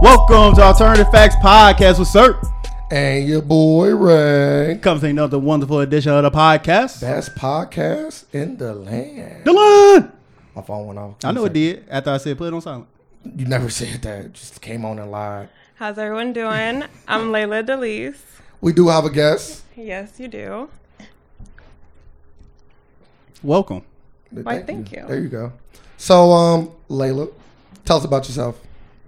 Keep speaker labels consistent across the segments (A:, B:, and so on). A: Welcome to Alternative Facts Podcast with Sir.
B: And your boy Ray.
A: Comes another wonderful edition of the podcast.
B: Best podcast in the land.
A: Dylan!
B: My phone went off.
A: I know it did after I said put it on silent.
B: You never said that. Just came on and lied.
C: How's everyone doing? I'm Layla Delise.
B: We do have a guest.
C: Yes, you do.
A: Welcome.
C: Why, thank you.
B: There you go. So, um, Layla, tell us about yourself.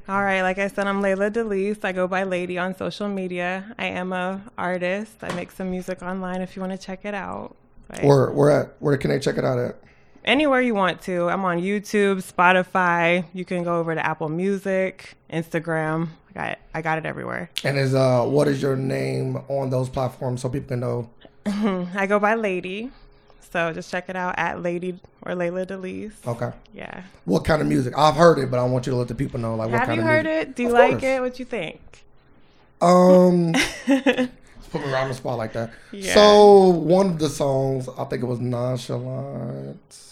C: All right, like I said, I'm Layla Delise. I go by Lady on social media. I am a artist. I make some music online if you want to check it out. But
B: Where where at? Where can they check it out at?
C: anywhere you want to. I'm on YouTube, Spotify. You can go over to Apple Music, Instagram. I got it, I got it everywhere.
B: And is uh what is your name on those platforms so people can know?
C: Mm, I go by Lady. So just check it out at Lady or Layla Delise.
B: Okay.
C: Yeah.
B: What kind of music? I've heard it, but I want you to let the people know like what
C: Have
B: kind
C: you
B: of
C: heard
B: music.
C: it? Do you
B: Of
C: like
B: course.
C: it? What you think?
B: Um put me right on the spot like that.
C: Yeah.
B: So one of the songs, I think it was Nonchalant.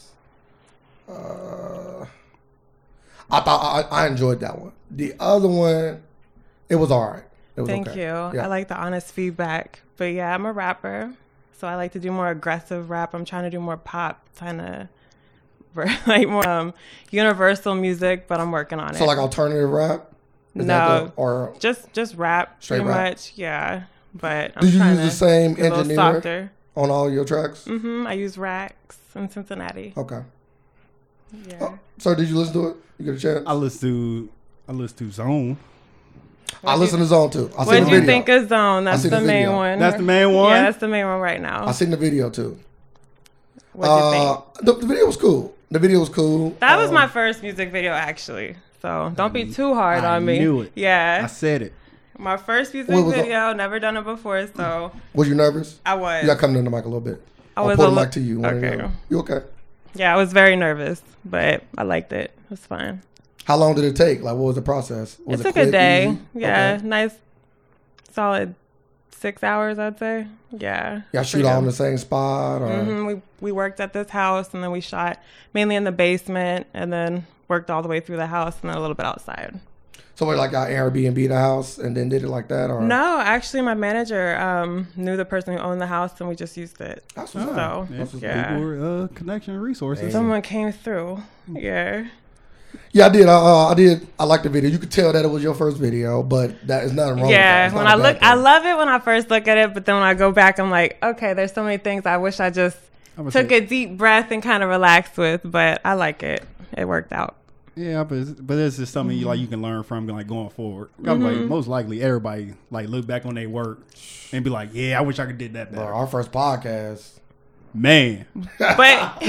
B: Uh, I thought I, I enjoyed that one. The other one, it was all right. It was
C: Thank
B: okay.
C: you.
B: Yeah.
C: I like the honest feedback. But yeah, I'm a rapper. So I like to do more aggressive rap. I'm trying to do more pop, kind of like more um, universal music, but I'm working on
B: so
C: it.
B: like alternative rap. Is that
C: No.
B: the- or
C: just just rap
B: Straight
C: pretty
B: rap.
C: much. Yeah. But I'm
B: do you
C: trying
B: use the
C: to
B: same
C: get a little
B: engineer
C: softer.
B: on all your tracks?
C: hmm I use racks in Cincinnati.
B: Okay.
C: Yeah.
B: Oh, so did you listen to it? You get a chance.
A: I listen to I listen to Zone.
B: I listened to Zone too. I seen
C: What
B: the
C: did you
B: video.
C: think of Zone? That's
B: seen
C: the
B: the
C: main
B: video.
C: one.
A: That's the main one?
C: Yeah, that's the main one right now.
B: I seen the video too.
C: What you think?
B: Uh, the, the video was cool. The video was cool.
C: That was
B: Um,
C: my first music video, actually. So don't be too hard
A: I
C: on me.
A: knew it. I
C: Yeah,
A: said it.
C: my first music
B: What was the-
C: video. Never done it before, so
B: Was you nervous?
C: I was.
B: You gotta come to the mic a little bit.
C: I
B: I'll
C: was
B: pull
C: a
B: the
C: li-
B: mic to you. one or the
C: Okay.
B: other. You okay?
C: Yeah, I was very nervous, but I liked it. It was fun.
B: How long did it take? Like, what was the process? Was
C: it took
B: quick,
C: a day.
B: easy?
C: Yeah,
B: Okay.
C: nice, solid six hours, I'd say. Yeah.
B: Y'all shoot
C: pretty
B: all in
C: good.
B: the same spot, or
C: Mhm, We we worked at this house, and then we shot mainly in the basement, and then worked all the way through the house, and then a little bit outside.
B: so we like y'all Airbnb the house and then did it like that, or
C: No, actually, my manager um, knew the person who owned the house, and we just used it.
B: That's what's up.
C: So
A: Yeah.
C: yeah,
A: People were, uh, connection resources.
C: someone came through. Yeah,
B: Yeah, I did. I, uh, I did. I liked the video. You could tell that it was your first video, but that is nothing wrong. with that.
C: yeah.
B: Oh, It's
C: When
B: not
C: I
B: a bad
C: look, I
B: thing.
C: love it when I first look at it, but then when I go back, I'm like, okay, there's so many things I wish I just
A: I'ma
C: took
A: say-
C: a deep breath and kind of relaxed with. But I like it. It worked out.
A: Yeah, but it's, but it's just something you like you can learn from like going forward. I'm Like,
C: Mm-hmm.
A: most likely everybody like look back on their work and be like, yeah, I wish I could did that
B: Bro,
A: better.
B: our first podcast.
A: Man,
C: But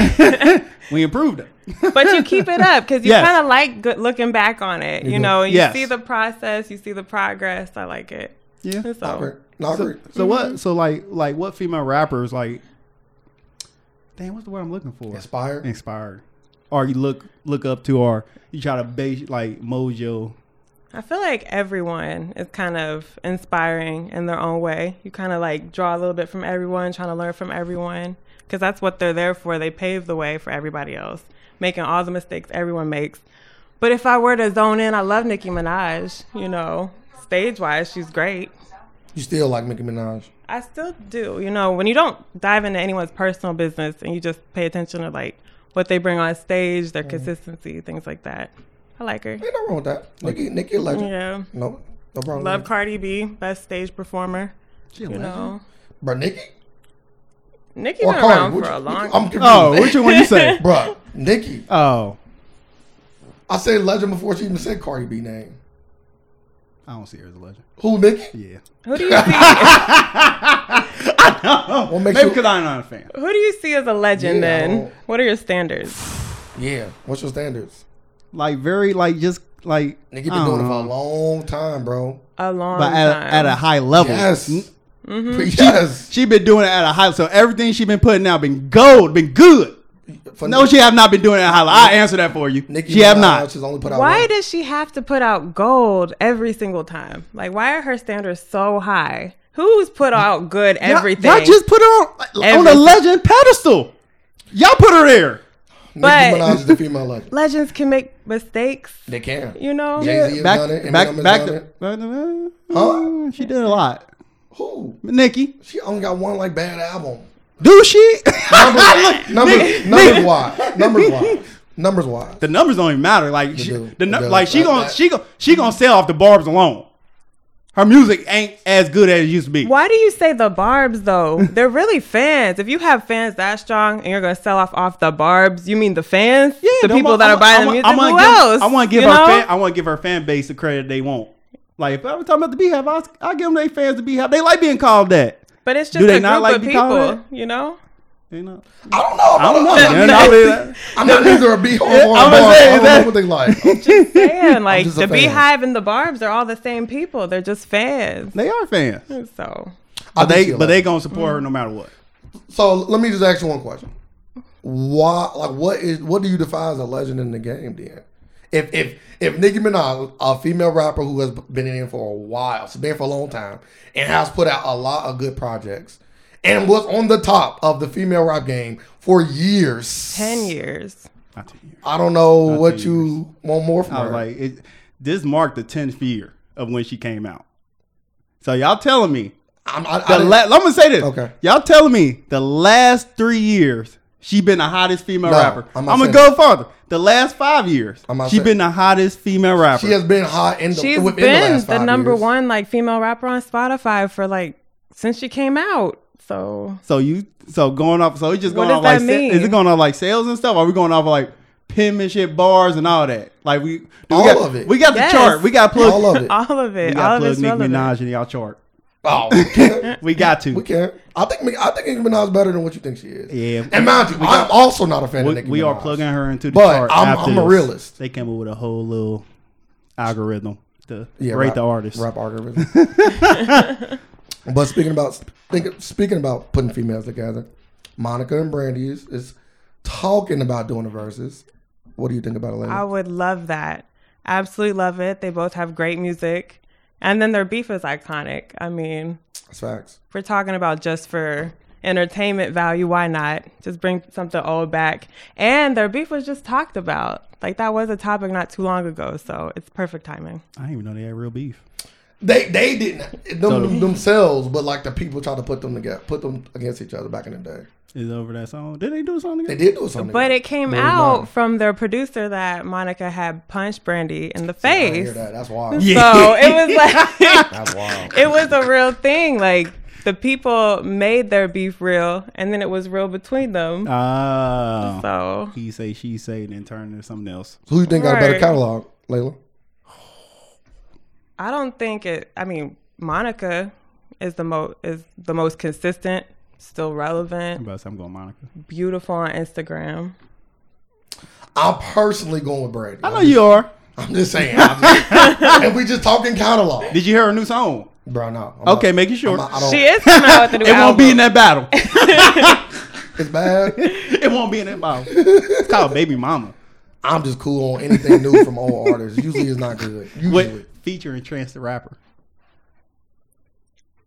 A: we improved it.
C: but you keep it up because you
A: Yes.
C: kind of like good, looking back on it. You
B: do.
C: know, you
A: Yes.
C: see the process, you see the progress. I like it.
A: yeah.
C: And
B: Not
C: So
B: great. Not
A: So,
B: great.
A: so what? So like, like what female rappers like? Damn, what's the word I'm looking for?
B: Inspired.
A: Inspired, or you look look up to, or you try to base like mojo.
C: I feel like everyone is kind of inspiring in their own way. You kind of like draw a little bit from everyone, trying to learn from everyone, because that's what they're there for. They pave the way for everybody else, making all the mistakes everyone makes. But if I were to zone in, I love Nicki Minaj. You know, stage wise, she's great.
B: You still like Nicki Minaj?
C: I still do. You know, when you don't dive into anyone's personal business and you just pay attention to like what they bring on stage, their consistency, things like that. I like her.
B: Ain't nothing wrong with that. Nicki, Nicki, a legend.
C: Yeah.
B: No, no problem.
C: Love Cardi B, best stage performer. You know,
B: Bro, Nicki.
C: Nikki
B: or
C: been
B: Cardi?
C: around
B: Which-
C: for a
B: which-
C: long.
B: I'm
C: time.
B: confused.
A: Oh, which one you say?
B: Bruh, Nikki.
A: Oh,
B: I said legend before she even said Cardi B name.
A: I don't see her as a legend.
B: Who, Nikki?
A: Yeah,
C: Who do you see?
B: What makes
A: maybe
B: you?
A: because I'm not a fan.
C: who do you see as a legend?
B: Yeah, I
C: then
B: don't-
C: what are your standards?
B: Yeah. What's your standards?
A: Like very like just like
B: Nikki
A: I
B: been
A: don't
B: doing it for a
A: know.
B: long time, bro.
C: A long
A: but
C: time.
A: at, at a high level.
B: Yes.
A: N-
C: Mm-hmm.
B: Yes.
A: she been doing it at a high. So everything she been putting out been gold, been good.
B: For
A: No, she have not been doing it at a high. level. I answer that for you.
B: Nicki
A: she have
B: Minaj
A: not.
B: has only put out
C: why
B: one.
C: does she have to put out gold every single time? Like, why are her standards so high? Who's put out good
A: Y'all-
C: everything?
A: Y'all just put her on, on a
C: Everything.
A: legend pedestal. Y'all put her there.
C: But-
B: Nicki Minaj is the female legend.
C: Legends can make mistakes,
B: They can.
C: you know?
B: Jay-Z has
D: back,
B: done it. Eminem
D: back,
B: has
D: back,
B: done
D: to,
B: it.
D: back to-
B: Huh?
A: Mm,
D: She did a lot.
B: Who?
D: Nikki,
B: She only got one like bad album.
D: do she?
B: Numbers, numbers, numbers why? Numbers why? Numbers why?
A: The numbers don't even matter. Like she,
B: do.
A: the
B: They
A: nu-
B: do.
A: like she
B: Like
A: gonna
B: that.
A: she gonna she gonna sell off the barbs alone. Her music ain't as good as it used to be.
C: Why do you say the Barbs though? They're really fans. If you have fans that strong and you're gonna sell off off the Barbs, you mean the fans, the
A: no,
C: people
A: I'm-
C: that
A: I'm-
C: are buying
A: I'm-
C: the music.
A: I'm gonna
C: Who
A: give-
C: else?
A: I want to give
C: you
A: her
C: know?
A: fan, I want to give her fan base the credit they want. Like if I was talking about the Beehive, I, I give them their fans the Beehive. They like being called that.
C: but it's just
A: do they
C: a
A: not
C: group
A: like
C: of
A: to be called
C: people,
A: that?
C: you know.
A: You know,
B: I don't know.
A: I don't know.
B: I'm,
A: man.
B: not,
A: I mean,
B: I'm not either a B hole or a
A: I'm
B: bar.
A: gonna say,
B: I don't know
A: that-
B: what they like. I'm
C: Just saying, like
B: just
C: the
B: a fan.
C: Beehive and the Barbs are all the same people. They're just fans.
A: they are fans.
C: So
A: But
B: think
A: they
B: she a
A: but they
B: legend.
A: gonna support her no matter what.
B: So let me just ask you one question. Why? Like, what is? What do you define as a legend in the game? Then, if if if Nicki Minaj, a female rapper who has been in it for a while, she's been in for a long time, and has put out a lot of good projects, and was on the top of the female rap game for years.
C: ten years.
A: Not two years.
B: I don't know what
A: 10
B: you want more from
A: I
B: her.
A: was like, it, this marked the tenth year of when she came out. So y'all telling me
B: I'm, I, I
A: the
B: didn't-
A: la- I'm gonna say this.
B: Okay.
A: Y'all telling me the last three years she been the hottest female
B: No,
A: rapper.
B: I'm
A: I'm,
B: not
A: gonna
B: saying
A: go farther. The last five years
B: I'm not
A: she
B: saying-
A: been the hottest female rapper.
B: she has been hot in the
C: She's
B: within the,
C: been
B: last
C: the
B: five
C: number
B: years.
C: one like female rapper on Spotify for like since she came out. So
A: so you so going off. So it's just
C: What
A: going
C: does
A: off like sa-
C: that mean?
A: is it going off like sales and stuff? Are we going off like penmanship bars and all that? Like we do we
B: All
A: got,
B: of it.
A: We got
C: Yes.
A: the chart. We got plug.
B: All of it.
C: all of
A: we
C: it, all
A: got
C: of
A: plug
C: it's
A: Nicki
C: relevant.
A: Minaj in y'all chart.
B: Oh, we can't.
A: We got to.
B: we can't. I think I think Nicki Minaj is better than what you think she is.
A: Yeah.
B: and mind you, I'm also not a fan of
A: we,
B: Nicki
A: we are
B: Minaj.
A: plugging her into the
B: But
A: chart.
B: I'm-
A: after
B: I'm a
A: this.
B: realist.
A: They came up with a whole little algorithm to
B: Yeah,
A: rate
B: rap-
A: the artist.
B: rap algorithm. but speaking about think, speaking about putting females together, Monica and Brandy is, is talking about doing the verses. What do you think about it, lady?
C: I would love that. Absolutely love it. They both have great music. And then their beef is iconic. I mean,
B: That's facts.
C: if we're talking about just for entertainment value, why not? Just bring something old back. And their beef was just talked about. Like that was a topic not too long ago, so it's perfect timing.
A: I didn't even know they had real beef.
B: They they didn't them,
A: So-
B: themselves, but like the people tried to put them together, put them against each other back in the day.
A: Is over that song. Did they do a song
B: They
A: together?
B: did do something,
C: But it came
B: There was
C: out
B: none.
C: from their producer that Monica had punched Brandy in the
B: I didn't hear
C: face.
B: that. That's wild.
C: So it was like
B: That's wild.
C: it was a real thing. Like the people made their beef real, and then it was real between
A: Uh,
C: them.
A: Ah.
C: So
A: he say, she say, then turn into something else.
B: So who you think got a better
C: Right.
B: catalog, Layla?
C: I don't think it. I mean, Monica is the most is the most consistent, still relevant,
A: But I'm going Monica.
C: beautiful on Instagram.
B: I'm personally going with Brandy.
A: I know Oh, you are.
B: I'm just saying. I'm just- and we just talking catalog,
A: Did you hear her new song?
B: bro. No. I'm
A: Okay,
B: not-
A: making sure.
B: I'm not- I don't,
C: She is coming out with a new
A: it won't
C: album.
A: be in that battle.
B: It's bad.
A: it won't be in that battle. It's called Baby Mama.
B: I'm just cool on anything new from old artists. Usually it's not good. Usually,
A: With featuring Trance the Rapper.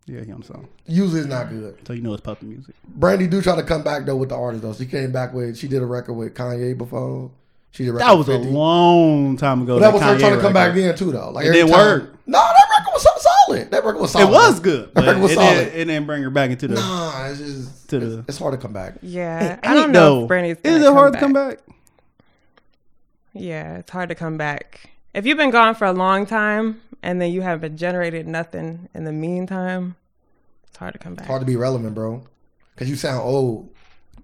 A: Yeah, him song.
B: usually it's not good.
A: So you know it's puppy music.
B: Brandy do try to come back though with the artist though. She came back with she did a record with Kanye before. She did a record
A: That was
B: with
A: a
B: 50.
A: long time ago.
B: But that was her
A: Kanye
B: trying to come back
A: record.
B: then too though. Like
A: It
B: every
A: didn't
B: time-
A: work.
B: No, that record was so solid. That record was solid.
A: It was good,
B: That
A: but
B: record
A: it
B: was
A: didn't,
B: solid.
A: it didn't bring her back into the.
B: Nah, it's just
A: To
B: it's,
A: the-
B: it's hard to come back.
C: Yeah,
A: It
C: I don't
A: ain't,
C: know.
A: though.
C: If Brandy's
A: Is
C: gonna
A: it hard to come back?
C: Yeah, it's hard to come back if you've been gone for a long time and then you haven't generated nothing in the meantime. It's hard to come back.
B: Hard to be relevant, bro. Cause you sound old.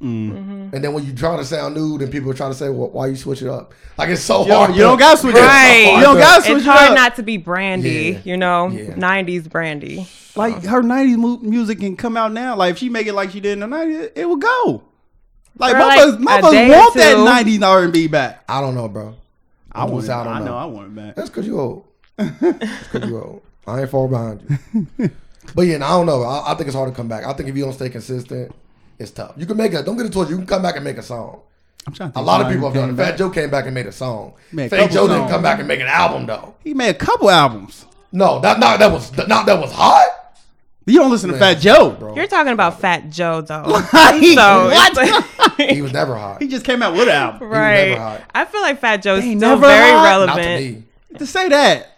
A: Mm.
B: And then when you try to sound new, then people try to say, well, "Why you switch it up?" Like it's so
A: You
B: hard.
A: don't, you don't
B: to-
A: got switch it.
C: Right.
A: You don't got switch
C: it's
A: it
C: hard
A: up.
C: not to be brandy,
B: Yeah.
C: you know,
B: Yeah.
C: 90s brandy.
A: Like her '90s mu- music can come out now. Like if she make it like she did in the '90s, it, it will go. Like
C: For,
A: my
C: like,
A: mother's- my
C: a
A: mother's
C: day or
A: want that
C: two.
A: '90s R&B back.
B: I don't know, bro.
A: I want.
B: was
A: it.
B: out on
A: I know.
B: that.
A: I want it back.
B: That's because you old. That's because you old. I ain't far behind you. But yeah, I don't know. I, I think it's hard to come back. I think if you don't stay consistent, it's tough. You can make a don't get it twisted. You can come back and make a song.
A: I'm trying. To
B: A
A: think
B: lot of
A: somebody
B: people have
A: who
B: done it.
A: came
B: Fat
A: back.
B: Joe came back and made a song.
A: Made a
B: Fat
A: couple
B: Joe didn't
A: songs.
B: come back and make an album though.
A: He made a couple albums.
B: No, that not that was not that was hot.
A: You don't listen to Fat Joe, bro.
C: You're talking about Fat Joe, though. so
A: What?
C: it's like-
B: He was never hot.
A: He just came out with an album.
B: never
C: right.
B: hot.
C: I feel like Fat Joe's
D: ain't
C: still
D: never
C: very
D: hot.
B: Not to
C: relevant.
B: me.
D: To say that.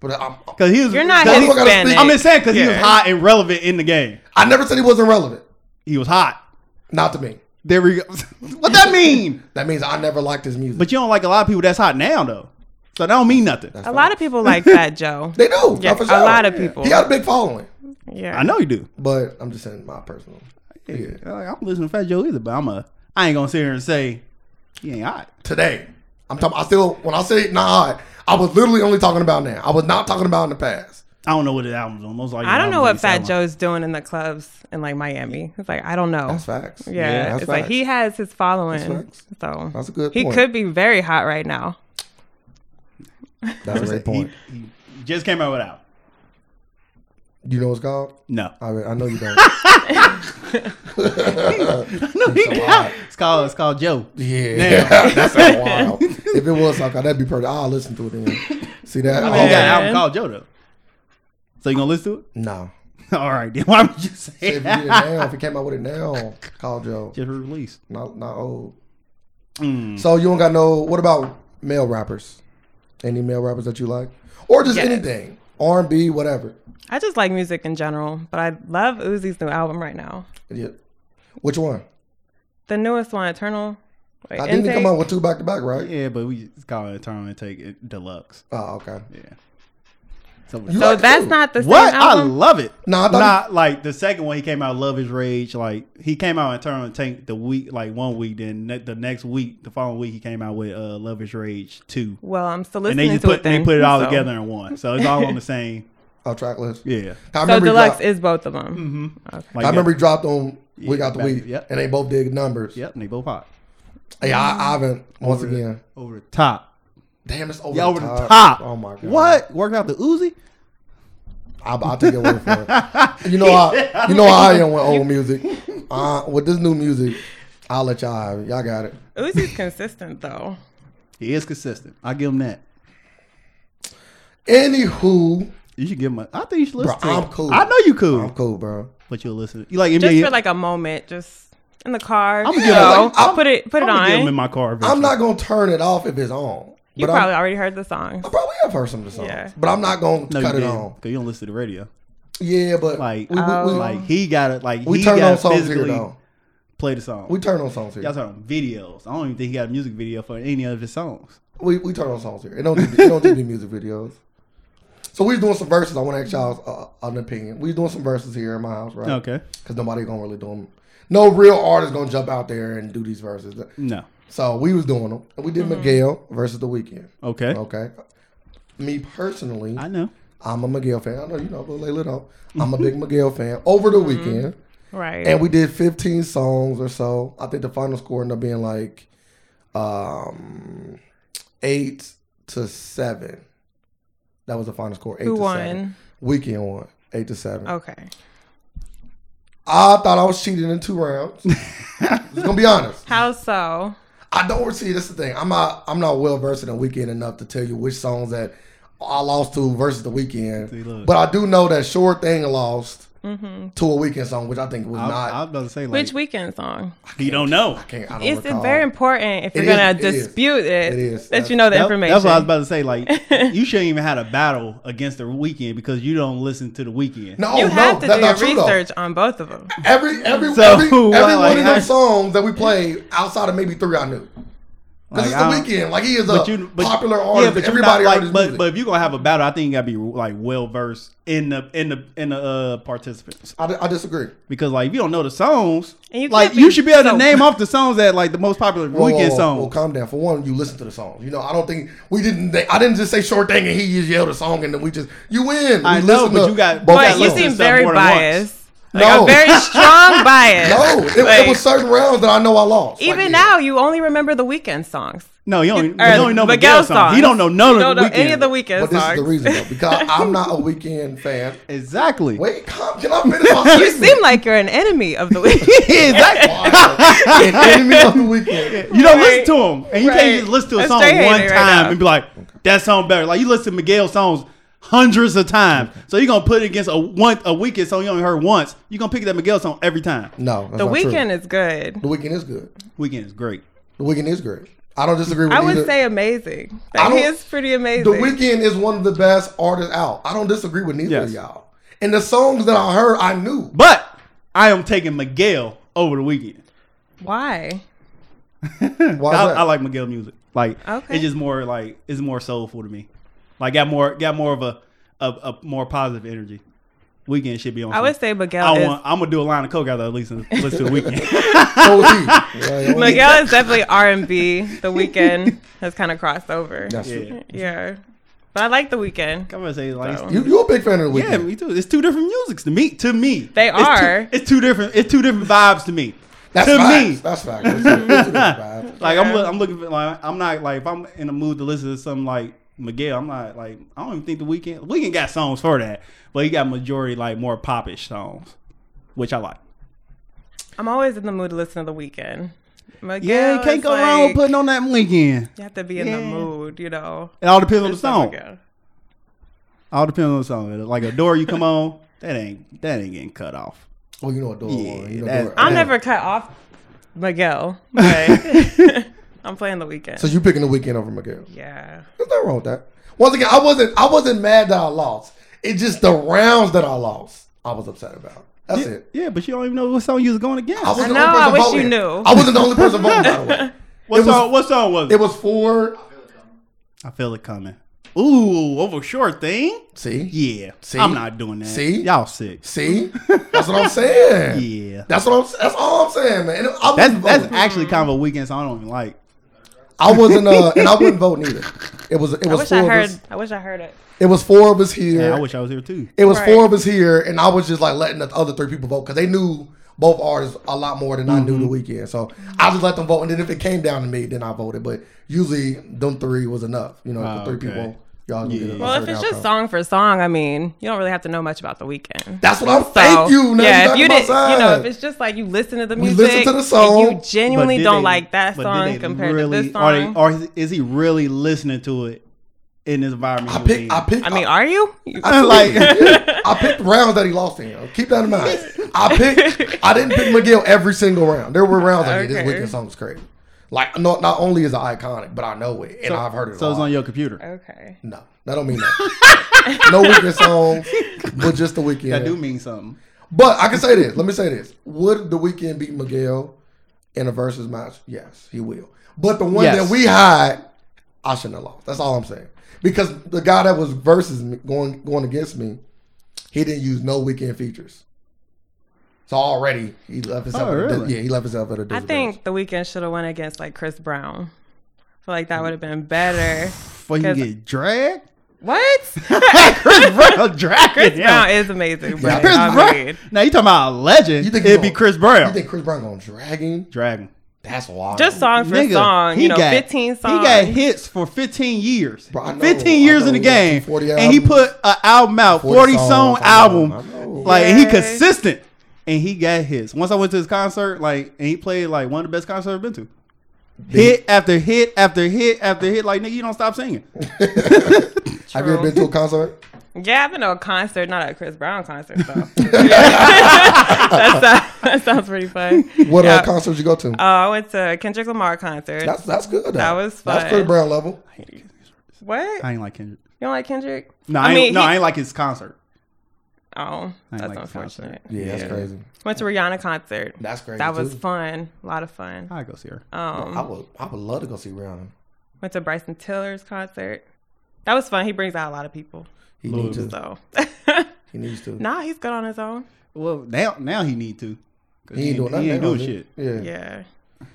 B: But I'm,
A: Because he was.
C: You're not
A: 'cause he-
B: Motherfucker gotta speak.
C: Hispanic.
A: I'm just saying because he was
C: Yeah.
A: hot and relevant in the game.
B: I never said he wasn't relevant.
A: He was hot.
B: Not to me.
A: There we go. what that mean?
B: That means I never liked his music.
A: But you don't like a lot of people that's hot now though, so that don't mean nothing.
C: A lot of people like Fat Joe.
B: they do.
C: Yeah,
B: not for
C: a
B: sure.
C: lot of people.
B: He got a big following.
C: Yeah.
A: I know you do.
B: But I'm just saying my personal. Yeah.
A: Yeah. I don't listen to Fat Joe either, but I'm a. I ain't gonna sit here and say he ain't hot.
B: Today. I'm talking I still when I say not hot, I was literally only talking about now. I was not talking about in the past.
A: I don't know what his album's on. Most likely,
C: I don't know what
A: his
C: Fat
A: album-
C: Joe's doing in the clubs in like Miami. It's like I don't know.
B: That's facts.
C: Yeah,
B: that's
C: it's like he has his following,
B: facts.
C: so
B: That's a good
C: He
B: point.
C: could be very hot right now.
B: That's a great point.
A: He, he just came out with an album.
B: you know what's called?
A: No,
B: I, I know you don't.
A: no, he
B: so
A: got-
B: hot.
A: it's called it's called Joe.
B: yeah, that's so wild. If it was like that'd be perfect. I'll listen to it then. See that?
A: I mean, he Oh, got an
C: Man.
A: album called Joe though. So you gonna listen to
B: No.
A: it? All right, then why would you say
B: If he did it
A: that?
B: now, if he came out with it now, call Joe.
A: Just released.
B: Not not old.
C: Hmm.
A: Mm.
B: So you don't got no. What about male rappers? Any male rappers that you like, or just
C: Yes.
B: anything R and B, whatever.
C: I just like music in general, but I love Uzi's new album right now.
B: Yeah. Which one?
C: The newest one, Eternal. Wait,
B: I didn't
C: Intake?
B: come out with two back to back, right?
A: Yeah, but we just call it Eternal Intake it- Deluxe.
B: Oh, okay.
A: Yeah. So,
B: You
C: so
B: like it
C: that's
B: too.
C: not the same
A: what? I
C: album.
A: love it.
B: Nah, I thought
A: Not like the second one he came out Love Is Rage. Like he came out Eternal Intake the week, like one week. Then ne- the next week, the following week, he came out with uh, Love Is Rage two.
C: well, I'm still
A: And
C: listening
A: they just
C: to
A: put
C: it.
A: they
C: then,
A: put it all
C: so.
A: together in one. So it's all on the same.
B: Oh, track list.
A: Yeah.
B: I
C: So
B: remember.
C: Deluxe
B: he dropped,
C: is both of them.
A: Like,
B: I remember he dropped them week
A: Yeah,
B: out the
A: back-
B: week,
A: yep.
B: and they both did numbers.
A: Yep, and they both hot.
B: Hey, I, I haven't once
A: Over the-
B: again.
A: Over the top.
B: Damn, it's over,
A: Yeah,
B: the,
A: over
B: top.
A: the top.
B: Oh my god.
A: What? Worked out the Uzi?
B: I, I'll take your word for it. You know I, you know how I am with old music. Uh, with this new music, I'll let y'all have it. Y'all got it.
C: Uzi's consistent though.
A: He is consistent. I give him that.
B: Anywho,
A: You should give him. A, I think you should listen.
B: Bro,
A: to
B: I'm
A: it.
B: cool.
A: I know you cool,
B: I'm cool, bro.
A: but you'll listen. You like NBA?
C: Just for like a moment, just in the car.
A: I'ma
C: you
A: give it-
C: know,
A: like, I'm-
C: put it put
A: I'm
C: it
A: gonna give him in
C: on.
A: my car.
B: I'm
A: eventually.
B: not gonna turn it off if it's on.
C: You
B: but
C: probably
B: I'm,
C: already heard the song.
B: I probably have heard some of the songs,
C: Yeah.
B: but I'm not gonna
A: No,
B: cut
A: you
B: it
A: didn't,
B: on.
A: 'cause you don't listen to the radio.
B: Yeah, but
A: Like,
B: we, we,
C: Oh.
B: we,
A: like he got it. Like
B: we
A: he
B: turn
A: got
B: on songs here
A: physically
B: though.
A: play the song.
B: We turn on songs
A: Y'all
B: here.
A: talking videos? I don't even think he got a music video for any of his songs.
B: We, we turn on songs here. It don't need, it don't need to be music videos. So we was doing some verses. I want to ask y'all uh, an opinion. We was doing some verses here in my house, right?
A: Okay,
B: because nobody gonna really do them. No real artist gonna jump out there and do these verses.
A: no,
B: So we was doing them, and we did Miguel versus The Weekend.
A: okay,
B: Okay, me personally,
A: I know.
B: I'm a Miguel fan. I know you know, but lay little. I'm a big Miguel fan. Over the weekend,
C: Right.
B: and we did 15 songs or so. I think the final score ended up being like um eight to seven. That was the final score. Eight
C: Who
B: to
C: won? Oh.
B: seven. Weekend won eight to seven.
C: Okay.
B: I thought I was cheating in two rounds. Just gonna be honest.
C: How so?
B: I don't see this is the thing. I'm not I'm not well versed in the weekend enough to tell you which songs that I lost to versus the
A: See,
B: weekend.
A: look.
B: But I do know that Sure Thing lost
C: Mm-hmm.
B: to a weekend song, which I think was
A: I,
B: not
A: I was about to say like
C: Which weekend song?
A: you don't know.
B: I can't I don't
C: It's
B: recall.
C: very important if
B: It
C: you're
B: is-
C: gonna
B: it is.
C: dispute it,
B: It is.
C: that you know the
A: That-
C: information.
A: That's what I was about to say. Like you shouldn't even had a battle against the weekend because you don't listen to the weekend.
B: Oh, No,
C: you
B: no,
C: have to
B: that's
C: do your
B: not true though.
C: research on both of them.
B: Every every
A: So,
B: every, every
A: why,
B: one
A: like,
B: of
A: how-
B: those songs that we played outside of maybe three I knew. Because
A: Like, I
B: it's
A: don't-
B: the weekend. Like he is a
A: but you but,
B: popular
A: yeah,
B: artist.
A: but you're
B: Everybody
A: not,
B: heard
A: like,
B: his
A: but,
B: music.
A: but if you're gonna have a battle, I think you gotta be like well versed in the in the in the uh, participants
B: I, I disagree.
A: because like if you don't know the songs,
C: And you
A: like
C: can't be
A: you should be able to
C: so-
A: name off the songs that like the most popular
B: Whoa,
A: weekend
B: whoa,
A: songs.
B: Well, calm down. For one, you listen to the songs. You know, I don't think we didn't. They, I didn't just say short thing and he just yelled a song and then we just you win.
A: I
B: We
A: know,
B: listen
A: but
B: to
A: you got-
B: both
A: I
C: But
B: of
C: you
A: listened
B: them.
A: to
C: seem
A: stuff
C: very
A: more than once.
C: biased. Like
B: No.
C: a very strong bias.
B: No, it, it
C: Like,
B: was certain rounds that I know I lost. Like,
C: even
B: yeah.
C: now you only remember the weekend songs.
A: no, you don't. You,
C: Or
A: don't know Miguel songs. He don't know none
C: You
A: of
C: don't
A: the
C: know
A: weekend.
C: any of the weekend
B: But this
C: songs.
B: is the reason though, because I'm not a weekend fan.
A: exactly.
B: Wait, calm. Can I finish my
C: You seem like you're an enemy of the weekend.
A: exactly.
B: an enemy of the weekend.
A: You don't
C: Right.
A: listen to them, and you
C: Right.
A: can't just listen to a
C: A
A: song
C: straight
A: one
C: hater right
A: time
C: now.
A: and be like, "That song better." Like you listen to Miguel songs hundreds of times. So you're gonna put it against a one a weekend song you only heard once. You're gonna pick that Miguel song every time.
B: No, that's
C: The
B: not true.
C: weekend is good.
B: The weekend is good.
A: Weekend is great.
B: The weekend is great. I don't disagree with.
C: I would
B: either.
C: say amazing.
B: I
C: Like, he
B: don't-
C: is pretty amazing.
B: The Weeknd is one of the best artists out. I don't disagree with neither of
A: Yes.
B: y'all. And the songs that I heard, I knew.
A: But I am taking Miguel over the weekend.
C: Why?
B: Why is
A: I,
B: that?
A: I like Miguel music. Like
C: Okay.
A: it's just more like it's more soulful to me. Like got more got more of a a, a more positive energy. Weekend should be on.
C: I
A: some-
C: would say Miguel
A: I
C: is
A: want, I'm gonna do a line of coke out of at least and listen to the weekend.
B: So is he. Yeah, yeah, yeah.
C: Miguel is definitely R and B. The weekend has kind of crossed over.
B: That's true.
A: yeah.
C: Yeah, but I like the weekend.
A: I'm gonna say like
C: So.
A: it's-
B: You, you a big fan of the
A: yeah,
B: weekend?
A: me too. It's two different musics to me. To me,
C: They
A: It's two-
C: are.
A: it's two different. It's two different vibes to me.
B: that's
A: to
B: facts.
A: me,
B: That's facts. That's a- that's a good vibe.
A: like I'm,
C: Yeah.
A: look- I'm looking for like I'm not like if I'm in a mood to listen to something like Miguel, I'm not like I don't even think the weekend weekend got songs for that, but he got majority like more popish songs, which I like.
C: I'm always in the mood to listen to the weekend. Miguel
A: Yeah, you can't
C: is
A: go wrong with
C: like-
A: putting on that weekend.
C: You have to be in the
A: Yeah.
C: mood, you know.
A: It all depends on the
C: It's like
A: song.
C: Miguel.
A: All depends on the song. Like a door you come on, that ain't that ain't getting cut off.
B: Oh, you know what door?
A: Yeah,
B: you know
A: that's-
B: door.
C: I'm
A: Yeah.
C: never cut off Miguel, but I'm playing the weekend.
B: So you picking the weekend over Miguel?
C: yeah.
B: There's nothing wrong with that. Once again, I wasn't. I wasn't mad that I lost. It's just the rounds that I lost. I was upset about. That's
A: yeah,
B: it.
A: yeah, but you don't even know what song you was going against.
B: I wasn't the
C: I
B: only
C: know, I
B: person
C: wish
B: voting.
C: you knew.
B: I wasn't the only person voting. By the way,
A: what
B: it was-
A: song? what song was
B: it
A: it?
B: was four.
A: I feel it coming. Ooh, over short thing.
B: See,
A: Yeah,
B: See?
A: I'm not doing that.
B: See?
A: y'all sick.
B: See, that's what I'm saying.
A: Yeah,
B: That's what I'm. That's all I'm saying, man. And I wasn't
A: that's that's
B: voting.
A: actually kind of a weekend song I don't even like.
B: I wasn't. Uh, and I wouldn't vote neither. It was. It
C: I
B: was
C: wish
B: four
C: I
B: of
C: heard.
B: us.
C: I wish I heard it.
B: It was four of us here.
A: Yeah, I wish I was here too.
B: it was
C: Right.
B: four of us here, and I was just like letting the other three people vote because they knew both artists a lot more than I knew
A: Mm-hmm.
B: the weekend. So I just let them vote, and then if it came down to me, then I voted. But usually, them three was enough. You know,
A: Ah,
B: the three
A: okay.
B: people. Y'all can get a
A: Yeah.
C: Well, if
B: certain
C: it's just
B: outcome.
C: song for song, I mean, you don't really have to know much about the weekend.
B: That's what I'm.
C: So,
B: thank you. Now
C: yeah,
B: you,
C: if you didn't, you know, if
B: it's
C: it's just like you listen to the
B: We
C: music,
B: listen to the song,
C: and you genuinely
A: But did
C: don't
A: they-
C: like that
A: but did
C: song
A: they
C: compared
A: really-
C: to this
A: Are
C: song.
A: they, or is, is he really listening to it in this environment?
B: I
A: he was in?
B: picked. I picked.
C: I mean, are you? You-
B: I like I picked rounds that he lost in. Keep that in mind. I picked I didn't pick Miguel every single round. There were rounds like this
C: Okay.
B: weekend song's crazy. Like not not only is it iconic, but I know it and I've heard it.
A: so
B: a
A: it's
B: lot.
A: on your computer.
C: okay.
B: No, that don't mean that. no weekend songs, but just the weekend.
A: That do mean something.
B: But I can say this. Let me say this. Would the weekend beat Miguel in a versus match? Yes, he will. But the one
A: Yes.
B: that we had, I shouldn't have lost. That's all I'm saying. Because the guy that was versus me, going going against me, he didn't use no weekend features. So already he left himself.
A: Oh,
B: at a,
A: really?
B: dis- yeah, he left himself at a
C: I
B: disadvantage.
C: think the weekend should have went against like Chris Brown. I feel like that would have been better.
A: Before you
C: 'Cause-
A: get dragged,
C: What?
A: Chris Brown dragged
C: Chris
A: him.
C: Brown is amazing, bro.
A: Chris
C: I
A: Brown.
C: mean,
A: Now you talking about a legend?
B: You think
A: it'd
B: he
A: be
B: gonna-
A: Chris Brown?
B: you think Chris Brown gonna drag him?
A: Drag him.
B: That's wild.
C: Just song for
A: Nigga,
C: song,
A: he
C: you know,
A: got-
C: 15 songs.
A: He got hits for 15 years.
B: Bro, I know,
A: 15
B: I
A: years
B: know,
A: in the
B: he got
A: game.
B: 40
A: and he
B: albums.
A: put an album out, 40,
B: 40
A: song
B: songs, I know,
A: album.
B: I know.
A: Like, and he
C: Yes.
A: consistent. And he got hits. Once I went to his concert, like, and he played like one of the best concerts I've been to. Hit after hit after hit after hit. Like, nigga, you don't stop singing.
B: Have you ever
C: True.
B: been to a concert?
C: Yeah, I've been to a concert, not a Chris Brown concert, though. that, sounds, that sounds pretty fun.
B: What
C: Yeah.
B: uh, concerts you go to?
C: Oh, I went to a Kendrick Lamar concert.
B: that's that's good. Though.
C: that was
B: That's
C: fun.
B: Chris Brown level.
C: what?
A: I
C: You
A: ain't like Kendrick.
C: don't like Kendrick?
A: No, I, ain't, no,
C: he-
A: I ain't like his concert.
C: Oh,
A: I ain't
C: that's
A: like the concert.
C: unfortunate.
B: Yeah, that's crazy.
C: Went to Rihanna concert.
B: That's crazy.
C: That was
B: too.
C: fun. A lot of fun.
A: I go see her.
C: Um,
B: I would, I would love to go see Rihanna.
C: went to Bryson Tiller's concert. That was fun. He brings out a lot of people.
B: He
A: Lord.
B: needs to.
C: So,
B: He needs to.
C: nah, he's good on his own.
A: Well, now now he need to. 'Cause
B: he ain't doing nothing.
A: He ain't doing
B: now,
A: shit.
B: Yeah.
C: Yeah.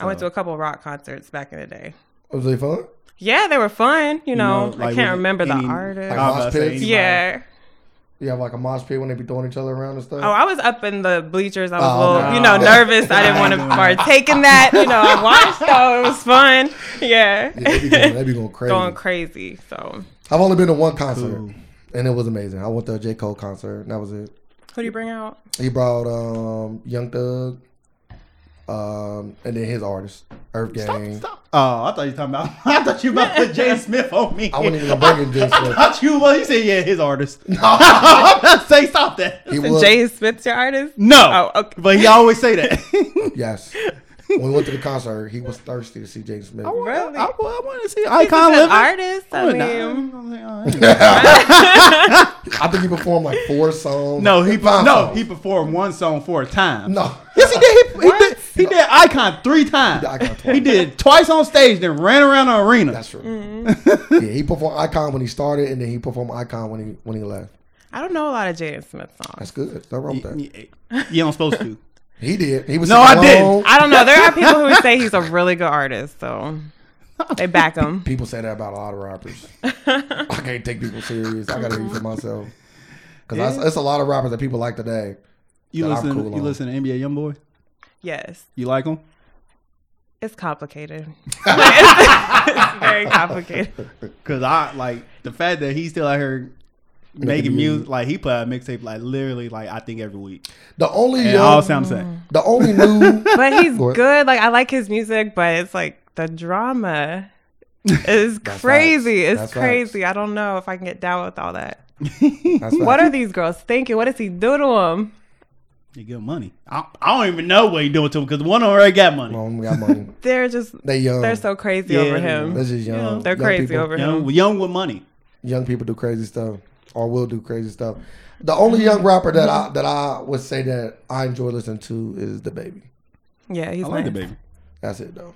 C: I went to a couple of rock concerts back in the day.
B: Was they Oh, fun?
C: Yeah, they were fun. You know,
A: know, like,
C: I
A: was it
C: can't remember the
A: any-
C: artist.
A: I was about to say
B: Mosh pits?
A: anybody.
C: yeah.
B: You have like a mosh pit when they be throwing each other around and stuff.
C: Oh, I was up in the bleachers. I was
B: Oh,
C: a little,
B: no.
C: you know, nervous. I didn't want to partake in that. You know, I watched though. It was fun. Yeah.
B: yeah, they, be going, they be going crazy.
C: Going crazy. So,
B: I've only been to one concert,
A: Cool.
B: and it was amazing. I went to a J Cole concert, and that was it.
C: who do you bring out?
B: He brought um Young Thug, um, and then his artist Earth Gang.
A: Stop. Oh, I thought you were talking about. I thought you were about to put Jay Smith on me.
B: I wasn't even gonna bring in Jay
A: I
B: Smith.
A: thought you. Well, you said yeah, his artist.
B: No,
A: I'm about to say stop that.
B: he was.
C: Jay Smith's your artist?
A: No,
C: Oh, okay.
A: but he always say that.
B: Yes. When we went to the concert, he was thirsty to see Jay Smith.
C: Really?
A: I, I wanted to see
C: He's a
A: Icon
C: good
A: living.
C: artist. I
A: I would
C: mean,
A: not-
B: I think he performed like four songs.
A: No, he
B: Five
A: no
B: songs.
A: he performed one song four times.
B: no.
A: Yes, he did. He, he
C: What?
A: did. He did Icon three times.
B: He did Icon twice.
A: He did twice on stage, then ran around the arena.
B: That's true.
C: Mm-hmm.
B: yeah, he performed Icon when he started, and then he performed Icon when he when he left.
C: I don't know a lot of Jaden Smith songs.
B: That's good. Nothing wrong with that.
A: you, you don't supposed to.
B: He did. He was
A: No,
B: singing
A: I didn't.
B: along.
C: I don't know. There are people who say he's a really good artist, so they back him.
B: People say that about a lot of rappers. I can't take people serious. I gotta be for myself. Cause that's it's a lot of rappers that people like today.
A: You
B: That I'm
A: listen.
B: cool
A: you
B: on.
A: listen to NBA YoungBoy.
C: Yes,
A: You like him?
C: it's complicated. it's, very complicated.
A: Cause I like the fact that he's still out here making, music. Like he put out a mixtape like literally like I think every week.
B: The only
A: And it all
B: young,
A: sound the
C: Mm.
A: same.
B: the only new
C: But he's
B: Go ahead.
C: good. Like I like his music, but it's like the drama is crazy.
B: facts.
C: It's
B: That's
C: crazy. I don't know if I can get down with all that.
B: that's
C: What
B: facts.
C: are these girls thinking? What does he do to them?
A: He good money. I, I don't even know what he doing to him because one already got money.
B: Well, we got money.
C: They're just
B: They young.
C: they're so crazy
A: Yeah.
C: over him.
B: They're just young.
A: Yeah,
C: They're
B: Young
C: crazy
B: people-
C: over him.
A: young, young with money.
B: young people do crazy stuff or will do crazy stuff. The only young rapper that I that I would say that I enjoy listening to is the baby.
C: Yeah, he's
A: I like
C: nice.
A: the baby.
B: That's it though.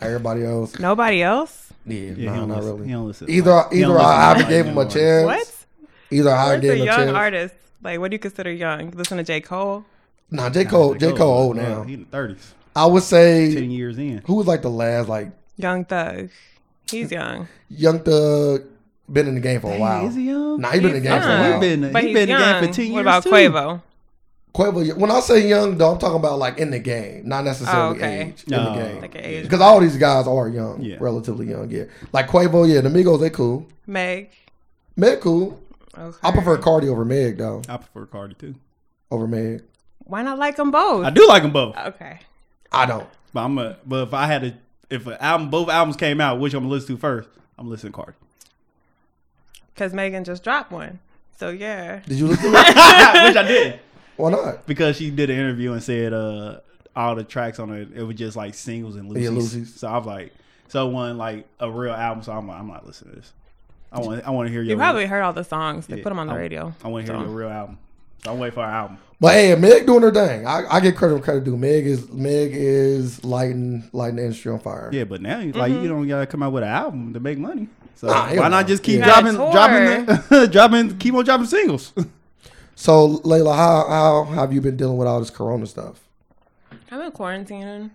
B: Everybody else,
C: Nobody else?
B: yeah,
A: Yeah,
B: nah,
A: he don't listen.
B: not
A: He
B: really.
A: don't listen.
B: Either
A: Like, he don't
B: either
A: listen to
B: I, I
A: like
B: gave him a
A: new
B: chance.
C: What?
B: Either I
C: Where's
B: gave
C: a
B: him a
C: young
B: chance.
C: artist? Like, what do you consider young? You Listen to J. Cole.
B: Nah, J
A: ones.
B: Cole, J Cole old now.
A: He in the thirties,
B: I
A: ten
B: would say
A: years in.
B: who was like the last like
C: Young Thug. He's young.
B: young thug been in the game for a while.
A: Is he young?
B: Oh, Nah, he been in the
C: He's
B: game for a
C: young.
B: while.
A: He been he
C: But
A: been
C: he's
A: in the
C: young.
A: game for ten years
C: What about
A: too.
C: Quavo?
B: Quavo, when I say young though, I'm talking about like in the game, not necessarily
C: Oh, okay.
B: age.
A: No.
B: In the game.
C: Like an age.
B: Because all these guys are young,
A: Yeah.
B: relatively young. Yeah, like Quavo. Yeah, the Migos they cool.
C: Meg.
B: Meg cool.
C: Okay.
B: I prefer Cardi over Meg though.
A: I prefer Cardi too.
B: Over Meg,
C: Why not like them both?
A: I do like them both,
C: Okay.
B: I don't.
A: but I'm a, but if I had to, if an album, both albums came out, which I'm gonna listen to first, I'm listening to Cardi.
C: Because Megan just dropped one. So, yeah.
B: Did you listen? to it?
A: which I didn't
B: Why not?
A: because she did an interview and said uh all the tracks on it it was just like singles and loosies.
B: Yeah, loosies.
A: So I was like, so one like a real album. So I'm like, I'm not listening to this. I want I want to hear your
C: You probably heard all the songs. They
A: Yeah,
C: put them on the
A: I-
C: radio.
A: I want to hear
C: So,
A: your real album. So I'm waiting for an album.
B: But hey, Meg doing her thing. I, I get credit where credit due. Meg is Meg is lighting lighting the industry on fire.
A: Yeah, but now like
C: Mm-hmm.
A: you don't gotta come out with an album to make money. So
B: Nah, hell
A: why
B: no.
A: not just keep
B: You
C: gotta
A: dropping dropping the, dropping keep on dropping singles?
B: So Layla, how how have you been dealing with all this Corona stuff?
C: I'm in quarantining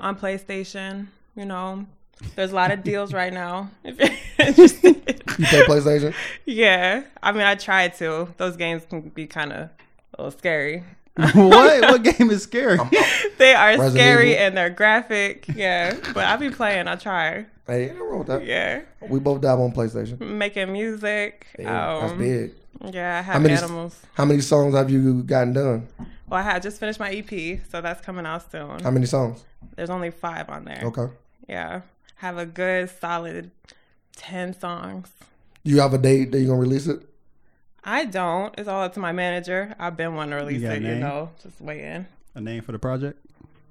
C: on PlayStation. You know, there's a lot of deals right now. If you're interested.
B: You play PlayStation?
C: Yeah, I mean, I try to. Those games can be kind of a little scary.
A: what what game is scary?
C: They are
B: Resident
C: scary
B: Evil?
C: and they're graphic. Yeah, but I be playing. I try.
B: hey, ain't nothing wrong with that.
C: Yeah,
B: We both dive on PlayStation.
C: making music.
B: Yeah, that's
C: um,
B: big.
C: Yeah, I
B: How
C: have
B: many
C: animals.
B: How many songs have you gotten done?
C: Well, I had just finished my EP, so that's coming out soon.
B: How many songs?
C: There's only five on there.
B: Um, Okay.
C: Yeah, have a good solid ten songs.
B: Do you have a date that you're gonna release it?
C: I don't. It's all up to my manager. I've been wanting to release
A: got a
C: it, you
A: name?
C: know, just waiting.
A: a name for the project?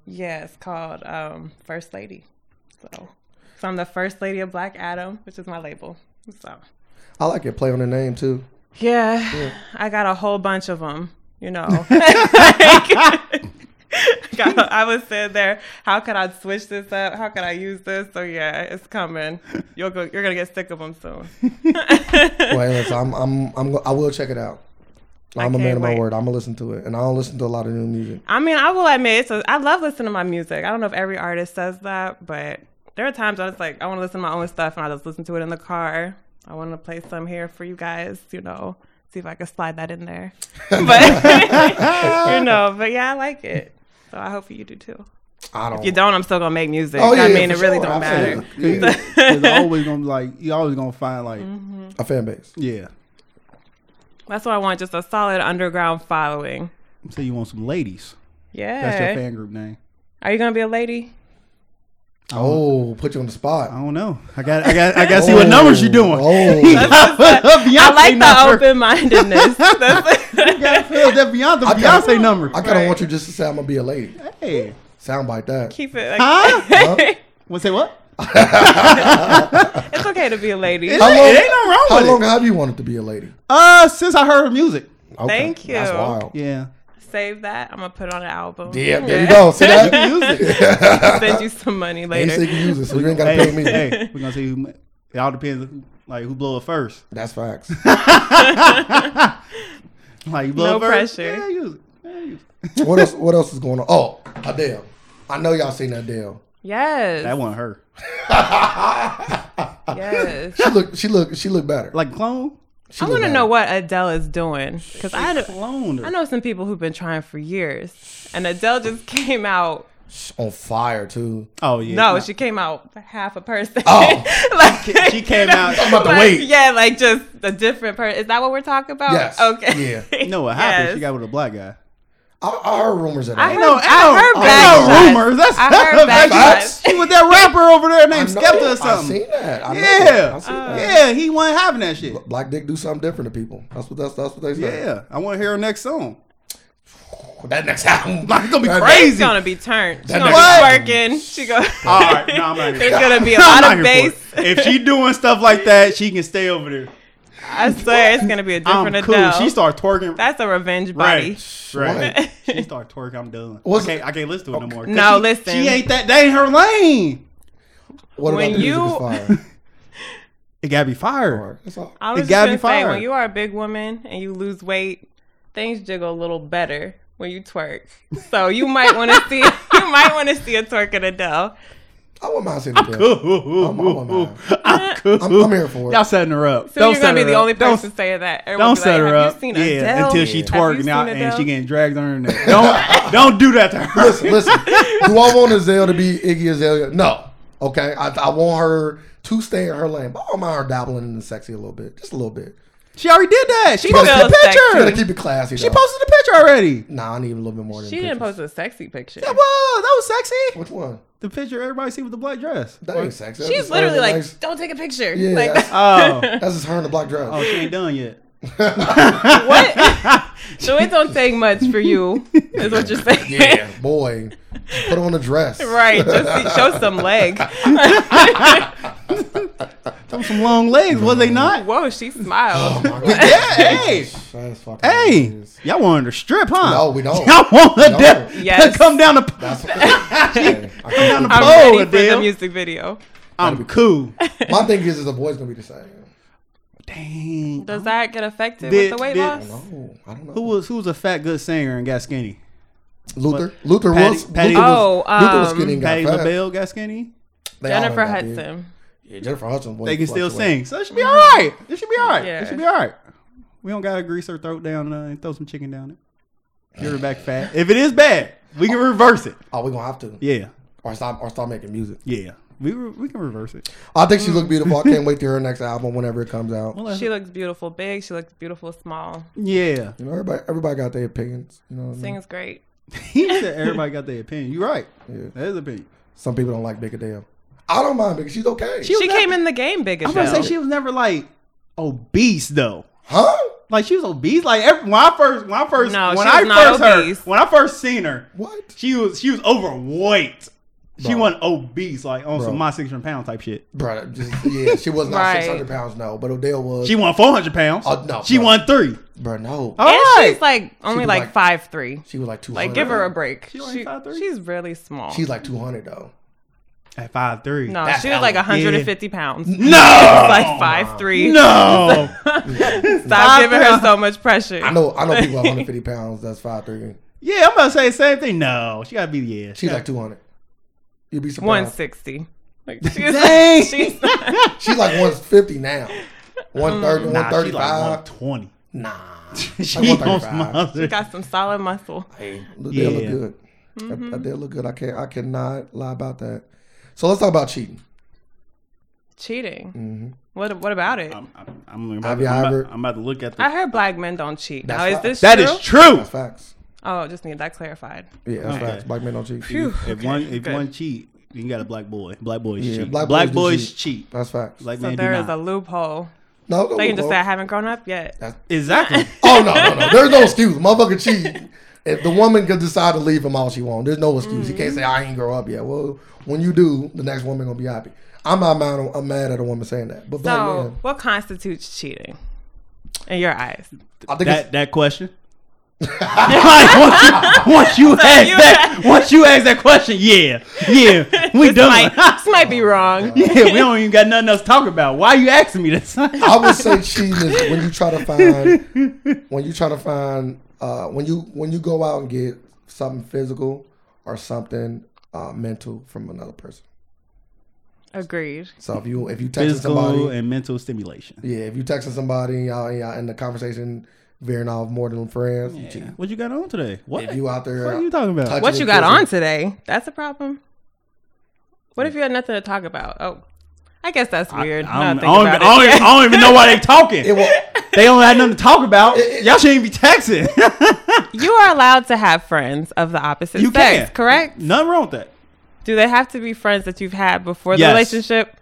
C: Yeah, it's called um, First Lady. So, so I'm the First Lady of Black Adam, which is my label. So,
B: I like it. Play on the name too.
C: yeah, I got a whole bunch of them, you know. Got- I was sitting there. How could I switch this up? How could I use this? So yeah, it's coming. You'll go. You're gonna get sick of them soon.
B: Well, hey, listen, I'm, I'm, I'm, go- I will check it out. I'm a man
C: can't
B: of my
C: wait.
B: word. I'm gonna listen to it, and I don't listen to a lot of new music.
C: I mean, I will admit, it's a, I love listening to my music. I don't know if every artist says that, but there are times I just like I want to listen to my own stuff, and I just listen to it in the car. I want to play some here for you guys, you know, see if I can slide that in there. But you know, but yeah, I like it. So I hope you do too.
B: I don't.
C: If you don't, I'm still gonna make music.
B: Oh, yeah,
C: I
B: yeah,
C: mean,
B: for
C: it really
B: sure.
C: don't matter.
B: Absolutely.
A: Cause it's always gonna be like you always gonna find like
C: Mm-hmm.
B: A fan base.
A: yeah.
C: That's why I want just a solid underground following.
A: Say you want some ladies.
C: Yeah.
A: That's your fan group name.
C: Are you gonna be a lady?
B: Oh, put you on the
A: I
B: spot.
A: don't know. I got. I got. I got to see what numbers you doing.
B: Oh.
A: Beyonce
C: I like the
A: number.
C: open mindedness.
A: That Beyonce,
B: I
A: Beyonce
B: kinda-
A: number.
B: I kind of
C: Right.
B: want you just to say I'm gonna be a lady.
A: hey,
B: Soundbite that.
C: Keep it. Like,
A: huh? What say what?
C: It's okay to be a lady.
A: It ain't- it ain't nothing wrong
B: How
A: with it.
B: long have you wanted to be a lady?
A: Uh, since I heard her music.
B: Okay.
C: Thank you.
B: That's wild.
A: Yeah.
C: Save that. I'm gonna put on an album.
B: Yeah, there you go. See that?
A: Music.
C: Send you some money
B: You
C: later.
B: said you use it, so you ain't gotta
A: hey,
B: pay me.
A: hey, we're gonna see who. It all depends, like who blow it first.
B: That's facts.
A: Like you blow
C: No
A: it first.
C: pressure.
A: Yeah, use it. Yeah, use it.
B: what else? What else is going on? Oh, Adele. I know y'all seen Adele.
C: Yes.
A: That wasn't her.
C: Yes.
B: She look. She look. She look better.
A: Like clone.
B: She
C: I
B: look
C: want to
B: better.
C: know what Adele is doing because I d-
A: Cloned her.
C: I know some people who've been trying for years, and Adele just came out.
B: She's on fire too.
A: Oh yeah.
C: No,
A: Nah.
C: she came out half a person.
B: Oh.
C: like
A: she came out.
B: I'm about to
C: like,
B: wait.
C: Yeah, like just a different person. Is that what we're talking about?
B: Yes.
C: Okay.
B: Yeah.
A: No, what happened?
C: Yes.
A: She got with a black guy.
B: I, I heard rumors of that.
C: I heard,
A: No,
C: I heard
A: I
C: bad
A: know
C: shots.
A: rumors. That's
C: I heard bad
B: Facts.
C: shots.
A: He was that rapper over there
B: I
A: named
B: know-
A: Skepta or
B: I
A: something.
B: seen that. I know that.
A: Yeah, Uh.
B: I seen
C: Uh,
B: that.
A: yeah, he wasn't having that shit.
B: Black dick do something different to people. That's what that's that's what they say.
A: Yeah, I want to hear her next song.
B: That next album,
A: Like, it's gonna be
B: That-
A: crazy.
C: She's gonna be turned. She's gonna
A: What?
C: be twerking. She gonna.
A: All right, no, I'm not. Here.
C: There's
A: for it.
C: gonna be a
A: I'm
C: lot
A: not here
C: of bass.
A: for it. If she doing stuff like that, she can stay over there.
C: I swear it's gonna be a different
A: I'm cool.
C: Adele.
A: She start twerking.
C: That's a revenge body.
A: right, right. She start twerking. I'm done.
B: What's-
A: I can't. I can't listen to it no more. 'Cause
C: No,
A: she,
C: listen.
A: She ain't that. That ain't her lane.
B: What
C: When
B: about the
C: you-
B: music is fire?
A: It gotta be fired.
B: Alright, That's all.
C: I was
A: It
C: just
A: gotta
C: gonna
A: be
C: say
A: fire.
C: when you are a big woman and you lose weight, things jiggle a little better when you twerk. So you might want to see you might want to see a twerking Adele.
B: I wouldn't mind seeing Adele.
A: Ooh, ooh,
B: I'm-
A: ooh,
B: I'm
A: ooh,
B: mad.
A: ooh.
C: Uh,
A: I'm cool.
B: I'm, I'm here for it.
A: Y'all setting her up.
C: So
A: Don't
C: you're gonna
A: set
C: be
A: her
C: the
A: up.
C: only
A: Don't-
C: person saying that. Everyone
A: Don't
C: be
A: set
C: like,
A: her
C: "Have
A: up.
C: You seen
A: yeah,
C: Adele?
A: until she
C: Have you
A: twerking
C: seen
A: out and she
C: Adele?
A: getting dragged on her neck. Don't don't do that to her.
B: listen, listen. Do I want Azalea to be Iggy Azalea? No. Okay. I, I want her to stay in her lane. But I don't mind her dabbling in the sexy a little bit, just a little bit.
A: She already did that. She posted
C: feels
A: the
B: You
A: picture.
B: gotta keep it classy.
A: She
B: though.
A: posted the picture already.
B: Nah, I need a little bit more. Than
C: She didn't
B: pictures.
C: post a sexy picture.
A: Whoa, that was sexy.
B: Which one?
A: The picture everybody see with the black dress.
B: That ain't sexy. That's
C: She's
B: just her
C: literally
B: in a
C: like,
B: nice-
C: "Don't take a picture."
B: yeah,
C: Like,
B: that's,
A: Oh,
B: that's just her in the black dress.
A: oh, she ain't done yet.
C: what? so it don't take much for you, is what you're saying.
B: yeah, boy, put on a dress.
C: Right, just see- show some leg.
A: Throw some long legs, was they not?
C: Whoa, she
B: Oh,
A: Oh,
C: smiled.
A: Yeah, hey,
B: That's fucking
A: hey,
B: hilarious.
A: y'all want her to strip, huh?
B: No, we don't.
A: Y'all want her
B: No.
A: to,
C: Yes.
A: to come down the.
B: That's okay. I can't do
C: I'm
B: it.
A: Oh,
C: ready for
A: Adele.
C: the music video.
A: I'm cool.
B: My thing is, is the boy's gonna be the same.
A: Dang.
C: Does that get affected
A: Did-
C: with the weight
A: did-
C: loss?
B: No, I don't know.
A: Who was who was a fat good singer and got skinny?
B: Luther. Luther
A: Patty-
B: was.
A: Patty-
B: Luther was,
C: Oh,
B: Luther was
C: um,
B: skinny and got
A: Patty
B: fat.
A: LaBelle got skinny.
B: They all
C: Jennifer
B: got big.
C: Hudson.
B: Yeah, Jennifer Hudson. was
A: They can still sing,
B: fluctuating.
A: so it should be all right. It should be all right. It
C: Yeah.
A: should be all right. We don't gotta grease her throat down uh, and throw some chicken down it. Give her back fat. If it is bad, we can reverse it.
B: Oh, we gonna have to.
A: Yeah,
B: Or stop. Or start making music.
A: yeah. We re- we can reverse it.
B: I think she looked beautiful. I can't wait to hear her next album whenever it comes out.
A: We'll let
C: She
A: her-
C: looks beautiful big. She looks beautiful small.
A: Mm-hmm. yeah.
B: You know, everybody everybody got their opinions. You know what I mean?
C: Sings great.
A: He said everybody got their opinion. You're right.
B: Yeah.
A: That is opinion.
B: Some people don't like Big Adele. I don't mind because she's okay.
A: She
C: She,
A: was not-
C: came in the game big
A: I'm gonna say
C: Adele.
A: she was never like obese though.
B: huh?
A: Like she was obese. Like every, when I first when I first
C: No,
A: when
C: she
A: I
C: was not
A: first
C: obese.
A: heard when I first seen her,
B: What?
A: she was she was overweight. She
B: Bro.
A: wasn't obese like on
B: Bro.
A: some my six hundred pound type shit.
B: Bro, just, yeah, she was not
C: Right.
B: 600 pounds, no, but Adele was.
A: She Oh. won 400 pounds.
B: Oh, no,
A: She
B: no.
A: won three.
B: bro, no.
A: All
C: and
A: right.
C: she's like only
B: was
C: like,
B: like-
C: five three.
B: She was like 200.
C: Like give her a break.
A: She like
C: She-
A: 5'3"?
C: she's really small.
B: She's like 200, though.
A: At 5'3.
C: no,
B: that's
C: she was like
B: hella-
C: 150 pounds. She's
A: No.
C: like five three.
A: No.
C: Stop giving her so much pressure.
B: I know I know people at 150 pounds, that's 5'3.
A: yeah, I'm about to say the same thing. No. She got to be the yeah.
B: She's like 200. You'd be surprised.
C: 160. Like, she's,
A: Dang.
C: she's
B: She's like 150 now. 130,
A: nah, she
B: 135.
A: like 120.
B: nah.
A: She
B: Like
A: on
B: 135.
A: smother.
C: got some solid muscle.
B: Hey, they look
A: Yeah.
B: good.
C: Mm-hmm.
B: I, I did look good. I can't. I cannot lie about that. So let's talk about cheating.
C: Cheating.
B: Mm-hmm.
C: What what about it?
A: I'm, I'm, I'm, about,
B: Have
A: to-
B: you
A: I'm,
B: ever-
A: about, I'm about to look at
C: I
A: the.
C: heard black men don't cheat.
B: That's
C: Now is
B: right.
C: this
A: That
C: true?
A: is true.
B: That's facts.
C: Oh, just need that clarified.
B: Yeah, that's
A: Okay.
B: facts. Black men don't cheat.
A: If one if one cheat, You got a black boy. Black boys
B: Yeah,
A: cheat.
B: black
A: Black,
B: boys do
A: boys
B: cheat.
A: cheat.
B: That's facts.
A: Black
C: So
A: man
C: there
A: do
C: is a
A: not.
C: loophole.
B: no, no,
C: They can just
B: no.
C: say I haven't grown up yet.
A: exactly.
B: Oh no, no, no. There's no excuse. Motherfucker cheat. If the woman could decide to leave him all she want, there's no excuse. You
C: Mm-hmm.
B: can't say I ain't grow up yet. Well, when you do, the next woman gonna be happy. I'm not mad. I'm mad at a woman saying that. But black
C: So
B: man,
C: what constitutes cheating in your eyes?
B: I think it's,
A: that that question. like once you once you ask
C: you
A: that once you ask that question, yeah, yeah, we done.
C: Like, this might
B: Oh,
C: be wrong.
A: yeah, we don't even got nothing else to talk about. Why you asking me this?
B: I would say cheating is when you try to find when you try to find uh, when you when you go out and get something physical or something uh, mental from another person.
C: Agreed.
B: So if you if you texting
A: Physical
B: somebody,
A: and mental stimulation.
B: yeah, if you texting somebody and y'all, and y'all in the conversation veering off more than friends, you cheating.
A: What you got on today? What?
B: If you out there,
A: what are you talking about?
B: touching
C: What you
B: and
C: got
B: kissing-
C: on today? That's a problem. What if you had nothing to talk about? Oh, I guess that's weird.
A: I
C: Now
A: don't,
C: think
A: I don't even, I
C: about
A: don't
C: it.
A: even- I don't even know why they talking.
B: It will,
A: they don't have nothing to talk about. Y'all shouldn't even be texting.
C: You are allowed to have friends of the opposite
A: You
C: sex,
A: can.
C: correct?
A: Nothing wrong with that.
C: Do they have to be friends that you've had before the
A: Yes.
C: relationship?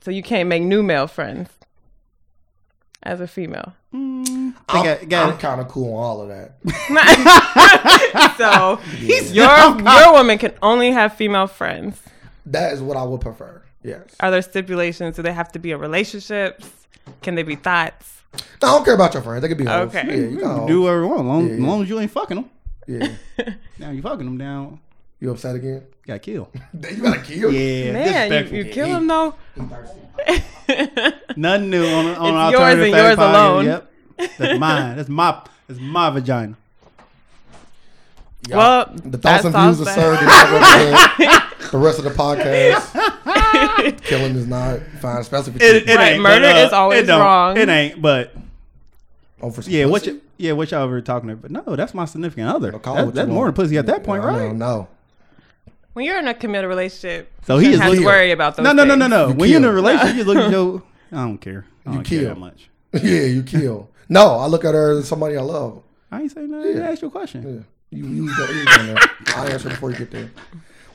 C: So you can't make new male friends as a female.
B: I'm,
A: got- got it.
B: kind of cool on all of that.
C: so your your woman can only have female friends.
B: That is what I would prefer. Yes,
C: Are there stipulations? Do they have to be in relationships? Can they be thoughts?
B: I don't care about your friends. They could be hoes.
C: Okay.
B: Yeah, you got
A: Mm-hmm. Do
B: hoes.
A: whatever you want, long,
B: Yeah, yeah.
A: long as you ain't fucking them.
B: Yeah,
A: Now you fucking them down.
B: you upset again?
A: Got killed.
B: You gotta kill.
A: Yeah,
C: Man,
A: disrespectful.
C: you, you kill him though.
A: Nothing new on, on
C: It's
A: alternative
C: yours and
A: fact
C: yours
A: podcast.
C: alone.
A: Yep, that's mine. That's my that's my vagina.
B: Y'all-
C: Well,
B: the thoughts and
C: that's
B: views are
C: all
B: served. do not represent the rest of the podcast.
C: Ah!
B: Killing is not fine, especially for
A: It,
B: you.
A: it
C: Right,
A: ain't,
C: murder
A: but, uh,
C: is always
A: it don't.
C: wrong.
A: It ain't, but
B: Oh, for
A: yeah, what
B: pussy?
A: you yeah what y'all were talking about? No, that's my significant other.
B: Well, call it
A: That-
B: what you
A: that's more than
B: want.
A: pussy at that point,
B: No,
A: right?
B: No, no.
C: When you're in a committed relationship,
A: So
C: you
A: he
C: shouldn't
A: is
C: have to
A: looking-
C: worry about those.
A: No, no, no, no,
C: things.
A: no.
B: You
A: When you're in a
B: kill.
A: relationship, you look at your. I don't care. I don't care
B: kill.
A: that much.
B: yeah, you kill. No, I look at her as somebody I love.
A: I ain't saying nothing. I asked you a question.
B: Yeah. You, you, you, you down there. I answer before you get there.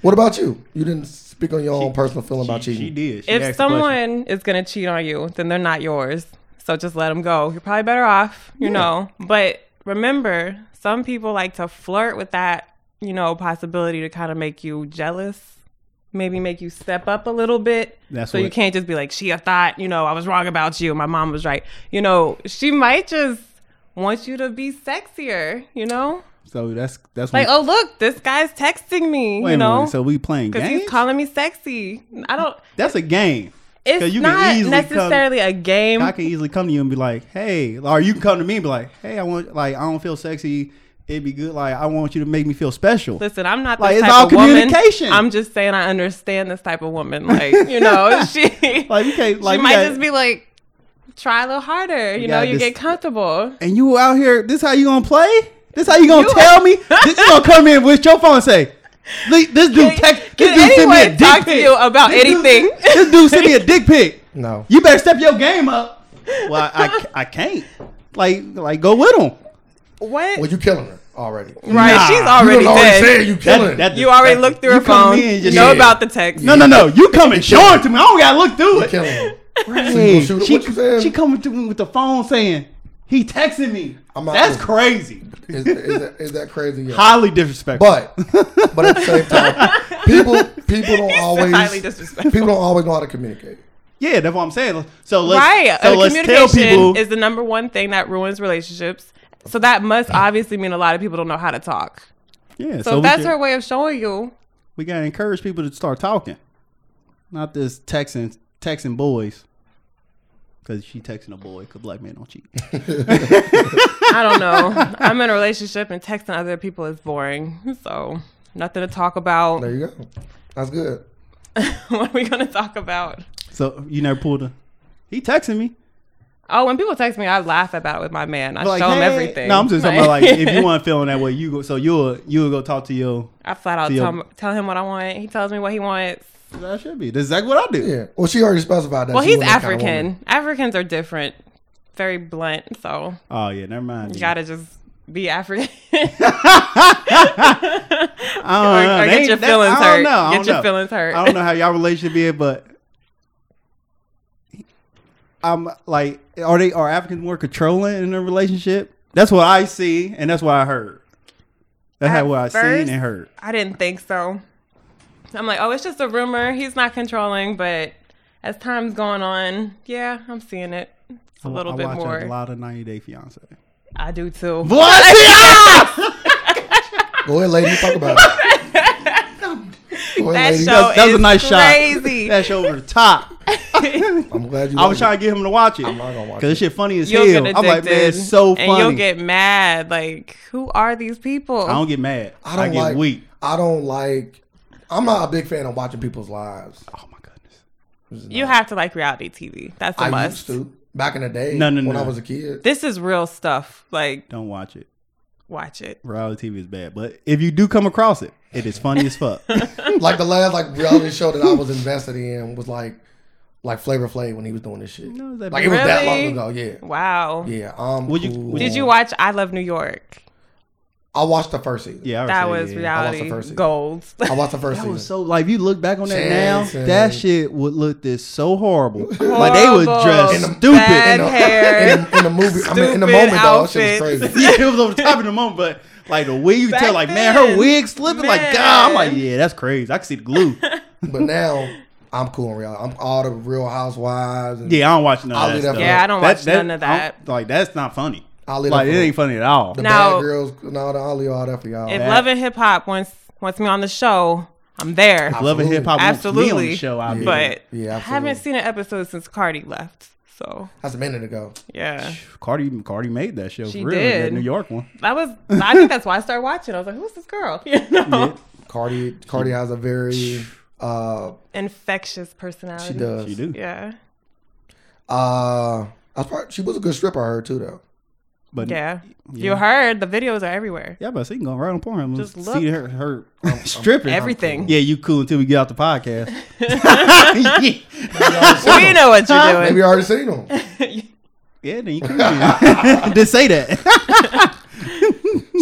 B: What about you? You didn't speak on your own personal feeling about
A: She,
B: cheating.
A: she did. She
C: If
A: asked the question.
C: someone is gonna cheat on you, then they're not yours. So just let them go. You're probably better off, you know. But remember, some people like to flirt with that, you know, possibility to kind of make you jealous. Maybe make you step up a little bit.
A: That's
C: so you
A: what-
C: can't just be like, she a thought, you know, I was wrong about you. My mom was right. You know, she might just want you to be sexier, you know?
A: so that's that's
C: Like,
A: when,
C: oh look, this guy's texting me,
A: Hmm. wait
C: you
A: a
C: know,
A: minute. So we playing
C: because
A: games?
C: he's calling me sexy. I don't.
A: that's a game.
C: It's
A: you can
C: not
A: easily
C: necessarily a game.
A: I can easily come to you and be like, hey, or you can come to me and be like, hey, I want like I don't feel sexy. It'd be good. Like I want you to make me feel special.
C: Listen, I'm not the
A: Like,
C: type
A: it's all
C: of woman.
A: communication.
C: I'm just saying I understand this type of woman. Like, you know, she
A: Like you can't like
C: she
A: you
C: might
A: got-
C: just be like, try a little harder. You know,
A: gotta
C: you
A: just-
C: get comfortable.
A: and you out here. This how you gonna play? This how you gonna
C: You-
A: tell me? this you gonna come in with your phone and say, "Le- this dude text. This
C: Can
A: dude send me a
C: anyone
A: dick
C: talk
A: pic.
C: to you about
A: This dude-
C: anything?
A: this dude sent me a dick pic.
B: no.
A: You better step your game up. Well, I, I, ca- I can't. Like like go with him.
C: what?
B: Well, you killing her already.
C: right?
A: Nah.
C: she's
B: You
C: already
B: done already
C: dead.
B: said you killing. her.
C: you already looked through
A: you
C: her
A: come
C: phone.
A: in and
C: You
A: just-
C: know
B: Yeah.
C: about the text.
A: No, no, no. You come and show it to me. I don't gotta look through
B: you
A: it.
B: killing her.
A: Hey,
B: shoot her.
A: she,
B: What you saying?
A: she coming to me with the phone saying he texting me.
B: I'm not
A: That's
B: with it.
A: crazy.
B: Is, is, that, is that crazy? Yeah.
A: Highly disrespectful.
B: But but at the same time, people people don't always
C: highly disrespectful.
B: people don't always know how to communicate.
A: yeah, that's what I'm saying. So let's
C: right.
A: so
C: Uh,
A: let's tell
C: communication
A: people
C: is the number one thing that ruins relationships. So that must obviously mean a lot of people don't know how to talk.
A: yeah.
C: So,
A: we
C: if that's
A: can-
C: her way of showing you,
A: We gotta encourage people to start talking, not this texting texting boys. Cause she texting a boy. Cause black men don't cheat.
C: I don't know. I'm in a relationship and texting other people is boring. So nothing to talk about.
B: There you go. That's good.
C: what are we gonna talk about?
A: So you never pulled a. He texting me.
C: Oh, when people text me, I laugh about it with my man. I
A: Like,
C: show him
A: hey.
C: everything.
A: No, I'm just talking about like if you want feeling that way, you go. So you'll you'll go talk to your.
C: I flat out
A: to your-
C: tell him, tell him what I want. He tells me what he wants.
A: That should be. That's exactly what I do.
B: Yeah. Well, she already specified that.
C: Well,
B: she
C: he's
B: wasn't that kind of woman.
C: African. Africans are different, very blunt. So
A: Oh yeah, never mind.
C: you
A: then.
C: gotta just be African.
A: I don't
C: Or-
A: know.
C: or
A: They
C: get
A: ain't-
C: your
A: that-
C: feelings
A: I don't
C: hurt.
A: know. I
C: Get
A: don't
C: your
A: know.
C: feelings hurt.
A: I don't know how y'all relationship is, but I'm like, are they are Africans more controlling in their relationship? That's what I see, and that's what I heard. That's
C: At
A: how what I seen
C: first-
A: and heard.
C: I didn't think so. I'm like, oh, it's just a rumor. He's not controlling, but as time's going on, yeah, I'm seeing it. It's a
A: I-
C: little
A: I
C: bit
A: watch
C: more.
A: A lot of 90 Day Fiance.
C: I do too.
B: Go ahead, ladies, talk about it. Go
C: That
B: ahead, ladies.
C: show- Oh,
A: that was a
C: it's
A: nice shot.
C: crazy.
A: That show over the top.
B: I'm glad you.
A: I was
B: like
A: trying to get him to watch it. I'm
B: not gonna watch
A: Cause
B: it.
A: this shit funny as
C: You'll
A: hell.
C: get addicted.
A: I'm like, man, it's so funny.
C: And you'll get mad. Like, who are these people?
A: I don't get mad.
B: it. I
A: I,
B: don't
A: get
B: like.
A: weak.
B: I don't like. I'm not a big fan of watching people's lives.
A: Oh my goodness.
C: you have to like reality TV. That's a
B: I
C: must.
B: used to back in the day.
A: No, no,
B: when
A: no.
B: I was a kid.
C: This is real stuff. Like,
A: Don't watch it.
C: watch it.
A: Reality TV is bad. But if you do come across it, it is funny as fuck.
B: like the last like reality show that I was invested in was like like Flavor Flav when he was doing this shit.
A: No, is that
B: like it was that long
C: Really?
B: ago. Yeah,
C: Wow.
B: yeah. Um,
A: Would you-
B: cool.
A: would
C: Did you watch I Love New York?
B: I watched the first season.
A: Yeah, I
C: That
A: would
C: was
A: say, yeah.
C: reality
B: first season.
C: gold.
B: I watched the first
A: That
B: season.
A: was so like if you look back on that now,
B: Jackson.
A: that shit would look this so horrible. Like they was
C: Horrible.
A: dressed
B: In the-
A: stupid.
B: in
C: Bad
B: the,
C: hair.
B: in the, in the movie. I mean, in the
C: Stupid
B: moment though, that shit was
C: outfits.
B: crazy.
A: yeah, it was over the top in the moment, but like the wig, you
C: Back
A: tell like man,
C: then,
A: her wig slipping. Like God, I'm like
C: man.
A: yeah, that's crazy. I can see the glue.
B: But now I'm cool in reality. I'm all the Real Housewives. And
A: Yeah, I don't watch none
B: I'll
A: of that.
B: leave that
A: Stuff.
B: for- Yeah,
C: I don't watch none of
A: I don't-
C: that.
A: Like that's not funny.
B: I'll leave that
A: like
B: for
A: it
B: the-
A: ain't funny at all.
B: The
C: Now-
B: bad girls. No, I'll leave all that for y'all.
C: If
A: That-
C: Love and Hip Hop wants wants me on the show, I'm there.
A: If Love and hip hop wants me on
C: Absolutely.
A: the show. I
C: But
B: Yeah,
C: I
B: absolutely.
C: haven't seen an episode since Cardi left. So
B: That's a minute ago.
C: yeah,
A: Cardi, Cardi made that show.
C: She
A: for real, that
C: did.
A: New York one.
C: that was. I think that's why I started watching. I was like, "Who's this girl?" You know,
B: Cardi Cardi has a very uh
C: infectious personality.
B: she does.
A: She do.
C: Yeah,
B: Uh I was probably, she was a good stripper, I heard too though.
A: But
C: yeah.
A: Yeah.
C: You heard the videos are everywhere.
A: Yeah, but see, you can go right on Pornhub. and
C: Just
A: see
C: look.
A: her, her stripping.
C: Everything.
A: Yeah, you cool until we get off the podcast.
C: We know what
B: Maybe
C: you're
B: I already seen them.
C: doing.
A: yeah, then you cool. then. Just say that.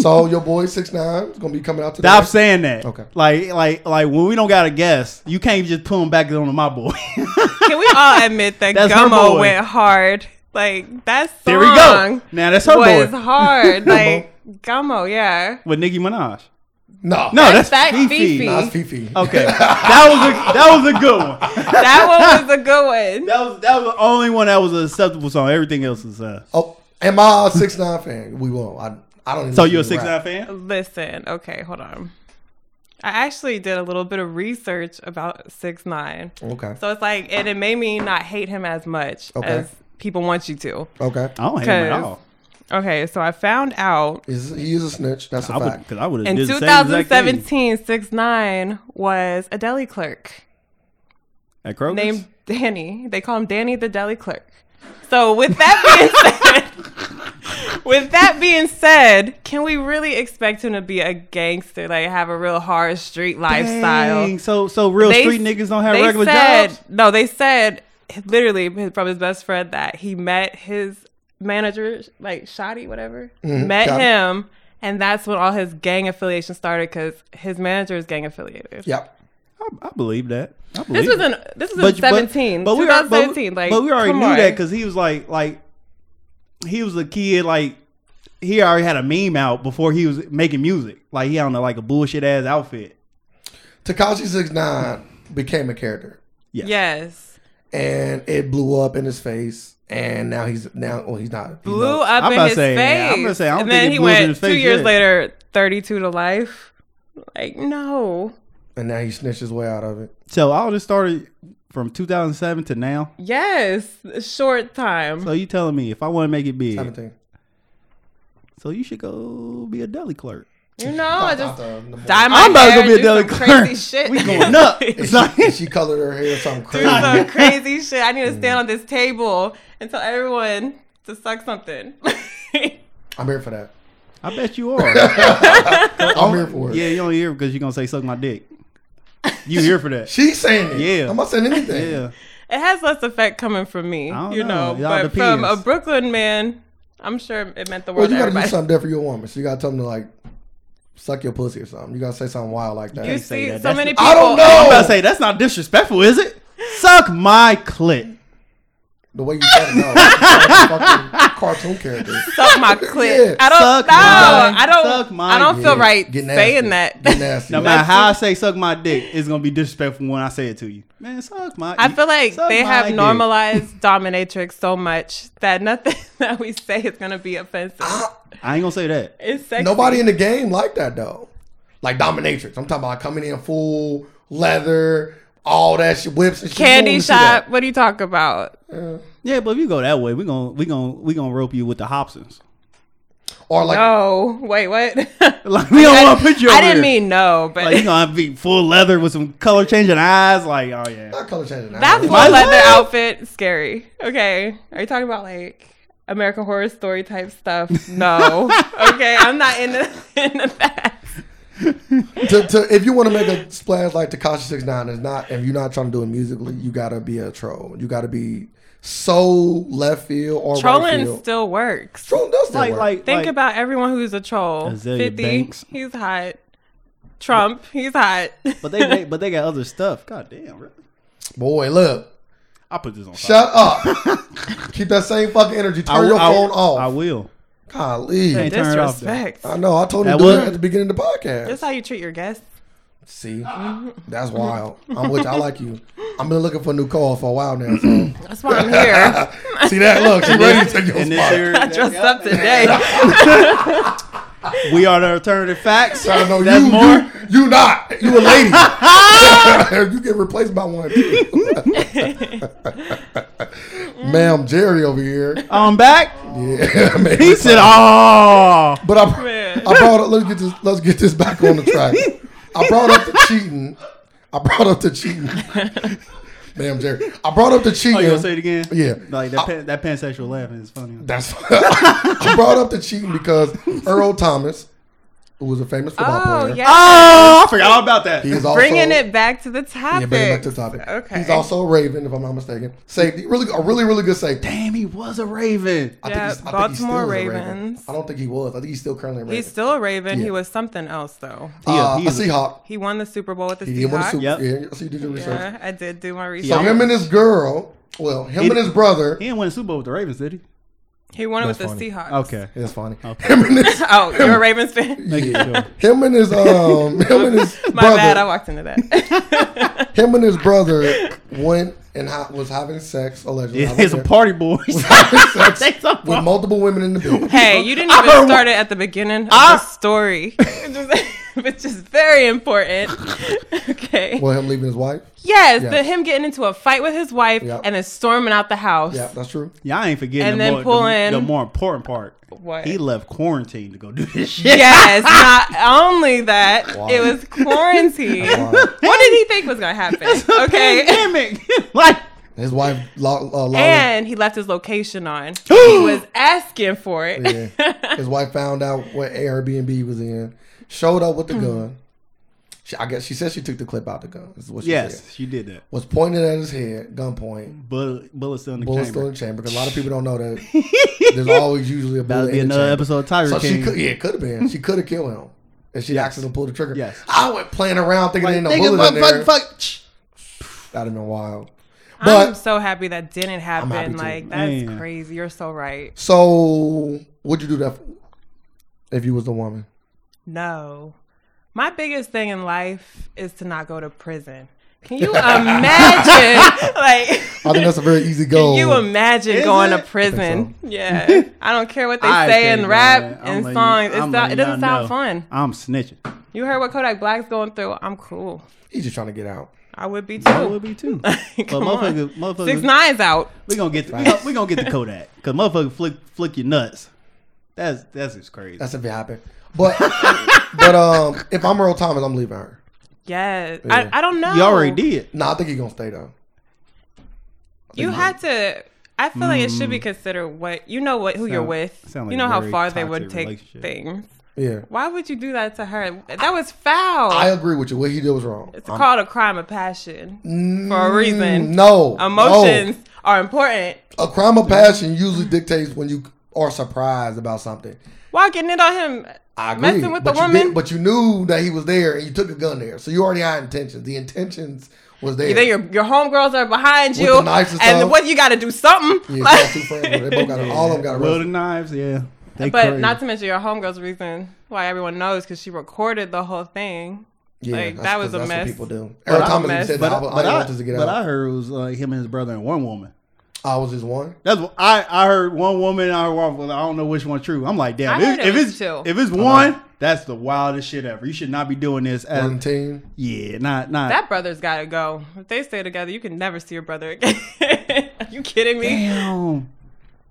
B: so your boy six nine is gonna be coming out today.
A: Stop saying that.
B: Okay.
A: Like, like, like when we don't got a guest, you can't just pull him back on to my boy.
C: Can we all admit that
A: That's her
C: Gummo
A: boy.
C: went hard? Like that song
A: there we go. Now that's her
C: was
A: boy
C: hard. Like Gummo, yeah.
A: with Nicki Minaj.
B: No.
A: No, that's,
C: That's- that's
A: Fifi.
C: Fifi.
B: No, it's Fifi.
A: Okay, that was a that was a good one.
C: That one was a good one.
A: That was that was the only one that was an acceptable song. Everything else is uh.
B: Oh, am I a six nine fan? We won't. I I don't even
A: So
B: listen
A: you a
B: to
A: six nine
B: rap.
A: fan?
C: Listen, okay, hold on. I actually did a little bit of research about six nine,
B: Okay.
C: so it's like, and it made me not hate him as much
B: Okay.
C: as people want you to.
B: Okay.
A: I don't hate him at
C: Cause-
A: all.
C: Okay, so I found out
B: Is he is a snitch, that's a
A: I would
B: fact.
A: because I would have
C: in
A: did the same exact thing
C: 2017, six nine was a deli clerk.
A: at Kroger's.
C: named Danny. They call him Danny the Deli Clerk. So with that being said, with that being said, can we really expect him to be a gangster? Like have a real hard street lifestyle?
A: Dang, so so real
C: They-
A: street niggas don't have
C: they
A: regular
C: said,
A: jobs.
C: No, they said literally from his best friend that he met his manager, like Shotty, whatever, met
B: Shotty.
C: him. And that's when all his gang affiliation started because his manager is gang affiliated.
B: Yep.
A: I, I believe that. I believe
C: This was
A: it.
C: in this was in seventeen,
A: but we are- but we-
C: 2017. like,
A: but we already
C: come
A: knew
C: on.
A: that because he was like like he was a kid like he already had a meme out before he was making music. Like he had on like a bullshit ass outfit.
B: Takashi six nine became a character.
A: Yes.
C: yes.
B: And it blew up in his face. And now he's now well he's not. He's
C: blew
B: not-
C: up
A: I'm
C: in
A: about
C: his
A: to say,
C: face.
A: I'm about to say, I don't
C: and
A: think
C: then
A: it
C: he
A: blew up in
C: went
A: his
C: two
A: face
C: years
A: yet.
C: later, 32 to life. Like, no.
B: and now he snitched his way out of it.
A: So all this started from 2007 to now.
C: Yes, a short time.
A: So you telling me if I want to make it big,
B: Seventeen.
A: so you should go be a deli clerk.
C: you know, I
B: Not
C: just
B: the- the-
C: dye my
A: I'm about to
C: hair
A: go be a
C: and do
A: deli
C: some
A: clerk.
C: Crazy shit.
A: We going up.
B: And
A: It's
B: she,
A: like-
B: and she colored her hair something
C: do
B: crazy.
C: some crazy shit. I need to
A: Mm.
C: stand on this table and tell everyone to suck something.
B: I'm here for that.
A: I bet you are.
B: I'm here for it.
A: yeah, you only here because you're gonna say suck my dick. You here for that?
B: She's saying it.
A: Yeah.
B: I'm not saying anything.
A: Yeah.
C: it has less effect coming from me,
A: I don't
C: you
A: know.
C: know,
A: It all
C: but from a
A: depends.
C: Brooklyn man, I'm sure it meant the
B: Well,
C: world
B: you
C: to
B: gotta do
C: everybody.
B: something different for your woman. So you gotta tell them to like suck your pussy or something. You gotta say something wild like that.
C: You
A: Can't say
C: see,
A: that.
C: so
A: That's-
C: many people.
B: I
A: I'm
B: don't
A: about to
B: know
A: say that's not disrespectful, is it? Suck my clit.
B: the way you said it. No, you sound like a fucking cartoon character.
C: Suck my clit.
B: Yeah.
C: I don't
A: Suck
C: know.
A: my-
C: I
A: suck
C: don't.
A: my
C: I don't feel
B: Yeah,
C: right
B: get nasty.
C: saying that.
B: Get nasty.
A: No matter how I say suck my dick, it's gonna be disrespectful when I say it to you. Man, suck my.
C: I feel like
A: suck
C: they
A: my
C: have
A: dick.
C: normalized dominatrix so much that nothing that we say is going to be offensive.
A: I ain't gonna say that.
C: It's sexy.
B: Ah, Nobody in the game like that though. Like dominatrix. I'm talking about coming in full leather, all that shit, whips and shit. You don't
C: candy
B: wanna see
C: shop.
B: that.
C: What are you talking about?
A: Yeah, but if you go that way, we gonna we gonna we gonna rope you with the Hobsons.
B: Or like
C: No, Oh, wait, what?
A: Like we don't want to put you.
C: I
A: over
C: didn't
A: here.
C: mean no, but
A: Like you gonna be full leather with some color changing eyes. Like oh yeah,
B: not color changing.
C: that full
A: Might as
C: leather
A: well.
C: outfit scary. Okay, are you talking about like American Horror Story type stuff? No. okay, I'm not into, into that.
B: to, to, if you want to make a splash like Takashi Six Nine, is not if you're not trying to do it musically, you gotta be a troll. You gotta be so left field or right
C: Trolling
B: field.
C: still works.
B: Trolling does still
A: like
B: work.
A: like
C: Think
A: like,
C: about everyone who's a troll.
A: Azealia
C: Fifty,
A: Banks.
C: he's hot. Trump, he's hot.
A: But they, they but they got other stuff. God damn, really?
B: boy, look,
A: I put this on. fire.
B: shut up. Keep that same fucking energy. Turn
A: I, will-
B: your
A: I,
B: phone
A: will-
B: off.
A: I will.
B: Golly,
A: Hey, turn it off, though.
C: disrespect.
B: I know. I told you
A: That
B: to do
A: was-
B: that at the beginning of the podcast.
C: That's how you treat your guests.
B: See, that's wild. I'm with you. I like you. I've been looking for a new call for a while now. So.
C: That's why I'm here.
B: See that? Look, she ready to take your
A: And this
B: spot.
A: here,
C: I dressed up today.
A: we are the alternative facts.
B: I know
A: That's
B: you,
A: more.
B: you. You not. You a lady. you get replaced by one. too. Ma'am, Jerry over here.
A: I'm back.
B: Yeah, man.
A: He said, "Oh,
B: But I,
C: Man.
B: I brought up. Let's get this. Let's get this back on the track. I brought up the cheating. I brought up the cheating. Ma'am, Jerry. I brought up the cheating.
A: oh you gonna say it again?
B: Yeah.
A: Like that pan, that pansexual laughing is funny.
B: That's I brought up the cheating because Earl Thomas, who was a famous football
C: Oh
B: player,
C: yeah,
A: Oh, I forgot all about that.
B: he is also
C: bringing it back to the topic.
B: Yeah, bringing it back to the topic.
C: Okay.
B: He's also a Raven, if I'm not mistaken. Safety, really, a really, really good safety.
A: Damn, he was a Raven.
B: I
C: Yeah,
B: he's- I he still
C: Baltimore
B: is a Raven.
C: Ravens.
B: I don't think he was. I think he's still currently a Raven.
C: He's still a Raven.
B: Yeah.
C: He was something else though.
B: uh,
A: Yeah, he
B: a
A: is a-
B: Seahawk.
C: He won the Super Bowl with the
B: He didn't win a
C: Seahawks.
B: Super.
A: Yep.
B: Yeah, so you did your research.
C: yeah, I did do my research.
B: So him and his girl, well, him
A: He-
B: and his brother.
A: He didn't win a Super Bowl with the Ravens, did he?
C: he won it with the
B: That's funny.
C: Seahawks.
A: Okay.
B: It's funny.
A: Okay.
B: Him and his,
C: Oh, you're a Ravens fan.
A: Making
B: Yeah.
A: sure.
B: him and his, um, him and his
C: My
B: brother.
C: bad. I walked into that.
B: him and his brother went and ha- was having sex allegedly. I
A: Yeah,
B: don't
A: he's a
B: care.
A: party boy.
B: Sex
A: They so
B: with
A: far.
B: multiple women in the bed.
C: hey, you didn't
A: I
C: even
A: heard-
C: start it at the beginning of
A: I-
C: the story, which is very important. Okay.
B: Well, him leaving his wife.
C: Yes,
B: Yes.
C: the, him getting into a fight with his wife
B: Yep.
C: and then storming out the house.
B: Yeah, that's true.
A: Y'all ain't forgetting
C: And
A: the,
C: then
A: more,
C: pull
A: the,
C: in-
A: the more important part.
C: What?
A: He left quarantine to go do this shit.
C: Yes, not only that, it was quarantine.
B: Wow.
C: what did he think was going to happen? Okay.
A: Pandemic. like,
B: His wife, lo- uh, Lolly,
C: And he left his location on. he was asking for it.
B: yeah. his wife found out what Airbnb he was in. Showed up with the
C: Hmm.
B: gun. She, I guess she said she took the clip out the gun. Is what she
A: yes,
B: said.
A: she did that.
B: Was pointed at his head, gunpoint.
A: Bullet, bullet still in the
B: Bullet
A: chamber.
B: still in the chamber. 'cause a lot of people don't know that. There's always usually a bullet
A: That'll be
B: in the
A: another
B: chamber.
A: episode of Tiger
B: So
A: King.
B: she could, yeah, it could have been. She could have killed him, and she accidentally pulled the trigger.
A: Yes.
B: I went playing around thinking
A: Like,
B: there ain't no
A: nigga,
B: bullet in there.
A: fuck, fuck, fuck. Shh.
B: That'd have been wild.
C: I'm
B: But
C: so happy that didn't
B: happy too.
C: happen. Like, that's
A: Man.
C: crazy. You're so right.
B: so, would you do that for, if you was the woman?
C: No. My biggest thing in life is to not go to prison. Can you imagine? like,
B: I think that's a very easy
C: Can
B: goal.
C: you imagine
A: Is
C: going
A: it?
C: to prison?
B: I
C: Yeah. I don't care what they
A: I
C: say
A: can't
C: in
A: do
C: rap
A: that. I'm
C: and
A: letting-
C: songs. It's
A: I'm
C: not,
A: letting
C: it doesn't
A: y'all
C: sound
A: know.
C: fun.
A: I'm snitching.
C: You heard what Kodak Black's going through. I'm cool.
B: He's just trying to get out.
C: I would be
A: I
C: too.
A: would be too.
C: Like,
A: But
C: Come on.
A: motherfucker, motherfucker,
C: Six Nine's out.
A: we gonna get the, we, gonna, we gonna get the Kodak because motherfucker flick flick your nuts. That's that's just crazy.
B: That's if it happened. But but um, if I'm Earl Thomas, I'm leaving her.
C: Yes.
B: Yeah.
C: I, I don't know.
A: you already did.
B: No, I think he's gonna stay though.
C: You had to. I feel like it should be considered what you know what who you're
A: Mm. Sound-
C: with.
A: sound like
C: you know how
A: very
C: far they would
A: toxic
C: take
A: relationship.
C: things.
B: Yeah,
C: Why would you do that to her? That was foul.
B: I agree with you. What he did was wrong. Mm,
C: it's called a crime of passion. for a reason.
B: No no.
C: Emotions are important.
B: A crime of passion usually dictates when you or surprised about something.
C: While getting it on him,
B: I agree.
C: Messing with
B: but
C: the
B: you
C: woman?
B: did- but you knew that he was there and you took a gun there. So you already had intentions. The intentions was there.
C: either your your homegirls are behind you,
B: the knives and stuff.
C: and what you got to do something.
B: Yeah,
C: Like-
B: two friends. They both got, all of them got
A: Wielding
B: arrested.
A: knives, yeah. They
C: but
A: crazy.
C: not to mention your homegirl's reason why everyone knows because she recorded the whole thing.
B: Yeah,
C: like, that
B: that's-
C: was a
B: that's
C: mess.
B: What people do. Eric
A: I-
B: Thomas
C: mess.
B: said
A: but,
B: that I,
A: but
B: I,
A: I,
B: wanted to get
A: but
B: out.
A: I heard it was like him and his brother and one woman.
B: I, was just one.
A: That's what I, I heard one woman. I heard one, well, I don't know which one true. I'm like, damn.
C: I
A: If,
C: heard it
A: if
C: was
A: it's
C: two.
A: if it's one, that's the wildest shit ever. You should not be doing this. As,
B: One team.
A: yeah, not not.
C: That brother's got to go. If they stay together, you can never see your brother again. are you kidding me?
A: damn,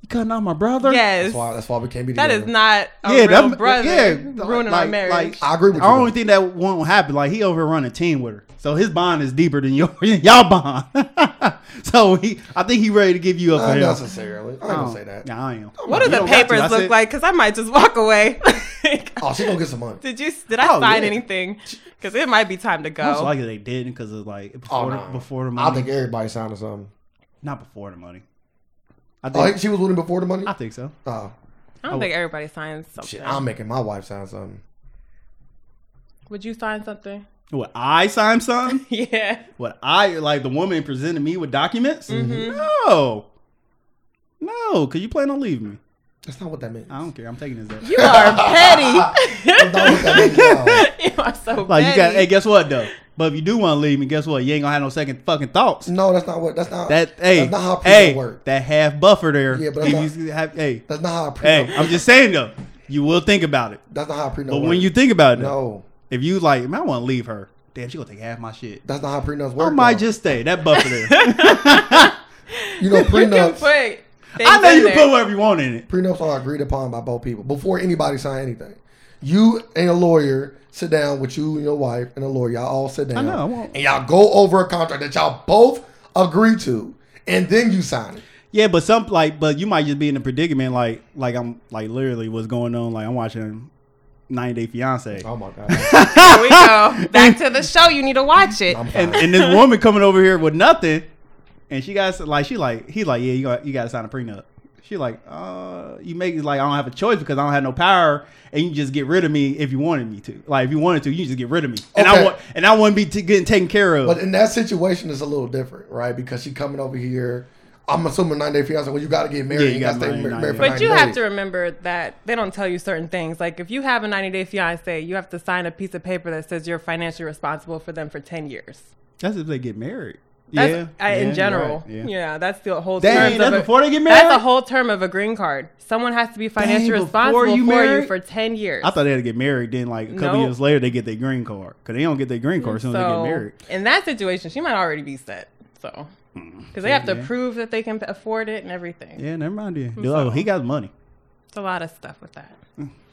A: you cutting out my brother.
C: Yes,
B: That's why, that's why we can't be
C: that
B: together.
C: is not a
A: yeah,
C: real
A: that
C: brother
A: yeah,
C: ruining
A: like,
C: our marriage.
A: Like,
B: I agree with
A: I
B: you,
A: only
B: though.
A: think that won't happen. Like he overrun a team with her, so his bond is deeper than your y'all bond. so he, I think he ready to give you up
B: Not
A: for him.
B: necessarily. I ain't gonna say that.
A: Nah, I am.
C: what do
A: You
C: the
A: don't got to.
C: papers
A: I
C: look
A: said-
C: like? Because I might just walk away.
B: Oh, she gonna get some money.
C: did you? Did I
A: Oh,
C: sign
A: yeah.
C: anything? Because it might be time to go.
A: Most likely they didn't because of like
B: Oh,
A: before,
B: no.
A: the, before the
B: I
A: money.
B: think everybody signed something.
A: Not before the money. I
B: Oh,
A: think.
B: she was with him before the money.
A: I think so.
B: Oh,
C: I don't think everybody signs something.
B: shit! I'm making my wife sign something.
C: Would you sign something?
A: Would I sign something?
C: yeah.
A: Would I like the woman presented me with documents?
C: Mm-hmm.
A: No, no, because you plan on leaving me.
B: That's not what that means.
A: I don't care. I'm taking this. Day.
C: You are petty.
B: That's not what that means at all.
C: you are so
A: Like you got.
C: petty.
A: Hey, guess what though? But if you do want to leave me, guess what? You ain't gonna have no second fucking thoughts.
B: No, that's not what. That's not.
A: That hey,
B: that's not how people
A: hey,
B: work.
A: that half buffer there.
B: Yeah,
A: Yeah,
B: but
A: but
B: I'm not-
A: hey,
B: that's not how a prenup.
A: hey, I'm just saying though. You will think about it,
B: that's not how a prenup.
A: but
B: works.
A: when you think about it, though,
B: no,
A: if you like, man, I want to leave her. Damn, she gonna take half my shit.
B: that's not how prenups
A: I
B: work.
A: might
B: though.
A: just stay. That buffer there.
B: you know
C: you can put.
B: prenups.
C: things
A: I know
C: in
A: you
C: there.
A: can put whatever you want in it.
B: prenups are agreed upon by both people before anybody sign anything. You and a lawyer sit down with you and your wife and a lawyer. Y'all all sit down.
A: know, I won't-
B: And y'all go over a contract that y'all both agree to, and then you sign it.
A: Yeah, but some like, but you might just be in a predicament. Like, like I'm like literally what's going on. Like I'm watching 90 Day Fiance,
B: Oh my god!
C: Here we go. Back to the show. You need to watch it.
B: I'm fine.
A: and, and this woman coming over here with nothing, and she got like she like he like yeah you got you got to sign a prenup. She like uh you make it like I don't have a choice because I don't have no power, and you just get rid of me if you wanted me to. Like if you wanted to, you just get rid of me, and
B: Okay.
A: I want and I wouldn't be t- getting taken care of.
B: But in that situation, it's a little different, right? Because she coming over here. I'm assuming nine day fiance. Well, you got to get married.
A: Yeah, you
B: you got
A: gotta
B: to stay
A: marry
B: mar-
A: nine
B: married for
A: days.
C: But
B: nine
C: you
B: days.
C: have to remember that they don't tell you certain things. Like if you have a 90 day fiance, you have to sign a piece of paper that says you're financially responsible for them for 10 years.
A: that's if they get married.
C: That's
A: yeah,
C: I,
A: yeah,
C: in
A: you're
C: general.
A: right, yeah.
C: yeah. that's the whole
A: Dang,
C: terms
A: that's
C: of a-
A: before they get
C: That's
A: married?
C: a whole term of a green card. Someone has to be financially
A: before
C: responsible
A: you
C: for
A: married?
C: you for 10 years.
A: I thought they had to get married. Then, like a couple
C: No.
A: years later, they get their green card because they don't get their green card as soon as they get married.
C: In that situation, she might already be set. So, because they have to
A: Mm-hmm. Yeah.
C: prove that they can afford it and everything.
A: Yeah, never mind. Then. Dude, oh, he got money.
C: It's a lot of stuff with that.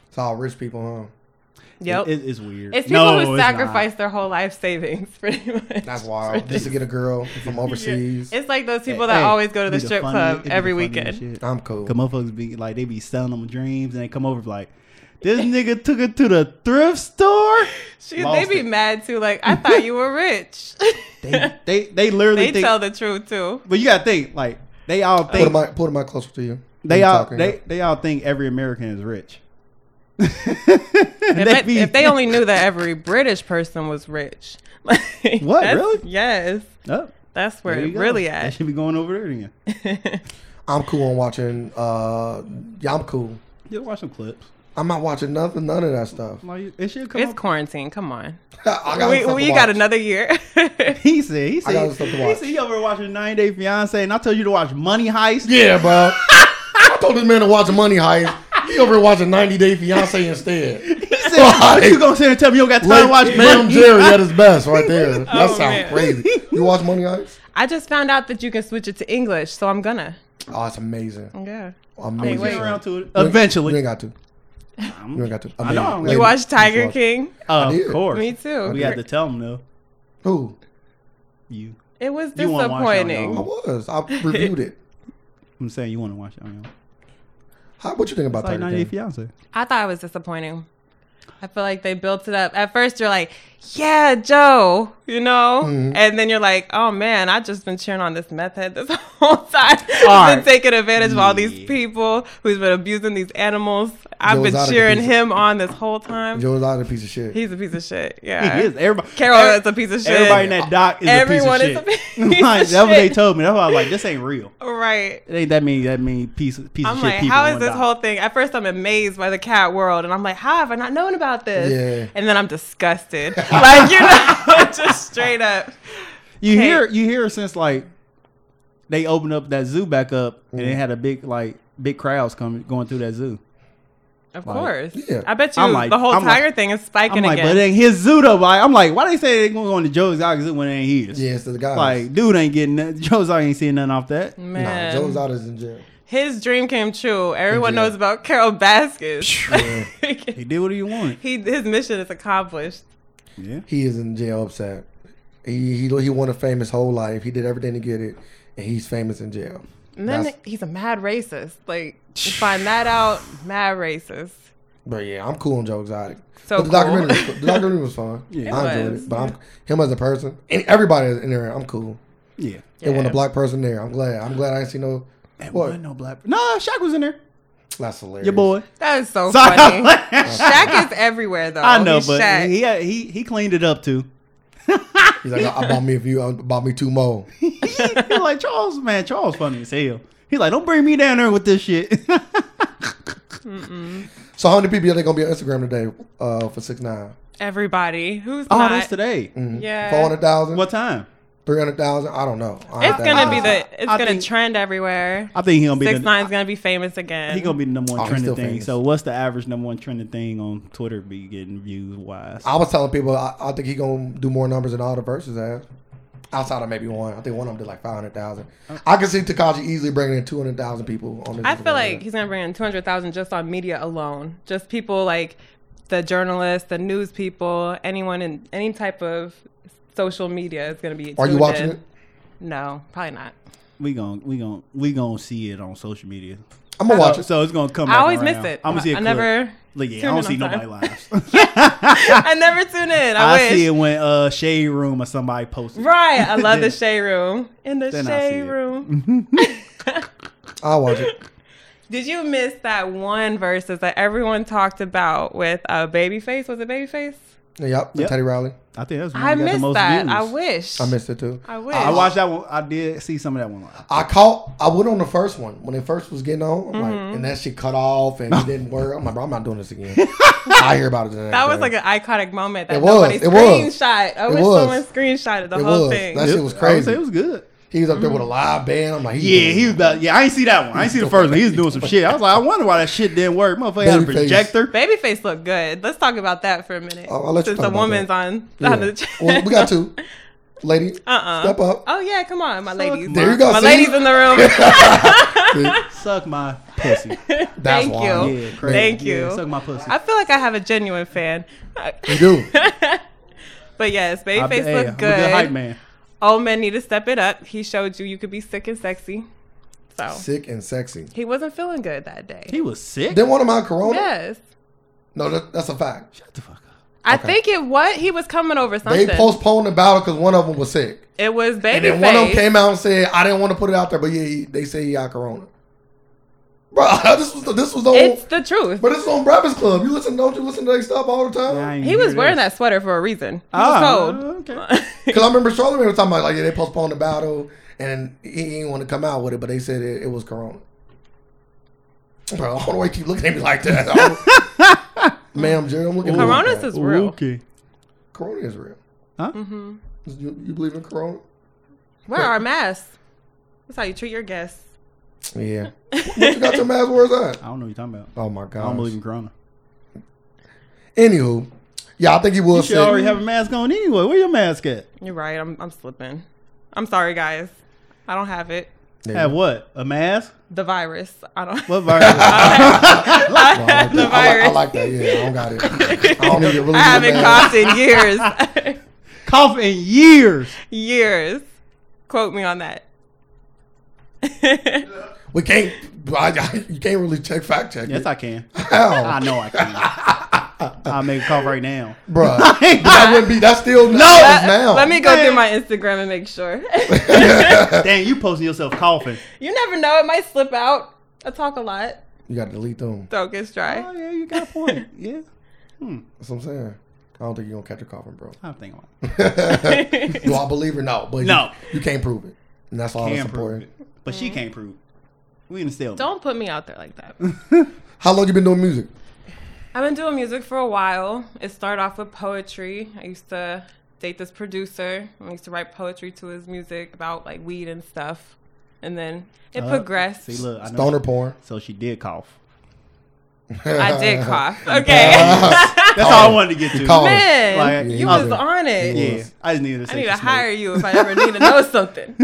B: It's all rich people, huh?
C: Yep.
A: It- it's weird.
C: it's people who
A: it's not.
C: sacrifice their whole life savings, pretty much.
B: That's wild. Just to get a girl from overseas.
C: It's like those people that
A: Hey,
C: always go to
A: it'd
C: the
A: be
C: strip
A: funniest- it'd
C: club
A: be the
C: every
A: funniest
C: weekend.
A: shit.
B: I'm cool.
A: Cause motherfuckers be like, they be selling them dreams, and they come over like, this nigga took it to the thrift store.
C: She, they
A: Lost
C: be
A: it.
C: mad too. Like I thought you were rich.
A: They they, they literally
C: they
A: think,
C: tell the truth too.
A: but you gotta think like they all
B: Put
A: think
B: my put my closer to you.
A: they
B: You
A: all
B: talking.
A: they, they all think every American is rich.
C: If
A: They
C: they,
A: be-
C: if they only knew that every British person was rich. Like,
A: What,
C: that's-
A: really?
C: Yes,
A: Oh,
C: that's where
A: there you
C: it
A: go.
C: really
A: They
C: at.
A: should be going over there again.
B: I'm cool on watching. Uh, yeah, I'm cool.
A: Just watch some clips.
B: I'm not watching nothing, none of that stuff.
A: Like it should come.
C: It's
A: up.
C: quarantine. Come on,
B: I got
C: we
B: stuff to
C: we got
B: watch.
C: another year.
A: He said, he said,
B: got other stuff to
A: he
B: watch.
A: said, he over watching 90 Day Fiance, and I told you to watch Money Heist.
B: Yeah, bro. I told this man to watch Money Heist. He over here watching 90 Day Fiance instead.
A: He said, "What you gonna sit here and tell me you don't got time to watch
B: Like, Ma'am
A: Money
B: Jerry at his best right there. That
C: Oh,
B: sounds
C: man.
B: crazy. You watch Money Heist?
C: I just found out that you can switch it to English, so I'm gonna.
B: Oh, it's amazing.
C: Yeah.
B: Amazing.
C: wait.
A: Get around to it
B: You ain't-
A: eventually.
B: You ain't got to. You ain't got to.
A: I know I don't
B: Amazing.
A: got-
C: You watch Tiger
B: Watch-
C: King?
A: Uh,
B: did.
A: of course,
C: Me too.
A: we had to tell him though.
B: Who?
A: You,
C: It was
A: You wanna watch it on your
B: I
C: disappointing.
A: own.
B: was. I reviewed it.
A: I'm saying you want to watch it on your own.
B: How, what you think about
A: It's like
B: Tiger
A: 90 Day
B: King?
A: Fiance.
C: I thought it was disappointing. I feel like they built it up. At first, you're like, yeah, Joe, you know?
A: Mm-hmm.
C: And then you're like, oh man, I've just been cheering on this meth head this whole time.
A: All
C: I've
A: right.
C: been taking advantage of all
A: Yeah.
C: these people who's been abusing these animals. I've
B: Joe's out
C: been
B: of the
C: cheering
B: picture.
C: him on this whole time.
B: Joe's out of a piece of shit.
C: He's a piece of shit. Yeah.
A: He is. Everybody,
C: Carol
A: every-
C: is a piece of shit.
A: Everybody in that doc is
C: Everyone
A: a
C: is
A: piece
C: a
A: of shit.
C: piece of
A: Like, That's what they
C: shit.
A: told me. That's why I was like, this ain't real.
C: right.
A: It ain't that many that many piece piece of
C: I'm
A: shit
C: like,
A: people.
C: how
A: in
C: is
A: one
C: this
A: doc.
C: whole thing? At first, I'm amazed by the cat world, and I'm like, how have I not known about this?
B: Yeah.
C: And then I'm disgusted, like you know, just straight up.
A: you
C: Okay.
A: hear you hear since like they opened up that zoo back up and
B: Mm-hmm.
A: it had a big like big crowds coming going through that zoo.
C: Of
A: Like,
C: course,
B: yeah.
C: I bet you
A: I'm like-
C: the whole
A: I'm like-
C: tiger thing is spiking
A: I'm like,
C: again.
A: but it ain't his zoo though. Like, I'm like, why they say they going to Joe's Exotic Zoo when it ain't his?
B: Yeah, it's the guys.
A: Like, dude ain't getting nothing. Joe's Exotic ain't seeing nothing off that.
B: nah,
C: Man,
B: Joe's out is in jail.
C: his dream came true. Everyone
B: jail.
C: knows about Carol Baskins.
B: Yeah.
A: He did what he wanted.
C: he his mission is accomplished.
A: Yeah.
B: He is in jail upset. He he he wanted fame his whole life. He did everything to get it, and he's famous in jail.
C: And then
B: That's-
C: he's a mad racist. Like you find that out, mad racist.
B: But yeah, I'm cool on Joe Exotic.
C: So
B: but the
C: cool.
B: documentary, was, the documentary was fun.
A: It
B: I enjoyed
C: was,
B: it. But I'm, him as a person, and everybody in there, I'm cool.
A: Yeah.
B: There wasn't
C: Yeah.
B: a black person there. I'm glad. I'm glad I didn't see no.
A: And
B: What?
A: wasn't no black. Nah, Shaq was in there.
B: That's hilarious.
A: Your boy.
C: That is so
A: Sorry.
C: funny. Shaq is everywhere though.
A: I know,
C: He's
A: but
C: Shaq.
A: he, he he cleaned it up too.
B: He's like, I, I bought me a few. I bought me two more.
A: He's like Charles, man, Charles funny as hell. He's like, don't bring me down there with this shit. Oh,
B: So how many people are they gonna be on Instagram today? Uh, for six nine.
C: Everybody who's
A: Oh,
C: not.
A: that's today.
B: Mm-hmm.
C: Yeah.
B: Four hundred thousand.
A: What time?
B: Three hundred thousand. I don't know. I
C: It's
B: don't
C: gonna
B: know.
C: be the. It's
A: I
C: gonna
A: think-
C: trend everywhere.
A: I think he gonna be
C: Six
A: the
C: nine's gonna be famous again.
A: he gonna be the number one
B: Oh, he's
A: trending
B: still
A: thing.
B: famous.
A: So what's the average number one trending thing on Twitter be getting views wise?
B: I was telling people I, I think he gonna do more numbers than all the verses has. Outside of maybe one, I think one of them did like five hundred thousand. I can see Takashi easily bringing in two hundred thousand people on. His
C: I
B: Instagram.
C: feel like he's gonna bring in two hundred thousand just on media alone. Just people like the journalists, the news people, anyone in any type of social media is gonna be.
B: Are you
C: tuned
B: watching
C: in.
B: it?
C: No, probably not.
A: We gon' we gon' we gon' see it on social media.
B: I'm gonna watch
A: So,
B: it.
A: so it's gonna come.
C: I
A: back
C: always
A: around.
C: miss it.
A: I'm gonna see a
C: I
A: clip.
C: never.
A: Like, yeah, I
C: tune in
A: don't see
C: on
A: nobody
C: time.
A: lives.
C: I never tune in. I,
A: I
C: wish.
A: see it when uh shade room or somebody posts. it.
C: Right. I love the shade room. In the
A: Then I see
C: shade
A: it.
C: room.
B: I'll watch it.
C: Did you miss that one versus that everyone talked about with uh, Babyface? Was it Babyface?
B: Yep, the
A: Yep.
B: Teddy Riley.
A: I think
B: Mm,
A: that's one
C: I
A: that got the
C: missed
A: most
C: that.
A: views.
C: I wish.
B: I missed it too.
C: I wish.
A: I watched that one. I did see some of that one.
B: I caught. I went on the first one when it first was getting on, I'm
C: Mm-hmm.
B: like, and that shit cut off and it didn't work. I'm like, bro, I'm not doing this again. I hear about it. The next
C: That was
B: day.
C: like an iconic moment that
B: It was,
C: nobody
B: it was.
C: screenshot. I
B: It
C: wish
B: was.
C: someone screenshotted the
B: It
C: whole
B: was.
C: thing.
B: That's- That shit was
A: I would say
B: crazy.
A: it was good.
B: he was up there
C: Mm-hmm.
B: with a live band. I'm like, he's
A: Yeah,
B: doing
A: he
B: it.
A: was about. Yeah, I ain't see that one. I ain't see the first one. He was doing some shit. I was like, I wonder why that shit didn't work. Motherfucker had a
B: Babyface.
A: projector.
C: Babyface looked good. Let's talk about that for a minute.
B: I'll- I'll let you
C: Since
B: talk
C: the
B: about
C: woman's
B: that.
C: on,
B: Yeah.
C: on the chat.
B: Well, we got two. Lady,
C: Uh-uh.
B: step up.
C: Oh yeah, come on, my ladies.
B: There you go.
C: My
B: see?
C: ladies in the room.
A: Suck my pussy.
B: That's
C: Oh, Thank
B: wild.
C: you.
A: Yeah, crazy.
C: Thank
A: Yeah,
C: you.
A: suck my pussy.
C: I feel like I have a genuine fan.
B: You do.
C: But yes,
A: I-
C: Babyface
A: hey, I'm
C: looked
A: a
C: good.
A: good hype man.
C: Old men need to step it up. He showed you you could be sick and sexy. So
B: Sick and sexy.
C: he wasn't feeling good that day.
A: He was sick.
B: Didn't want him out Corona.
C: yes.
B: No, that, that's a fact.
A: Shut the fuck up.
C: I
B: Okay.
C: think it what he was coming over something.
B: They postponed the battle because one of them was sick,
C: it was
B: and then one of them
C: Babyface.
B: came out and said, "I didn't want to put it out there, but yeah, he, they say he got Corona." Bro, this was this was on.
C: It's the truth.
B: But this is on Breakfast Club. You listen, don't you listen to their stuff all the time?
C: He was wearing that sweater for a reason. He
A: Ah,
C: was cold.
A: okay.
B: Because I remember Charlamagne was talking about like yeah, they postponed the battle and he didn't want to come out with it, but they said it, it was Corona. Bro, I don't know why you keep looking at me like that. I don't- Ma'am, Jerry, I'm looking. at you like
C: Corona's
B: that.
C: is real.
A: Okay.
B: Corona is real. Mm-hmm.
A: Huh?
B: You, you believe in Corona?
C: Wear our masks. That's how you treat your guests.
B: Yeah. what you got your mask words
A: I
B: at?
A: don't know what you're talking about.
B: Oh my
A: I don't believe in
B: god.
A: Corona.
B: Anywho, yeah, I think he
A: You
B: was
A: should
B: sick.
A: already have a mask on anyway. Where your mask at?
C: You're right. I'm I'm slipping. I'm sorry, guys. I don't have it.
B: Yeah.
A: Have what? A mask?
C: The virus. I don't.
A: What virus?
B: Well, Oh, I, like
C: the
B: that. I, like, I
C: virus.
B: like that. Yeah, I don't got it. I don't need to really.
C: I haven't coughed in years.
A: Cough in years.
C: years. Quote me on that.
B: We can't. I, I- you can't really check fact check.
A: Yes,
B: it.
A: I can.
B: How?
A: I know I can. I'll make a call right now.
B: Bruh.
A: Like,
B: that wouldn't be. That's still no.
C: Let-
B: now.
C: Let me go through my Instagram and make sure.
A: Damn, you posting yourself coughing.
C: you never know; it might slip out. I talk a lot.
B: You got to delete them.
C: Throat gets
A: Oh
C: dry.
A: yeah, you got a point. Yeah,
B: That's what I'm saying. I don't think you're gonna catch a coughing, bro.
A: I'm thinking. About it.
B: Do I believe or no? But you-
A: No.
B: you, can't prove it, and that's all that's
A: Can prove
B: important.
A: it, but she can't prove. It. We in the stalemate. Uh,
C: Don't put me out there like that.
B: How long you been doing music?
C: I've been doing music for a while. It started off with poetry. I used to date this producer. I used to write poetry to his music about like weed and stuff. And then it
A: Uh,
C: progressed.
A: See, look, I know.
B: Stoner porn.
A: So she did cough.
C: I did cough. Okay.
A: That's all I wanted to get to.
B: called.
C: Man,
A: Like,
C: you
A: yeah.
C: was on it.
A: Yeah, I just needed to
C: I
A: say.
C: need
A: she
C: to
A: smoked.
C: hire you if I ever need to know something.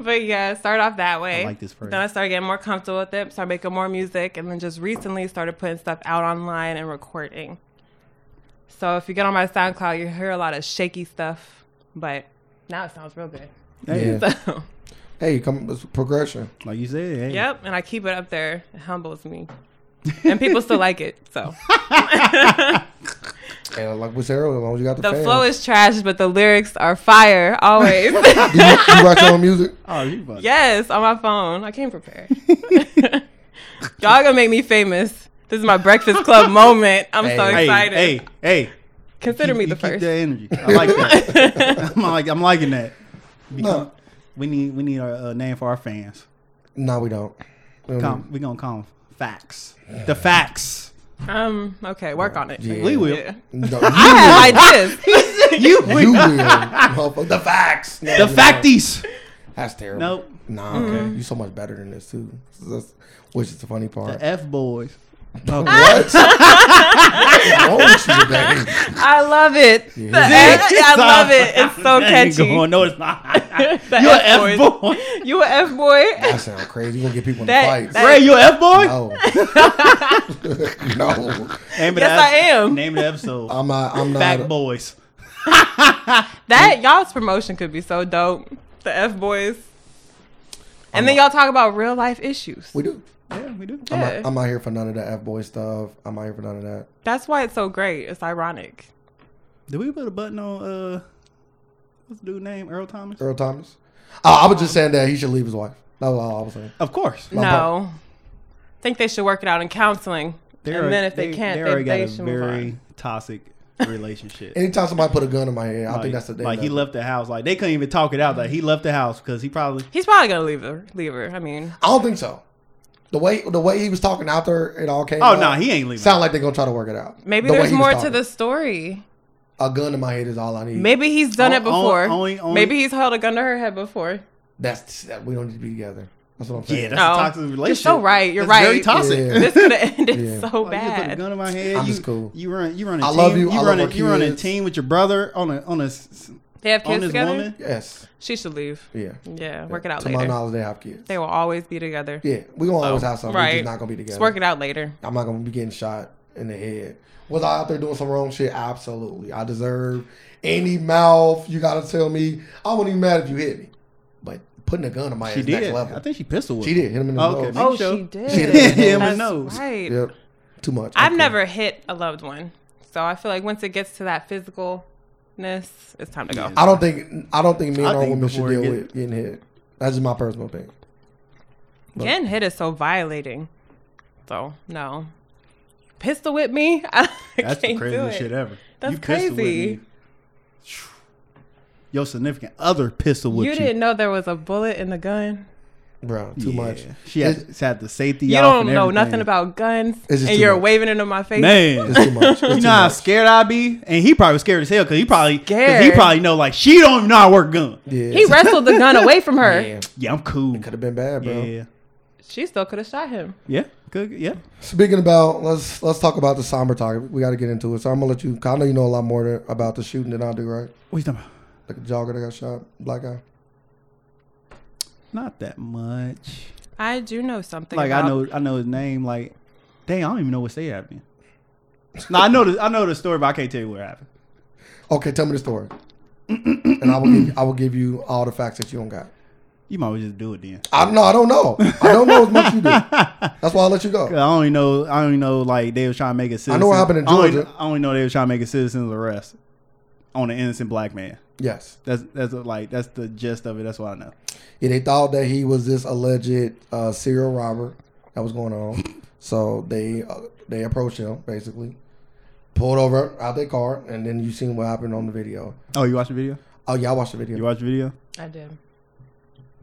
C: but yeah, start off that way.
A: I like this phrase.
C: Then I started getting more comfortable with it, started making more music, and then just recently started putting stuff out online and recording. So if you get on my SoundCloud, you hear a lot of shaky stuff, but now it sounds real good.
B: Yeah.
C: So,
B: Hey, come it's progression.
A: Like you said. Hey.
C: yep, and I keep it up there. It humbles me. And people still like it. So
B: And uh, like with Sarah, as long as you got the,
C: the
B: fans.
C: flow is trash, but the lyrics are fire always.
B: Do you, you write your own music?
A: Oh, you fuck.
C: Yes, on my phone. I came prepared. Y'all gonna make me famous. This is my Breakfast Club moment. I'm so
A: Hey,
C: excited.
A: hey, hey.
C: Consider
A: Keep-
C: me
A: you
C: the
A: Keep
C: first.
A: that energy. I like that. I'm like, I'm liking that. Become-
B: No,
A: We need, we need a, a name for our fans.
B: no, we don't. We don't
A: Come, we gonna call them facts. The facts.
C: Um, okay, work on it.
B: Yeah.
A: We will.
C: Yeah.
B: need- no,
C: I
B: you,
C: have ideas.
A: You, we,
B: you will. motherfucker. the facts. No,
A: the
B: you don't.
A: facties.
B: That's terrible.
A: Nope.
B: Nah, you so much better than this too. That's- which is the funny part.
A: The F boys.
B: what? What's wrong with you today?
C: I love it. The F- I love it. It's so
A: That ain't
C: catchy.
A: Going. No, it's not.
C: The
A: You're an F
C: F-boy.
A: boy.
C: You an F boy?
B: That sound crazy. You gonna get people in
C: That-
B: fights?
C: that-
A: Ray, you an F boy?
B: no, no.
A: Name of the
C: Yes, I
A: ep-
C: am.
A: Name of the episode.
B: I'm not. I'm not.
A: Fact boys.
C: That y'all's promotion could be so dope. The F boys. And then y'all talk about real life issues.
B: we do.
A: Yeah, we do.
B: I'm,
C: Yeah.
B: not, I'm not here for none of that f boy stuff. I'm not here for none of that.
C: That's why it's so great. It's ironic.
A: Did we put a button on uh what's the dude's name? Earl Thomas?
B: Earl Thomas. Uh, I was just saying that he should leave his wife. That was all I was saying.
A: Of course.
B: My
C: no. I think they should work it out in counseling. and
A: already-
C: then if they, can't,
A: already
C: they, they
A: got a
C: should move
A: very
C: on.
A: toxic relationship.
B: Anytime somebody put a gun in my head, I
A: like,
B: think that's the day.
A: like he
B: that-
A: left the house. Like they couldn't even talk it out. Like he left the house because he probably
C: He's probably gonna leave her. Leave her. I mean,
B: I don't think so. The way the way he was talking out there, it all came.
A: Oh
B: out.
A: no, he ain't leaving.
B: Sound like they're gonna try to work it out.
C: maybe
B: The way
C: there's
B: he was
C: more to
B: talking.
C: the story.
B: A gun in my head is all I need.
C: Maybe he's done
A: O-
C: it before.
A: on- only- only-
C: maybe he's held a gun to her head before.
B: That's that we don't need to be together. That's what I'm
A: Yeah,
B: saying.
A: that's
C: No.
A: a toxic
C: Oh, You're so
A: relationship.
C: right. You're
A: That's Very
C: right.
A: toxic.
B: Yeah.
C: This could have ended
B: Yeah.
A: Oh,
C: so
A: you put a
C: bad.
A: gun in my head.
B: I'm
A: you,
B: just cool.
A: You run. You run a
B: I
A: team.
B: love you. I love
A: run.
B: our
A: a, you run a
B: kids.
A: team with your brother on a on a s-
C: They have
A: on
C: kids
A: this
C: together.
A: woman.
B: yes.
C: She should leave.
B: Yeah.
C: Yeah, work it out
B: to my
C: later.
B: knowledge, they have kids.
C: They will always be together.
B: yeah, we gonna
A: Oh.
B: always have something. We're
C: right.
B: just not gonna be
C: Just
B: together.
C: work it out later.
B: I'm not gonna be getting shot in the head. Was I out there doing some wrong shit? Absolutely. I deserve any mouth you gotta tell me. I wouldn't even mad if you hit me. But putting a gun on my
A: She
B: ass next
A: did.
B: level.
A: I think she pistol whipped.
B: she did hit him in the
A: Okay,
B: nose.
A: man. Oh, she Show.
C: did.
B: She did. Yeah,
A: my
C: That's
A: nose.
C: Right.
B: Yep. Too much.
C: I've
B: Okay.
C: never hit a loved one, so I feel like once it gets to that physicalness, it's time to go.
B: I don't think I don't think men
A: I
B: or
A: think
B: women should
A: before it
B: deal
A: get-
B: with getting hit. That's just my personal opinion.
C: Getting hit is so violating. So no, pistol whip me. I
A: That's the
C: can't do
A: craziest
C: it.
A: shit ever.
C: That's
A: pistol whipped
C: crazy.
A: me. Your significant other pistol
C: You
A: whipped you.
C: didn't know there was a bullet in the gun.
B: Bro, too
A: Yeah.
B: much.
A: She
B: It's-
A: had, she had the safety.
C: You
A: off
C: don't
A: and
C: know
A: everything.
C: nothing about guns,
B: It's just
C: and
B: too
C: you're
B: much.
C: waving it in my face.
A: man.
B: It's too much. It's
A: You
B: too
A: know how
B: much.
A: scared I be, and he probably was scared as hell because he probably 'cause he
C: Scared.
A: probably know like she don't even know how to work a gun. Yeah,
B: Yeah.
C: He wrestled the gun away from her.
A: I'm cool.
B: Could have been bad, bro.
A: Yeah,
C: She still could have shot him.
A: yeah, good, yeah.
B: Speaking about let's let's talk about the somber topic. We got to get into it. So I'm gonna let you. 'cause I know you know a lot more than, about the shooting than I do, right?
A: What you talking about?
B: Like the jogger that got shot, black guy.
A: Not that much.
C: I do know something.
A: Like I
C: about-
A: know, I know his name. Like, dang, I don't even know what state it happened. in. no, I know the I know the story, but I can't tell you where it happened.
B: Okay, tell me the story, and I will give, I will give you all the facts that you don't got.
A: You might as well just do it then.
B: I no, I don't know. I don't know as much as you do. That's why I let you go.
A: I only know. I only know. Like they was trying to make a citizen.
B: know what happened in
A: only-
B: Georgia.
A: I only know they was trying to make a citizen's arrest on an innocent black man.
B: Yes.
A: That's that's like that's the gist of it. That's what I know.
B: Yeah, they thought that he was this alleged uh, serial robber that was going on. So they uh, they approached him basically, pulled over out their car, and then you seen what happened on the video.
A: Oh, you watched the video?
B: Oh yeah, I watched the
A: You
B: video.
A: watched the video?
C: I did.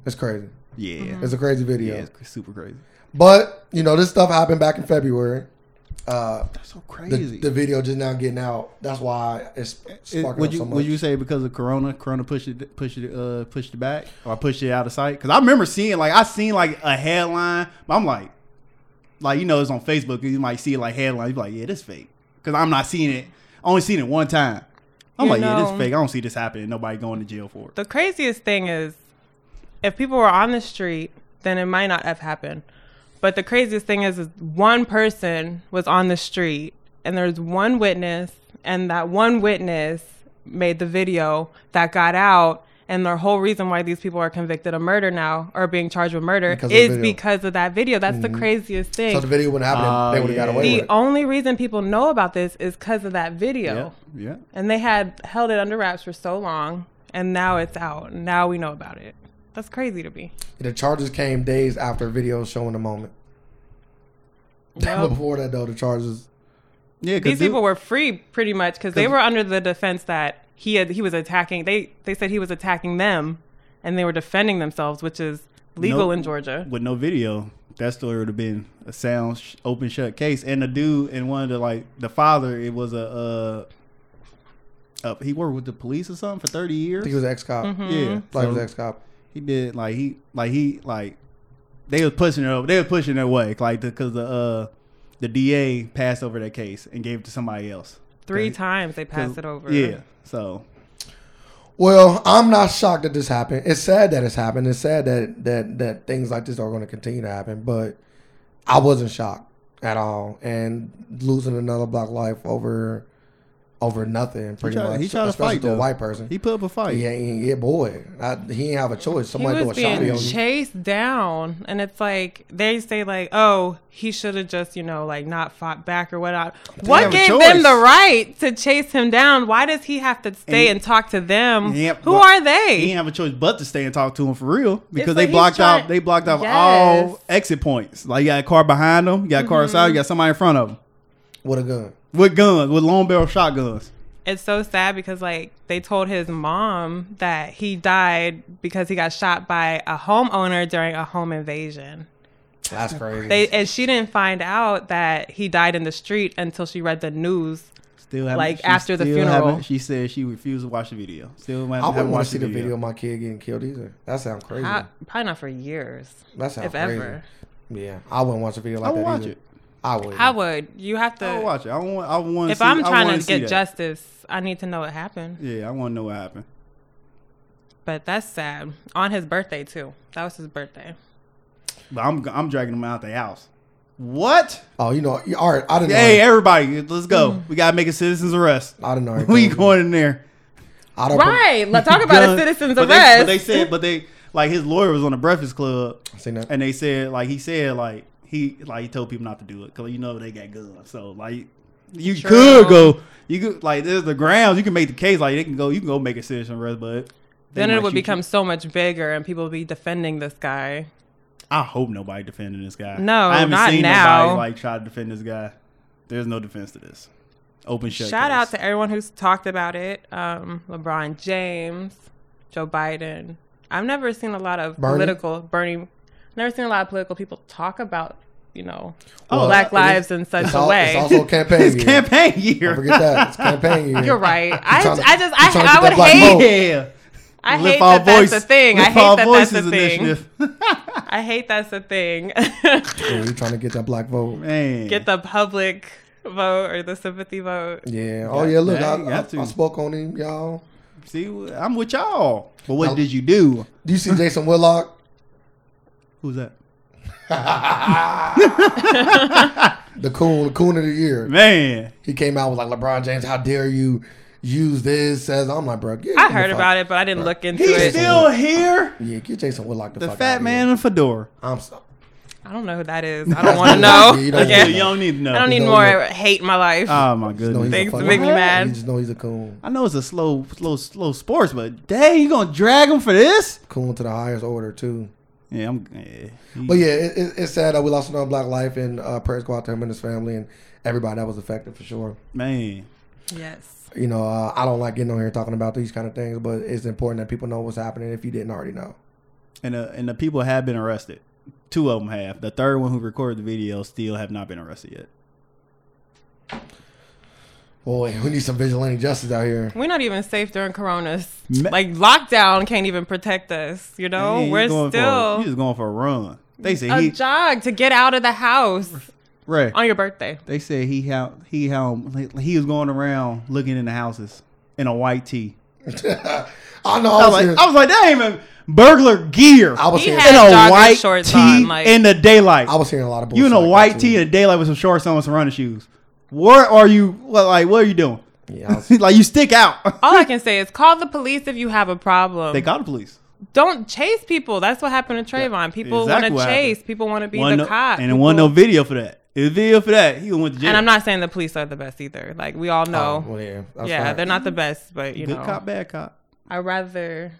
B: It's crazy.
A: Yeah.
B: Mm-hmm. It's a crazy
A: Mm-hmm. Yeah,
B: video.
A: it's super crazy.
B: But you know this stuff happened back in February. Uh,
A: That's so
B: the,
A: crazy.
B: the video just now getting out. That's why it's
A: It-
B: sparking
A: would
B: up
A: you
B: so much.
A: would you say because of Corona, Corona pushed it pushed it uh pushed it back or pushed it out of sight? Because I remember seeing like I seen like a headline, but I'm like, like you know it's on Facebook, you might see like headlines, you be like yeah this fake because I'm not seeing it. I only seen it one time. I'm
C: You
A: like yeah this
C: know.
A: fake. I don't see this happening. Nobody going to jail for it.
C: The craziest thing is if people were on the street, then it might not have happened. But the craziest thing is, is one person was on the street and there's one witness and that one witness made the video that got out and the whole reason why these people are convicted of murder now or being charged with murder
B: Because of the
C: is
B: video. Mm-hmm.
C: because of that video. That's the craziest thing.
B: so the video wouldn't happen.
A: Oh,
B: they would have
A: yeah.
B: got away
C: the
B: with it.
C: only reason people know about this is because of that video.
A: Yeah, yeah.
C: And they had held it under wraps for so long, and now it's out. Now we know about it. That's crazy to me.
B: The charges came days after videos showing the moment. But
C: Yep.
B: before that though, the charges
A: Yeah, 'cause
C: These
A: dude-
C: people were free pretty much because they were under the defense that he had, he was attacking. They they said he was attacking them, and they were defending themselves, which is legal
A: Nope.
C: in Georgia.
A: with no video, that story would have been a sound sh- open shut case. And the dude and one of the like the father, it was a uh, uh he worked with the police or something for thirty
B: I
A: years.
B: think it was ex cop.
A: yeah,
B: Like it was
A: Mm-hmm. so
B: ex cop.
A: he did like he like he like they was pushing it over. They was pushing their way like because the, uh the DA passed over that case and gave it to somebody else.
C: Three
A: Okay.
C: times they passed it over.
A: Yeah, so
B: Well, I'm not shocked that this happened. It's sad that it's happened. It's sad that that that things like this are going to continue to happen. But I wasn't shocked at all, and losing another black life over over nothing, pretty
A: tried-
B: much.
A: he tried to
B: especially
A: fight,
B: to a
A: though.
B: white person.
A: he put up a fight.
B: yeah, yeah, boy, I, he ain't have a choice.
C: He
B: Somebody throw
C: was
B: a shotty
C: being
B: on you.
C: chased down, and it's like they say, like, "Oh, he should have just, you know, like not fought back or whatnot." What
A: they
C: gave
A: have a
C: them the
A: choice.
C: right to chase him down? Why does he have to stay
A: And-
C: and, talk to them?
A: Yep,
C: Who
A: but
C: are
A: He
C: they?
A: didn't have a choice but to stay and talk to him for real because
C: It's
A: they
C: like he's
A: blocked
C: trying-
A: out they blocked off
C: Yes. Mm-hmm.
A: all exit points. Like you got a car behind them, you got a car outside, you got somebody in front of them
B: with a gun.
A: with guns, with long barrel shotguns.
C: It's so sad because like they told his mom that he died because he got shot by a homeowner during a home invasion.
B: That's crazy.
C: They and she didn't find out that he died in the street until she read the news.
A: Still haven't-
C: Like,
A: she
C: after the
A: still
C: funeral.
A: haven't- she said she refused to watch the video. Still, haven't,
B: I wouldn't
A: haven't
B: want
A: watched
B: to see the video of my kid getting killed either. That sounds crazy.
C: How- Uh, probably not for years.
B: that sounds
C: if
B: crazy.
C: ever.
B: Yeah, I wouldn't watch a video like
A: I would
B: that
A: watch
B: either.
A: it.
B: I would.
C: I would. You have to.
A: I don't watch it. I don't want. I want.
C: if
A: see,
C: I'm
A: I
C: trying
A: wanna
C: to
A: see
C: get
A: that.
C: justice, I need to know what happened.
A: yeah, I want to know what happened.
C: But that's sad. On his birthday too. That was his birthday.
A: But I'm I'm dragging them out the house. What?
B: Oh, you know, all right. I didn't.
A: Hey,
B: know,
A: everybody, let's go.
C: Mm-hmm.
A: We gotta make a citizen's arrest.
B: I didn't know.
A: We
B: everything.
A: going in there.
B: I don't.
C: Right. Let's talk about a
A: Gun-
C: citizen's
A: Oh, but
C: arrest.
A: they- but they said, but they like his lawyer was on the Breakfast Club.
B: Put, seen that.
A: and they said like he said like he like he told people not to do it because you know they got guns. So like you
C: True.
A: could go, you could like there's the grounds you can make the case like they can go you can go make a citizen arrest, but they
C: then
A: might
C: it would
A: shoot you.
C: become so much bigger, and people would be defending this guy.
A: I hope nobody defending this guy.
C: No,
A: I haven't
C: not
A: seen
C: now.
A: nobody like try to defend this guy. There's no defense to this. Open shut.
C: Shout out
A: case.
C: to everyone who's talked about it. Um, LeBron James, Joe Biden. I've never seen a lot of
B: Bernie?
C: political Bernie. Never seen a lot of political people talk about you know
A: Well, it
C: Black
A: is-
C: lives in such
B: It's,
C: a
B: all,
C: way.
B: it's also campaign.
A: it's
B: year.
A: campaign
B: Don't
A: year.
B: forget that. It's campaign year.
C: You're right. I,
B: trying to-
C: I just
B: you trying to
C: I,
B: get
C: I would
B: that black
C: hate
B: vote.
A: Yeah,
C: I
A: Lift
C: hate
A: Our
C: that that's
A: Voice-
C: a thing. I
A: Lift
C: hate
A: Our
C: that that's a
A: Voices
C: thing.
A: initiative.
C: I hate that's a thing.
B: Yeah, you're trying to get that black vote.
A: Man,
C: Get the public vote or the sympathy vote.
B: Yeah. Oh yeah. Look,
A: Yeah,
B: I,
A: you got
B: I, I
A: to.
B: spoke on him, y'all.
A: see, I'm with y'all. But what did you do?
B: Do you see Jason Willock?
A: Who's that?
B: The coon, the coon of the year.
A: Man,
B: He came out with like LeBron James. How dare you? use this, says I'm like, bro. Get
C: I heard about it, but I didn't look into
A: He's
C: it.
A: still here.
B: Yeah, get Jason Whitlock the,
A: The
B: fuck
A: fat
B: outta
A: man
B: Here.
A: in fedora.
B: I'm so.
C: I don't know who that is. I don't want to know.
B: You don't
A: Yeah, you
C: Okay.
A: don't need to know.
C: I don't need
B: No,
C: more hate in my life.
A: oh my
B: No, he's
A: goodness.
B: a
C: Thanks
B: fuck-
C: for making me
B: What?
C: mad.
B: You just know he's a coon.
A: I know it's a slow, slow, slow sports, but dang, you gonna drag him for this?
B: Coon to the highest order too.
A: Yeah, I'm. Yeah. He-
B: But yeah, it, it, it's sad that we lost another black life, and uh, prayers go out to him and his family and everybody that was affected for sure.
A: man,
C: yes.
B: You know, uh, I don't like getting on here talking about these kind of things, but it's important that people know what's happening if you didn't already know.
A: and uh, and the people have been arrested. Two of them have. The third one who recorded the video still have not been arrested yet.
B: Boy, we need some vigilante justice out here.
C: We're not even safe during coronas.
A: Ma-
C: like lockdown can't even protect us, you know?
A: Man, you
C: We're
A: going For, you
C: still
A: just going for a run. They say
C: a
A: he
C: jog to get out of the house
A: right.
C: on your birthday.
A: They said he how he how he was going around looking in the houses in a white tee.
B: I know.
A: I
B: I
A: was
C: Oh,
B: was,
A: like,
B: here-
A: I was like, that ain't even burglar gear.
B: I was
C: He
B: hearing,
C: had-
A: in a
C: jogging
A: white
C: shorts
A: tee
C: on, like-
A: in the daylight.
B: I was hearing a lot of bullshit.
A: you in a
B: like that,
A: white
B: too.
A: tee in the daylight with some shorts on, and some running shoes. What are you? What like? What are you doing?
B: Yeah, I was-
A: like you stick out.
C: All I can say is call the police if you have a problem.
A: Hmm. they called the police.
C: Don't chase people. That's what happened to Trayvon. People
A: exactly
C: want
A: what
C: to
A: happened.
C: chase. People want to be
A: Wasn't
C: the
A: no-
C: cop.
A: and it wasn't no
C: People-
A: video for that. It was video for that. He went to jail.
C: And I'm not saying the police are the best either. Like we all
B: oh,
C: know.
B: well, yeah, that's
C: yeah,
B: right.
C: they're not the best, but you
A: good
C: know,
A: cop, bad cop.
C: I'd rather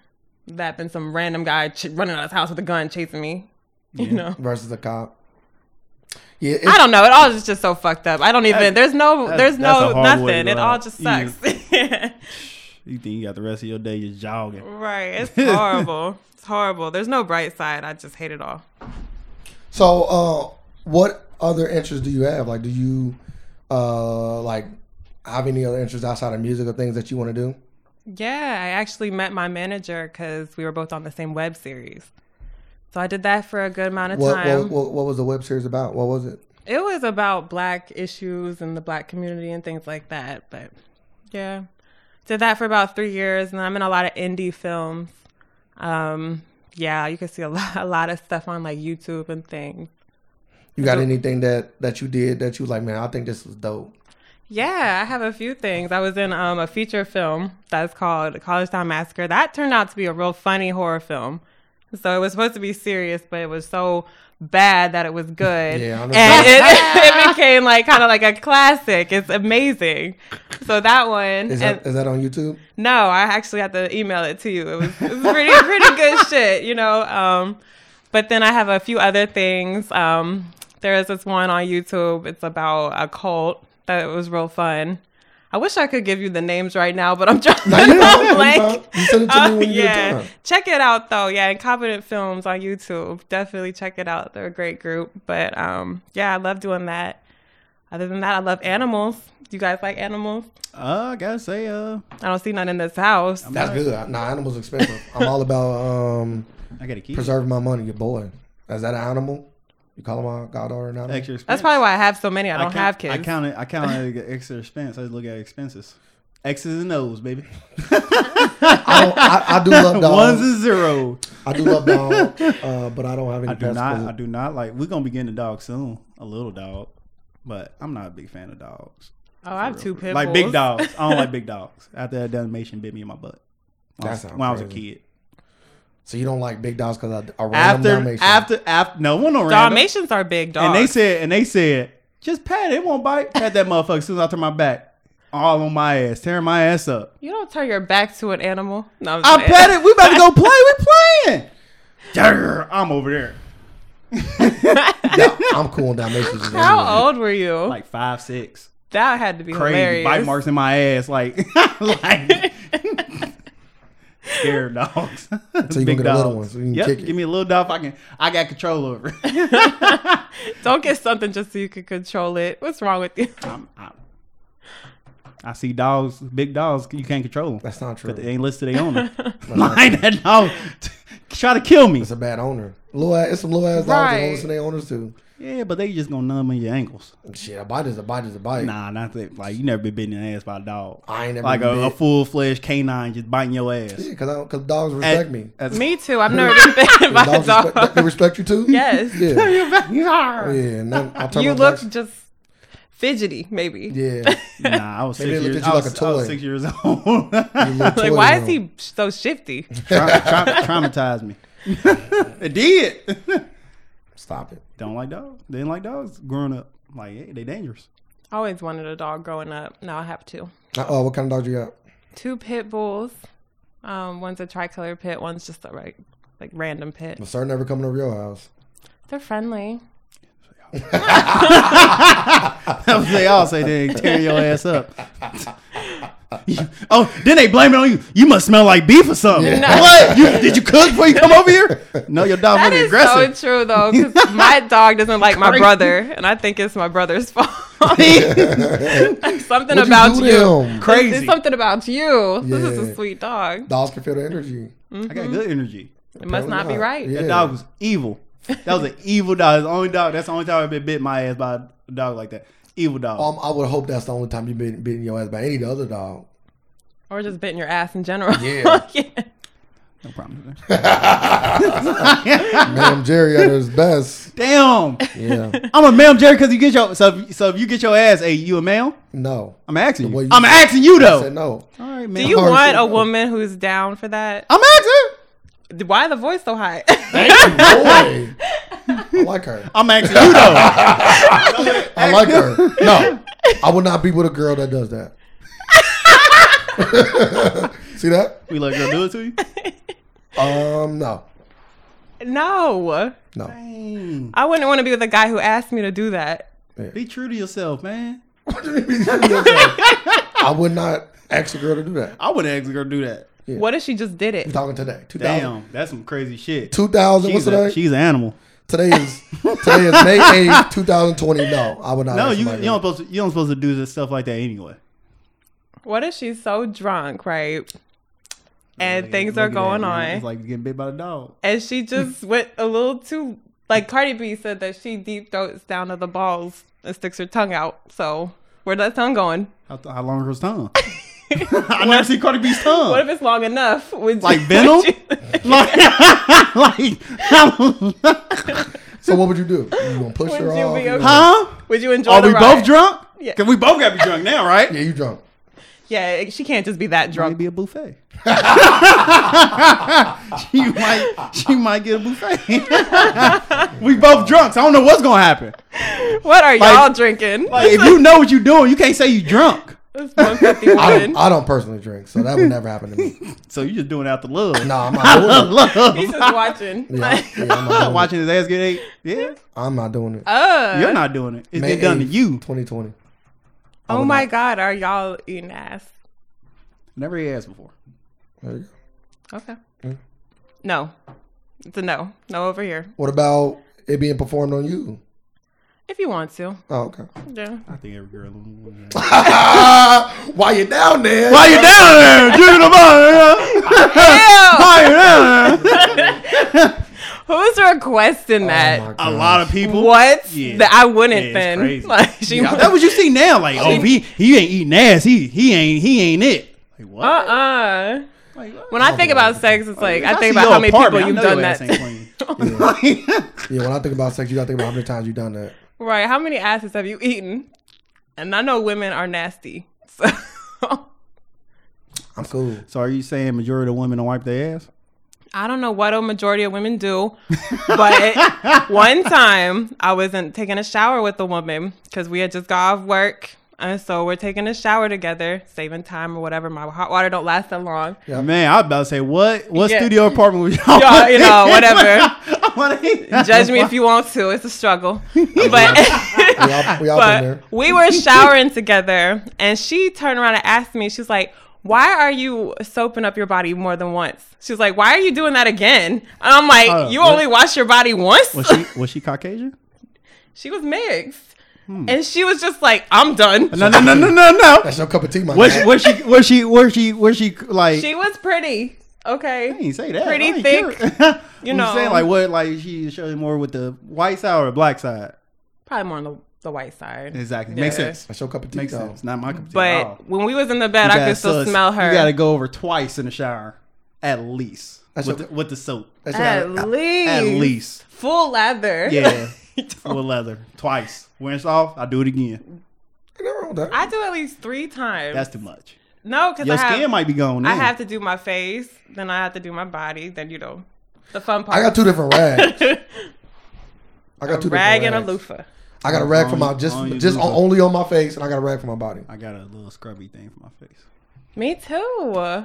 C: that than some random guy ch- running out of his house with a gun chasing me. You know,
B: versus a cop. Yeah, it's,
C: I don't know. It all is just so fucked up. I don't even.
A: That-
C: there's no.
A: that's-
C: there's
A: that's a
C: no
A: hard way to
C: nothing. It
A: go
C: all
A: out.
C: just
A: Yeah.
C: sucks.
A: You think you got the rest of your day just jogging?
C: right. It's horrible. it's horrible. There's no bright side. I just hate it all.
B: So, uh, what other interests do you have? Like, do you uh, like have any other interests outside of music or things that you want to do?
C: Yeah, I actually met my manager because we were both on the same web series. So I did that for a good amount of
B: What,
C: time.
B: what, what what was the web series about? What was it?
C: it was about black issues and the black community and things like that. But yeah, did that for about three years, and I'm in a lot of indie films. Um, yeah, you can see a lot, a lot of stuff on like YouTube and things.
B: You got
C: So-
B: anything that that you did that you was like, man, I think this was dope.
C: Yeah, I have a few things. I was in um, a feature film that's called College Town Massacre. That turned out to be a real funny horror film. So it was supposed to be serious, but it was so bad that it was good.
B: Yeah, I know.
C: and it, it became like kind of like a classic. It's amazing. So that one,
B: Is
C: and
B: that is that on YouTube?
C: no, I actually had to email it to you. It was, it was pretty pretty good shit, you know. Um, but then I have a few other things. Um, there is this one on YouTube. It's about a cult that was real fun. I wish I could give you the names right now, but I'm trying to
B: No, you don't. You
C: blank.
B: don't. You send it to me
C: Oh,
B: when you get
C: yeah.
B: done.
C: Check it out though. Yeah, Incompetent Films on YouTube. Definitely check it out. They're a great group. But um, yeah, I love doing that. Other than that, I love animals. Do you guys like animals?
A: Uh, I gotta say, uh,
C: I don't see none in this house.
B: That's good. Nah, animals expensive. I'm all about um
A: I gotta keep it.
B: preserving my money. Your boy, is that an animal? You call my goddaughter an animal?
A: extra.
C: That's
A: expense.
C: probably why I have so many. I don't
A: count-
C: have kids.
A: I counted. I counted the extra expense. I just look at expenses. X's and O's, baby.
B: I, don't, I, I do love
A: Ones
B: dogs.
A: and zeros.
B: I do love dogs, uh, but I don't have any
A: I do
B: pets.
A: not.
B: 'cause-
A: I do not like. We're gonna be getting a dog soon. A little dog, but I'm not a big fan of dogs.
C: oh, I have two pit
A: Like big
C: bulls.
A: dogs. I don't like big dogs. After that Dalmatian bit me in my butt. When, I
B: That
A: was-
B: sounds
A: when I was a
B: crazy.
A: kid.
B: So you don't like big dogs because a, a random
A: After
B: Dalmatian.
A: after after no one no random.
C: Dalmatians are big dogs.
A: And they said and they said just pat it, it won't bite. Pat that motherfucker as soon as I turn my back. All on my ass, tearing my ass up.
C: you don't turn your back to an animal. No, I'm
A: I
C: pet
A: pat it. We about to go play. We playing. Durr, I'm over there.
B: Yeah, I'm cool on Dalmatians. anyway.
C: How old were you?
A: Like five, six.
C: that had to be
A: Crazy
C: hilarious.
A: bite marks in my ass. Like, like scared dogs.
B: So you gonna
A: Big
B: get a little
A: dogs.
B: one, so you can
A: Yep,
B: kick it.
A: give me a little dog. If I can. I got control over. it.
C: Don't get something just so you can control it. What's wrong with you?
A: I'm, i I see dogs, big dogs. You can't control them.
B: That's not true.
A: But they ain't listed they owner. Mine that dog t- try to kill me.
B: It's a bad owner. Little ass, it's some little ass dogs that
C: Right.
B: don't listen to their owners too.
A: Yeah, but they just gonna numb in your ankles.
B: Shit, a bite is a bite is a bite.
A: Nah, not that. Like you never been bitten in the ass by a dog.
B: I ain't never
A: like a,
B: been
A: a
B: bit.
A: full fledged canine just biting your ass.
B: because because dogs
A: At-
B: respect me.
A: at-
C: Me too. I've never been bitten by a
B: Dogs
C: dog.
B: respect, they respect you too.
C: Yes.
B: Yeah.
A: You're back.
B: Yeah. And then I'll turn
C: you
B: my back-
C: look just fidgety, maybe.
B: Yeah.
A: Nah, I was
B: Maybe
A: six
B: they
A: years.
B: looked at you
A: I was,
B: like a
A: I was
B: toy.
A: six years old. Tra-
B: Little
C: Like,
B: toy
C: why
B: room.
C: is he so shifty?
A: tra- traumatized me. it did.
B: Stop it.
A: Don't like dogs. Didn't like dogs growing up. Like hey, they dangerous.
C: I always wanted a dog growing up. Now I have two.
B: Oh, what kind of dog you got?
C: Two pit bulls. Um, one's a tricolor pit. One's just a right, like random pit.
B: Well, sir, never coming over your house.
C: They're friendly.
A: they all say they tear your ass up. oh, then they blame it on you. You must smell like beef or something. What? You, did you cook before you come over here? No, your dog
C: That
A: really
C: is
A: aggressive.
C: so true, though, 'cause my dog doesn't like my brother, and I think it's my brother's fault. something
B: What'd
C: about
B: do
C: you.
B: to him?
C: It's
A: Crazy.
C: something about you. This is
B: Yeah.
C: a sweet dog.
B: Dogs can feel the energy.
C: Mm.
A: I got good energy.
C: It must not be right.
A: That dog was evil. That was an evil dog. It's the only dog. That's the only time I've been bit my ass by a dog like that. Evil dog.
B: Um, I would hope that's the only time you've been beaten your ass by any of the other dog.
C: Or just bitten your ass in general.
B: Yeah.
C: Yeah.
A: no problem.
B: Ma'am Jerry at his best.
A: Damn.
B: Yeah.
A: I'm a male, Jerry, because you get your so if, so if you get your ass, hey, you a male?
B: No.
A: I'm asking
B: The way
A: you.
B: you-
A: I'm asking you
B: I
A: though.
B: said no.
A: All right,
C: Do
A: man.
C: you
B: Hard
C: want
B: to know.
C: a woman who's down for that?
A: I'm asking.
C: Why the voice so high?
B: Boy. I like her.
A: I'm asking you though.
B: I like her. No. I would not be with a girl that does that. See that?
A: we let girl do it to you.
B: Um, no.
C: no.
B: No.
A: Dang.
C: I wouldn't want to be with a guy who asked me to do that.
A: Be true to yourself, man.
B: I would not ask a girl to do that.
A: I wouldn't ask a girl to do that.
B: Yeah.
C: What if she just did it?
B: I'm talking today. 2000.
A: Damn, that's some crazy shit.
B: 2000 what's
A: She's,
B: today?
A: a, she's an animal.
B: Today is today is May eighth, two 2020. No, I would not.
A: No,
B: ask
A: you you
B: somebody
A: don't supposed to, you don't supposed to do this stuff like that anyway.
C: What if she's so drunk, right? And
A: Look at-
C: things
A: look
C: are
A: at
C: going
A: that, man.
C: on.
A: It's like getting bit by a dog.
C: and she just went a little too like Cardi B said that she deep throats down to the balls and sticks her tongue out. So where'd that tongue going?
A: How, how long is her tongue? I never see Cardi B's tongue.
C: What if it's long enough? Would you-
A: Like Venom?
C: would you-
A: like, like,
B: that. So what would you do? You gonna push her
C: Would you
B: off?
C: be
B: You
C: okay?
B: gonna-
A: huh?
C: would you enjoy?
A: Are
C: the
A: we
C: ride?
A: both drunk?
C: Yeah.
A: Cause we both gotta be drunk now, right?
B: Yeah, you drunk.
C: Yeah, she can't just be that drunk.
A: Maybe a buffet. she might, she might get a buffet. we both drunk, so I don't know what's gonna happen.
C: What are
A: Like-
C: y'all drinking?
A: Like, if you know what you're doing, you can't say you drunk.
C: It's 151.
B: I don't, I don't personally drink, so that would never happen to me.
A: So you just doing it out the love.
B: No, I'm not doing it.
A: love.
C: He's just watching.
B: Yeah, yeah, I'm, not doing
A: Watching his ass get ate. Yeah,
B: It. I'm not doing it.
C: Uh,
A: you're not doing it. It's
B: May
A: been done to
B: 8th,
A: you.
B: 2020.
C: oh my God, are y'all eating ass?
A: Never had ass before.
B: There you go.
C: Okay.
A: Mm.
C: No, it's a no. No over here.
B: What about it being performed on you?
C: If you want to.
B: Oh, okay.
C: Yeah.
A: I think every girl.
B: While you're down there, Oh
A: Why you down there? Drinking the bar?
C: Ew!
A: Why you down there?
C: Who's requesting that?
B: Oh my
A: A
B: gosh.
A: lot of people.
C: What?
A: Yeah.
C: That I wouldn't
A: Yeah, it's
C: then.
A: crazy.
C: Like she
A: Yeah, that what you see now. Like, oh, he he ain't eating ass. He he ain't he ain't it. Like what?
C: uh uh
A: Like, what?
C: When I think about sex, it's like I
A: see
C: think about
A: your
C: how many people
A: apartment, Oh, I
C: you've
A: know
C: done
A: your ass ain't
C: that.
A: clean.
B: Yeah, when I think about sex, you gotta think about how many times you've done that.
C: right. How many asses have you eaten? And I know women are nasty. So
B: I'm cool.
A: so are you saying majority of women don't wipe their ass?
C: I don't know what a majority of women do, but one time I wasn't taking a shower with a woman because we had just got off work. And so we're taking a shower together, saving time or whatever. My hot water don't last that long.
A: Man, I was about to say what what
C: Yeah.
A: studio apartment was y'all?
C: Y'all, you know,
A: in?
C: whatever.
A: I wanna hear-
C: Judge me if you want to. It's a struggle. But
B: We all, we all been
C: but
B: there.
C: we were showering together and she turned around and asked me she's like why are you soaping up your body more than once she's like why are you doing that again and i'm like
A: Hold up,
C: you
A: what-
C: only wash your body once
A: Was she was she Caucasian?
C: she was mixed and she was just like i'm done
A: Hmm. No no no no no no.
B: That's your cup of tea, my
A: Was
B: guy.
A: she was she was she was she was she like?
C: she was pretty okay
A: I ain't say that.
C: Pretty
A: I ain't care.
C: thick, you
A: I'm just
C: know.
A: saying like what like she showed more with the white side or the black side?
C: probably more on the, the white side
A: Exactly, makes
C: Yeah.
A: sense.
B: That's your cup of tea,
A: Makes
B: though.
A: sense. Not my cup of tea at all.
C: but when we was in the bed
A: You
C: i
A: gotta
C: could still
A: sus-
C: smell her
A: You gotta go over twice in the shower, at least
B: That's
A: with,
B: okay.
A: the, with the soap.
B: That's your-
C: at least
A: At least,
C: full leather
A: Oh. yeah, with leather twice. Rinse off. I do it again.
B: world. That,
C: I do at least three times.
A: That's too much.
C: no, because
A: Your
C: I have,
A: skin might be gone.
C: I
A: then.
C: have to do my face, then I have to do my body, then you know, the fun part.
B: I got two different rags. I got two
C: rag
B: different
C: and a
B: rags.
C: loofah.
B: I got a rag for
A: On
B: my
A: you-
B: just
A: on you
B: just on,
A: loser.
B: only on my face, and I got a rag for my body.
A: I got a little scrubby thing for my face.
C: Me too.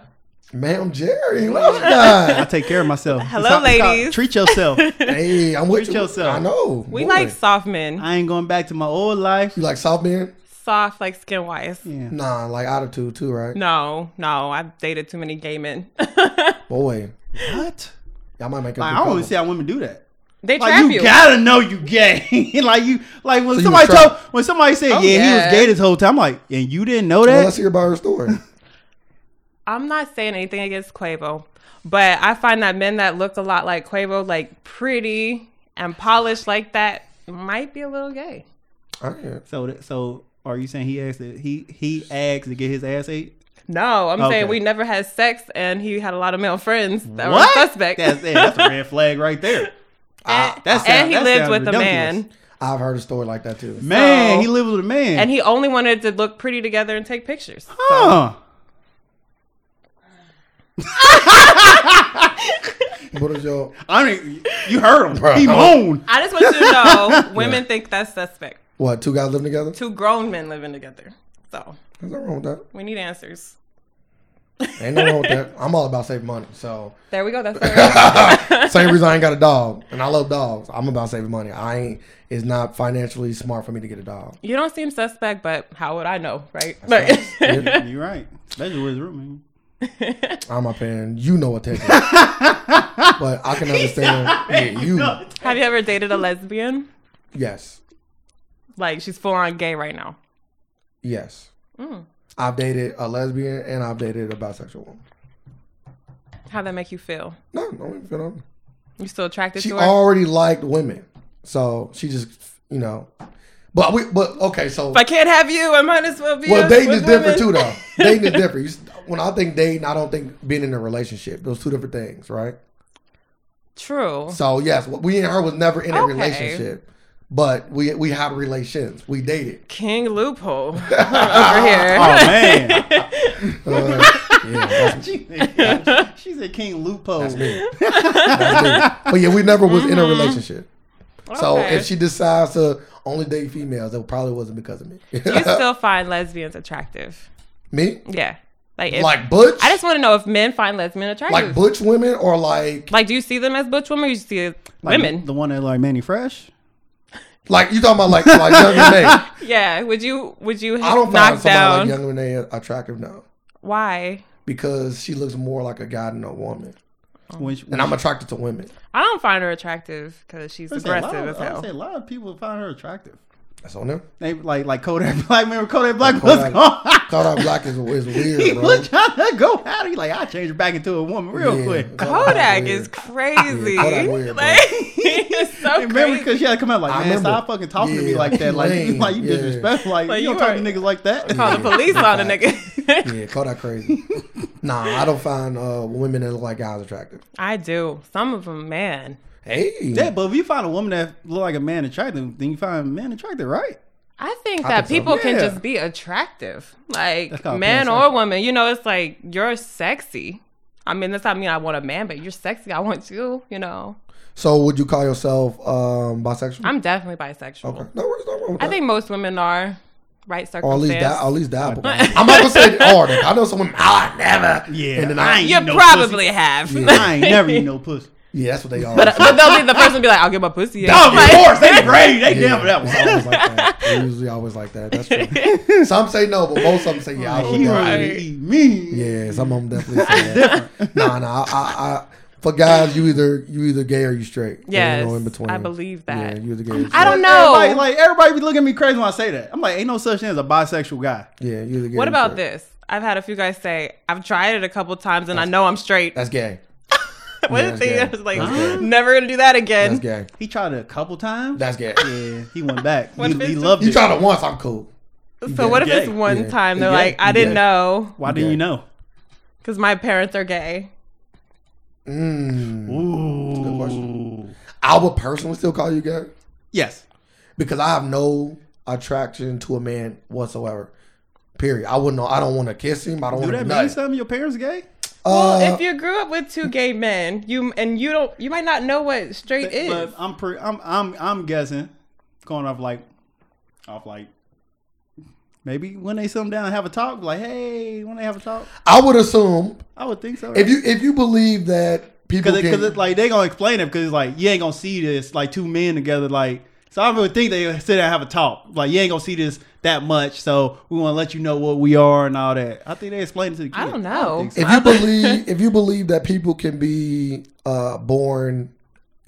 B: Ma'am Jerry, love
A: I
B: that.
A: take care of myself.
C: Hello,
A: It's it's
C: ladies.
A: treat yourself.
B: hey, I'm with
A: Treat
B: you.
A: yourself.
B: I know.
C: We
B: boy.
C: like soft men,
A: I ain't going back to my old life.
B: you like South Bend.
C: soft like skin wise.
A: Yeah.
B: Nah, like attitude too, right?
C: No, no, I've dated too many gay men.
B: Boy,
A: What?
B: y'all might make it.
A: Like, I don't even see how women do that.
C: they
A: Like
C: trap
A: you,
C: you.
A: gotta know you gay. like you, like when
B: So you
A: somebody
B: was
A: told, when somebody said, yeah,
C: Oh,
A: he
C: yeah.
A: was gay this whole time. I'm like, and you didn't know
B: Well,
A: that?
B: let's hear about her story.
C: I'm not saying anything against Quavo, but I find that men that look a lot like Quavo, like pretty and polished like that, might be a little gay.
B: I can't.
A: so, that, so are you saying he asked that he he asked to get his ass ate?
C: No, I'm
A: Okay.
C: saying we never had sex, and he had a lot of male friends that
A: What?
C: were suspect.
A: That's it. That's a red flag right there.
C: and,
A: that sound-
C: and he
A: that
C: lived
A: sound
C: with a man,
A: ridiculous.
B: I've heard a story like that too.
A: Man,
C: So-
A: he lived with a man.
C: and he only wanted to look pretty together and take pictures. So-
A: huh.
B: What is your?
A: I mean, you heard him.
B: Bruh.
A: he moaned.
C: I just want you to know, women think that's suspect.
B: What? Two guys living together?
C: Two grown men living together, so
B: There's nothing wrong with that.
C: we need answers.
B: Ain't nothing wrong with that. I'm all about saving money. So
C: There we go. That's it.
B: same reason I ain't got a dog, and I love dogs. I'm about saving money. I ain't. It's not financially smart for me to get a dog.
C: you don't seem suspect, but how would I know, right? Like-
B: Yeah,
A: You're right. Especially with his roommate.
B: I'm up in. You know what that is. but I can understand. Yeah, you.
C: Have you ever dated a lesbian?
B: Yes.
C: Like she's full on gay right now. Mm.
B: Yes. I've dated a lesbian and I've dated a bisexual woman.
C: How'd that make you feel?
B: No, no, you know.
C: You still attracted
B: She
C: to her?
B: already liked women, so she just, you know. But we, but okay, so
C: if I can't have you, I might as well be.
B: well,
C: a-
B: dating
C: with
B: is different too,
C: women.
B: though. dating is different. You, s- when I think dating, I don't think being in a relationship. Those two different things, right?
C: True.
B: So yes, what we and her was never in a
C: Okay.
B: relationship, but we we had relations. We dated.
C: King loophole over here.
A: Oh man.
B: Uh, yeah, that's,
A: She said, she said King Lupo.
B: that's me. That's me. But yeah, we never was in a relationship. So
C: Mm-hmm. Okay.
B: if she decides to only date females, it probably wasn't because of me.
C: Do you still find lesbians attractive?
B: me?
C: Yeah. Like, if,
B: Like butch?
C: I just want to know if men find lesbian
B: like
C: attractive. Like,
B: butch women or like
C: do you see them as butch women or you see
A: Like,
C: women?
A: The one that like Manny Fresh.
B: like you talking about like like young Renee?
C: yeah. Would you would you
B: I don't find
C: knock
B: somebody
C: down
B: like young Renee attractive now
C: why? because
B: because she looks more like a guy than a woman,
A: When she,
B: and I'm attracted to women.
C: I don't find her attractive because she's
A: I say a lot
C: aggressive as
A: of- I
C: hell.
A: say a lot of people find her attractive.
B: That's on them.
A: They like like Kodak Black. Remember Kodak Black was
B: Kodak-
A: gone.
B: Kodak Black is, is
A: he
B: weird, bro.
A: was trying to go out. He like I changed her back into a woman real
B: Yeah,
A: quick.
C: Kodak
B: weird.
C: is crazy.
B: Yeah, Kodak weird, bro.
C: like it's so
A: Remember
C: crazy.
A: because she had to come out like
B: I
A: man,
B: remember.
A: stop fucking talking to me
B: Yeah,
A: like that. Like you
B: lame.
A: like you
B: Yeah.
A: disrespectful. Like,
C: Like,
A: you don't
C: you
A: talk to
C: are-
A: niggas like that.
C: Call the police on a nigga.
B: Yeah, Kodak crazy. nah, I don't find uh, women that look like guys attractive.
C: I do. Some of them, man.
B: Hey,
A: Yeah, but if you find a woman that look like a man attractive, then you find a man attractive, right?
C: I think
B: I
C: that
B: think so.
C: people can
A: Yeah.
C: just be attractive, like
A: That's called
C: man or
A: pansexual.
C: woman. You know, it's like you're sexy. I mean, that's not mean I want a man, but you're sexy. I want you. You know,
B: so would you call yourself um, bisexual?
C: I'm definitely bisexual.
B: okay. No, there's no wrong with
C: I
B: that.
C: think most women are right
B: Or at
C: circumstance.
B: least that, or at least dabble. I'm not gonna say are. then. I know some women. I never.
A: Yeah,
B: And then
A: I
B: I,
A: ain't-
C: you
A: eat no
C: probably have.
A: I ain't never eat no pussy.
B: yeah, that's what they are.
C: But, but they'll be the person to be like, I'll give my pussy. a-"
A: Oh,
C: Like,
A: of course, they brave. They
B: Yeah,
A: down for that one.
B: it's always like that. They're usually always like that. That's true. some say no, but most of them say yeah. I
C: Oh,
B: would
A: He
B: definitely-
A: wanted to eat me.
B: Yeah, some of them definitely say that. nah, nah. I, I, I, for guys, you either you either gay or you straight.
C: Yes,
B: There's no in between.
C: I believe
B: Yeah,
C: that.
B: you either gay. Or straight.
C: I don't know.
A: Everybody, like everybody be looking at me crazy when I say that. I'm like, ain't no such thing as a bisexual guy.
B: Yeah, you either gay.
C: What
B: or
C: about
B: straight.
C: this? I've had a few guys say, I've tried it a couple times and I know I'm straight.
B: That's gay.
C: What
B: yeah,
C: is
B: that's
C: he?
B: gay.
C: I was like,
B: That's gay.
C: never gonna do that again.
B: That's gay.
A: He tried it a couple times.
B: That's gay.
A: yeah, he went back.
C: What
A: he,
C: if
A: he
C: it's-
A: loved
B: You
A: it.
B: tried it once. I'm cool.
C: So what if it's
A: Gay.
C: one
B: Yeah.
C: time they're
B: Yeah.
C: like, I didn't
B: Yeah.
C: know
A: Why didn't
B: Yeah.
A: you know?
C: because my parents are gay.
B: Mm,
A: Ooh.
B: question. I would personally still call you gay.
A: Yes.
B: because I have no attraction to a man whatsoever. Period. I wouldn't. I don't want to kiss him. I don't
A: Do
B: want to
A: that mean something? Your parents gay?
B: Uh,
C: well, if you grew up with two gay men, you and you don't, you might not know what straight is.
A: But I'm pre- I'm I'm I'm guessing going off like off like maybe when they sit them down and have a talk, like hey, when they have a talk,
B: I would assume
A: I would think so.
B: if you if you believe that people
A: because it,
B: can,
A: 'cause it's like they gonna explain it because it's like you ain't gonna see this like two men together like. So I really think they sit there and have a talk. Like you ain't gonna see this that much, so we want to let you know what we are and all that. I think they explain it to the kids.
C: I don't know.
A: think so.
B: if you believe if you believe that people can be uh, born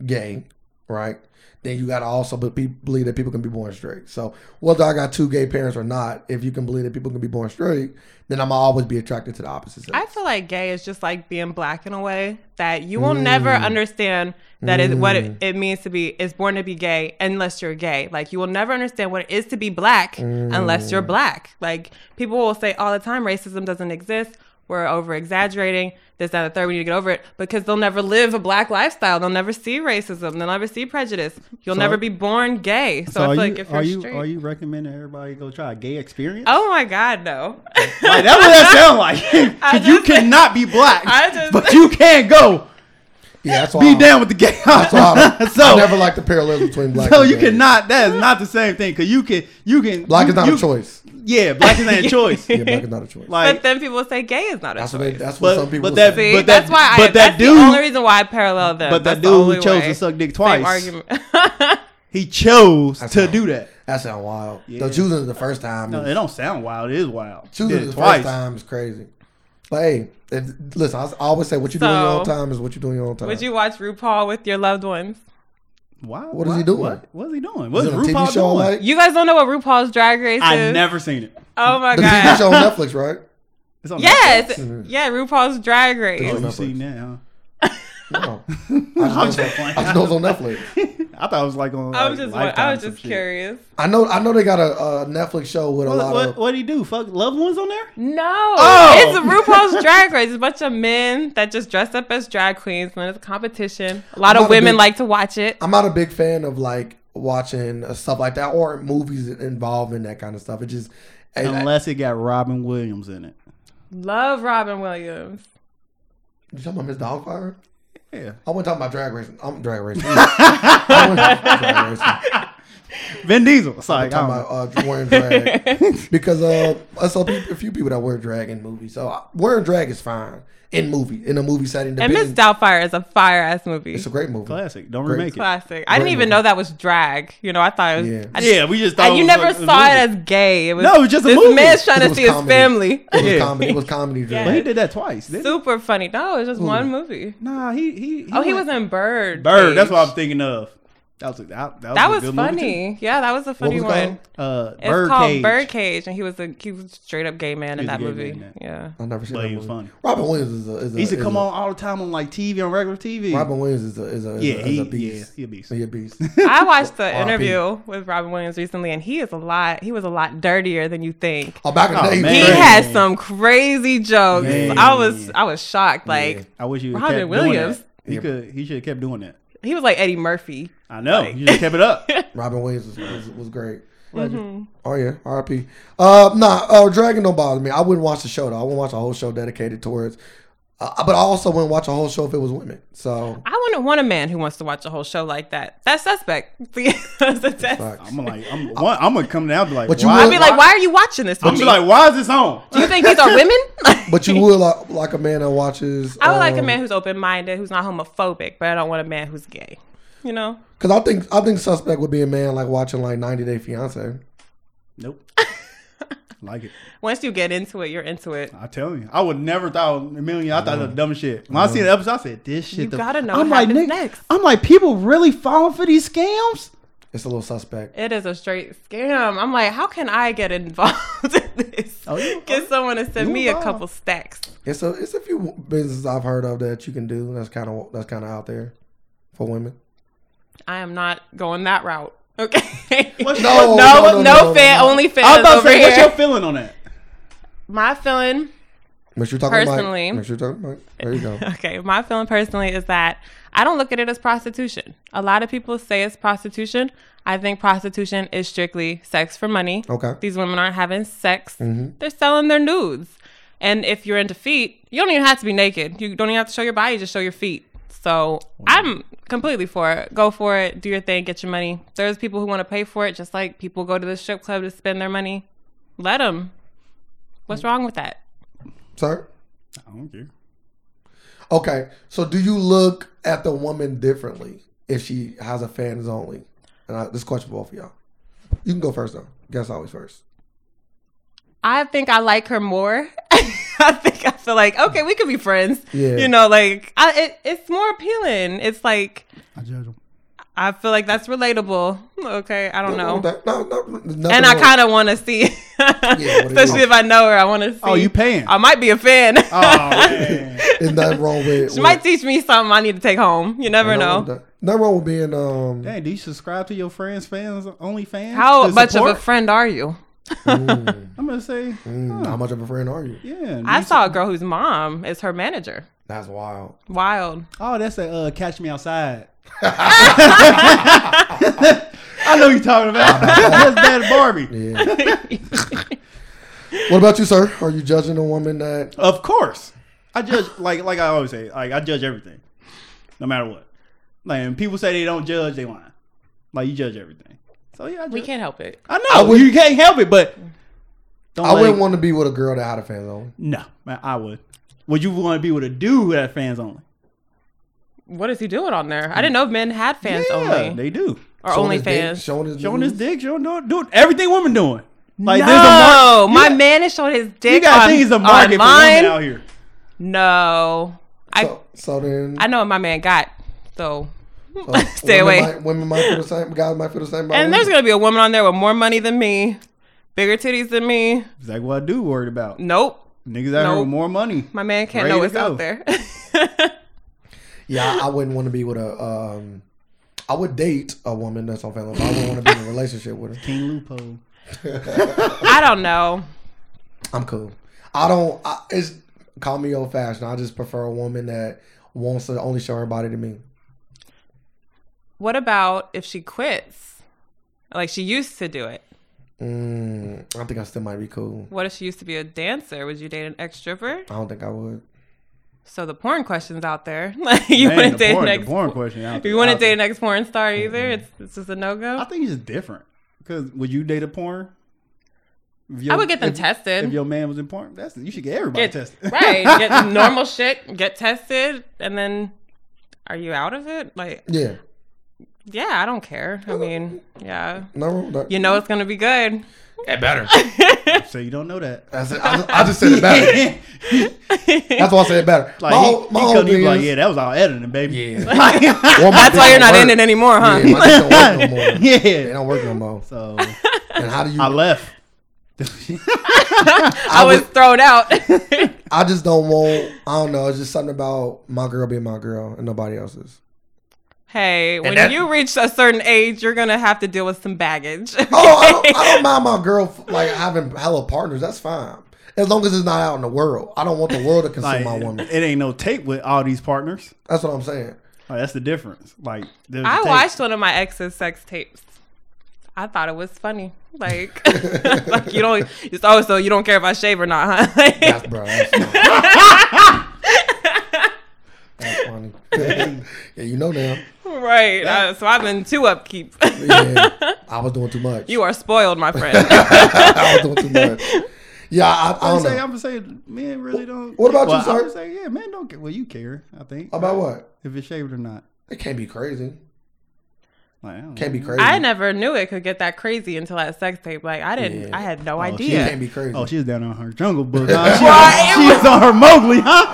B: gay, right? Then you gotta also be- be- believe that people can be born straight. So whether I got two gay parents or not, if you can believe that people can be born straight, then I'm always be attracted to the opposite sex.
C: I feel like gay is just like being black in a way that you will never
A: Mm.
C: understand that it, what it, it means to be is born to be gay unless you're gay. Like you will never understand what it is to be black unless
A: Mm.
C: you're black. Like people will say all the time, racism doesn't exist. We're over exaggerating this, that, and the third. We need to get over it because they'll never live a black lifestyle. They'll never see racism. They'll never see prejudice. You'll
A: So-
C: never be born gay. So,
A: So
C: I
A: are
C: feel
A: you,
C: like if you're
A: are you
C: straight,
A: are you recommending everybody go try a gay experience?
C: oh my god, no.
A: Like that's what that sound like. 'Cause
C: I
A: you
C: just-
A: cannot be black,
C: I just-
A: but you can go
B: yeah, that's why
A: be
B: I-
A: down with the gay.
B: That's why I,
A: so
B: I never like the parallels between black.
A: so
B: and
A: you
B: gay.
A: cannot. That is not the same thing. Cause you can you can
B: Black
A: you,
B: is not
A: you-
B: a choice.
A: Yeah, black is not a choice.
B: Yeah, black is not a choice.
C: but
A: Like,
C: then people say gay is not a
B: that's
C: choice.
B: what they, that's what
A: But-
B: some people
A: but that-
B: say.
C: See,
A: But
C: that's
A: that-
C: why I.
A: but that
C: that's
A: dude-
C: the only reason why I parallel them.
A: but that
C: That's the
A: dude who
C: only
A: chose
C: way.
A: to suck dick
C: Same
A: twice.
C: argument.
A: he chose
B: That's
A: to
B: wild.
A: do that.
B: That sound wild. Though choosing it the first time,
A: No, it don't sound wild. It is wild. He
B: choosing
A: did
B: it
A: it
B: the
A: twice.
B: first time is crazy. But hey, if, listen, I s- I always say what you do in your
C: So-
B: own time is what you do in your own time.
C: Would you watch RuPaul with your loved ones?
A: Why?
B: What is he doing?
A: What, what is he doing?
B: Is
A: What's
B: it a TV
A: RuPaul
B: show
A: doing?
B: like
C: You guys don't know what RuPaul's Drag Race is?
A: I never seen it.
C: Oh my
B: the TV show
C: god.
B: on Netflix, right?
A: It's on
C: Yes.
A: Mm-hmm.
B: Mhm.
C: Yeah, RuPaul's Drag Race.
A: Netflix.
B: on
A: Oh, you
B: Netflix.
A: seen that? Huh?
B: No, I just, know,
A: I'm
B: it's on-
A: just playing.
B: I just know it's on Netflix.
A: I thought it was like on.
C: I
A: like,
C: was just
A: Lifetime
C: I was
A: or some
C: just
A: shit.
C: curious.
B: I know, I know they got a, a Netflix show with a
A: What
B: lot
A: what
B: of.
A: what do he do? Fuck loved ones on there?
C: No,
A: Oh.
C: it's RuPaul's Drag Race. It's a bunch of men that just dress up as drag queens when it's a competition. A lot
B: I'm not
C: of
B: a
C: women
B: big-
C: like to watch it.
B: I'm not a big fan of like watching uh, stuff like that or movies involved in that kind of stuff. It just I- I-
A: Unless it got Robin Williams in it.
C: Love Robin Williams.
B: You talking about Miss Dogfire?
A: Yeah.
B: I wasn't talking about drag racing. I'm drag racing. I wasn't drag racing.
A: Vin Diesel. It's
B: I'm
A: like, I don't know.
B: talking about uh, wearing drag because uh, I saw pe- a few people that wear drag in movies. So uh, wearing drag is fine in movie in a movie setting.
C: And Miss
B: depending-
C: Doubtfire is a fire ass movie.
B: It's a great movie.
A: classic. Don't
B: Great.
A: remake it.
C: Classic. I didn't even know that was drag. You know, I thought it was.
B: Yeah.
C: I,
A: Yeah, we just
C: I-
A: thought it
C: you
A: was
C: never
A: like-
C: saw it
A: movie.
C: as gay. It was
A: No, it was just a
C: this
A: movie.
C: man's trying
B: It
C: to
B: was
C: see his
B: comedy.
C: family.
B: It was
A: Yeah.
B: comedy. It was comedy drag.
A: But he did that twice. Didn't he?
C: Super funny. No, it was just one movie.
A: Nah, he he.
C: Oh, he
A: went-
C: was in Bird.
A: Mm. Bird. That's
C: Cage.
A: what I'm thinking of. That was a, that, that was,
C: That
A: a
C: was
A: good movie,
C: funny. Yeah, that was a funny
B: was it
C: one.
B: called?
A: too. Uh,
C: It's
A: Bird
C: called
A: Cage.
C: Birdcage, and he was a he was a straight up gay man in
A: He was a
C: that
A: gay
C: movie.
A: man in that.
C: Yeah.
B: I've never seen
A: But
B: that
A: he was
B: movie.
A: funny.
B: Robin Williams is a. Is a
A: He used to
B: is
A: come
B: a,
A: on all the time on like TV on regular TV.
B: Robin Williams is a is a is
A: yeah,
B: a, is
A: he,
B: a beast.
A: yeah, he a beast.
B: He a beast.
C: I watched the
B: R.I.P.
C: interview with Robin Williams recently, and he is a lot. He was a lot dirtier than you think.
B: oh, back in
A: Oh,
B: the day,
A: man.
C: He
B: was great.
C: had some crazy jokes.
A: Man.
C: I was I was shocked. Like
A: I wish you
C: Robin
A: kept
C: Williams.
A: Doing that. He could. He should have kept doing that.
C: he was like Eddie Murphy.
A: I know. You just kept it up.
B: Robin Williams was, was, was great.
A: Legend.
C: Mm-hmm.
B: Oh yeah, R.I.P. Uh, nah, uh, Dragon don't bother me. I wouldn't watch the show though. I wouldn't watch a whole show dedicated towards. Uh, but I also wouldn't watch a whole show if it was women. So
C: I wouldn't want a man who wants to watch a whole show like that. That's suspect. That's a test.
B: facts.
A: I'm like, I'm, one, I'm gonna come down and be like,
B: But you
A: why?
C: I'd be like, why are you watching this?
A: I'm
C: homie?
A: be like, why is this on?
C: do you think these are women?
B: But you would like, like a man that watches.
C: I would like a
B: um,
C: man who's open minded, who's not homophobic, but I don't want a man who's gay. You know?
B: Cause I think I think suspect would be a man like watching like 90 Day Fiance.
A: Nope. like it.
C: Once you get into it, you're into it.
A: I tell you, I would never thought a million. I thought it was dumb shit. When I seen the episode, I said, "This shit."
C: You
A: the-
C: gotta know
A: I'm
C: what
A: like,
C: happens
A: nigga-
C: next.
A: I'm like, people really falling for these scams.
B: It's a little suspect.
C: It is a straight scam. I'm like, how can I get involved in this?
A: Oh, you-
C: get someone to send
A: you
C: me a
A: involved.
C: couple stacks.
B: It's a it's a few businesses I've heard of that you can do. That's kind of that's kind of out there for women.
C: I am not going that route. Okay.
A: What's-
B: No, no,
C: no,
B: no,
C: no,
B: no,
C: fan,
B: no.
C: only fan.
A: I was about to
C: over
A: say,
C: here.
A: what's your feeling on that?
C: my feeling
B: Make sure you talk about
C: Personally.
B: Mike. Make sure you talk about Mike. There you go.
C: Okay, my feeling personally is that I don't look at it as prostitution. A lot of people say it's prostitution. I think prostitution is strictly sex for money.
B: Okay.
C: These women aren't having sex, they're selling their nudes. And if you're into feet, you don't even have to be naked. You don't even have to show your body, just show your feet. So I'm completely for it. Go for it, do your thing, get your money. There's people who want to pay for it, just like people go to the strip club to spend their money. Let them. What's wrong with that?
B: Sorry.
A: I don't care.
B: Okay. So do you look at the woman differently if she has a fans only? And I, this question for both of y'all. You can go first though. Guess always first.
C: I think I like her more. I think I feel like okay, we could be friends.
B: Yeah.
C: You know, like I, it, it's more appealing. It's like
A: I judge them.
C: I feel like that's relatable. Okay, I don't know.
B: No, no, no, nothing
C: And I
B: wrong.
C: kind of want to see,
B: it is.
C: especially if I know her. I want to see.
A: Oh, you paying?
C: I might be a fan.
A: Oh, man.
B: There's nothing wrong with.
C: she might teach me something I need to take home. You never know.
B: Nothing wrong with being um.
A: Dang, do you subscribe to your friends' fans, only fans?
C: How
A: to
C: much
A: support?
C: of a friend are you?
A: I'm gonna say,
B: mm, How much of a friend are you?
A: yeah.
C: I
A: you-
C: saw a girl whose mom is her manager.
B: That's wild.
C: Wild.
A: Oh, that's a uh, catch me outside. I know you're talking about. that's bad Barbie.
B: Yeah. what about you, sir? Are you judging a woman that?
A: Of course, I judge like like I always say. Like I judge everything, no matter what. Like and people say they don't judge, they lying. Like you judge everything. So yeah, I, judge.
C: We can't help it.
A: I know
B: I would-
A: you can't help it, but don't
B: I wouldn't
A: want.
B: want to be with a girl that had a fans only.
A: No, man, I would. Would you want to be with a dude who had fans only?
C: What is he doing on there? I didn't know men had fans
A: yeah,
C: only. Mm-hmm.
A: they do.
C: or
B: Showing his dick,
C: OnlyFans.
B: Showing his.
A: Showing his
B: boobs.
A: dick, showing doing, doing everything women doing. Like
C: no,
A: there's a market.
C: my man is showing his dick.
A: You gotta
C: on,
A: think it's a market for
C: online.
A: women out here.
C: No, I
B: So, so then.
C: I know what my man got. So
B: so
C: Stay
B: women
C: away.
B: Might, women might feel the same. Guys might feel the same. About
C: and there's
B: women.
C: gonna be a woman on there with more money than me, bigger titties than me.
A: It's like what I do worried about.
C: Nope,
A: Niggas out here
C: Nope.
A: with more money.
C: my man can't
A: Ready
C: know
A: to
C: what's
A: go.
C: out there.
B: Yeah, I wouldn't want to be with a. Um, I would date a woman that's on family. But I wouldn't want to be in a relationship with her.
A: King Lupo.
C: I don't know.
B: I'm cool. I don't. I, it's call me old fashioned. I just prefer a woman that wants to only show her body to me.
C: What about if she quits? Like she used to do it.
B: Mm, I think I still might be cool.
C: What if she used to be a dancer? Would you date an ex stripper?
B: I don't think I would.
C: So the porn questions out there. Like you
A: Man,
C: wouldn't
A: the
C: date
A: porn,
C: an
A: the
C: ex.
A: porn question. Out
C: You
A: there.
C: wouldn't
A: Out there.
C: date an ex porn star either. It's it's just a no go.
A: I think it's just different. Cause would you date a porn? If your-
C: I would get them
A: if-
C: tested.
A: If your man was in porn, that's you should get everybody
C: get
A: tested.
C: right. Get normal shit. Get tested, and then are you out of it? Like,
B: Yeah,
C: yeah, I don't care. I mean, yeah,
B: no, wrong with that.
C: you know it's gonna be good.
B: better.
A: so you don't know that.
B: I, said, I, just, I just said it better. That's why I said it better.
A: like
B: my
A: he,
B: whole, my
A: he
B: whole
A: couldn't
B: thing
A: even be
B: is,
A: like, yeah, that was all editing, baby.
B: Yeah.
A: Yeah.
B: well, my
C: That's
B: dick
C: why you're
B: don't
C: not
B: work.
C: in it anymore, huh?
B: Yeah, my dick don't work no more. It
A: yeah.
B: don't work no more.
A: So
B: And how do you?
A: I left.
C: I was thrown out.
B: I just don't want. I don't know. It's just something about my girl being my girl and nobody else's.
C: hey, when
B: that-
C: you reach a certain age, you're gonna have to deal with some baggage.
B: Oh, I don't, I don't mind my girl like having hella partners. That's fine as long as it's not out in the world. I don't want the world to consume
A: Like,
B: my woman.
A: it ain't no tape with all these partners.
B: That's what I'm saying.
A: Like, that's the difference. Like there's a
C: I
A: tape.
C: watched one of my ex's sex tapes. I thought it was funny. Like, like you don't. It's always so you don't care if I shave or not, huh?
B: That's bro. That's funny. That's funny. yeah, you know now.
C: right. Uh, so I've been too upkeep.
B: Yeah, I was doing too much.
C: You are spoiled, my friend.
B: I was doing too much. Yeah, I, I
A: I'm
B: don't
A: saying,
B: know.
A: I'm saying, men really don't.
B: What about you,
A: well,
B: sir?
A: I'm saying, yeah, men don't care. Well, you care, I think.
B: About what?
A: If it's shaved or not.
B: It can't be crazy.
A: Like, I don't
B: Can't
A: know.
B: be crazy.
C: I never knew it could get that crazy until that sex tape. Like I didn't.
B: Yeah.
C: I had no
A: she
B: It
C: idea.
B: Oh, can't be crazy.
A: Oh, she's down on her jungle book. huh? She was- she was on her Mowgli, huh?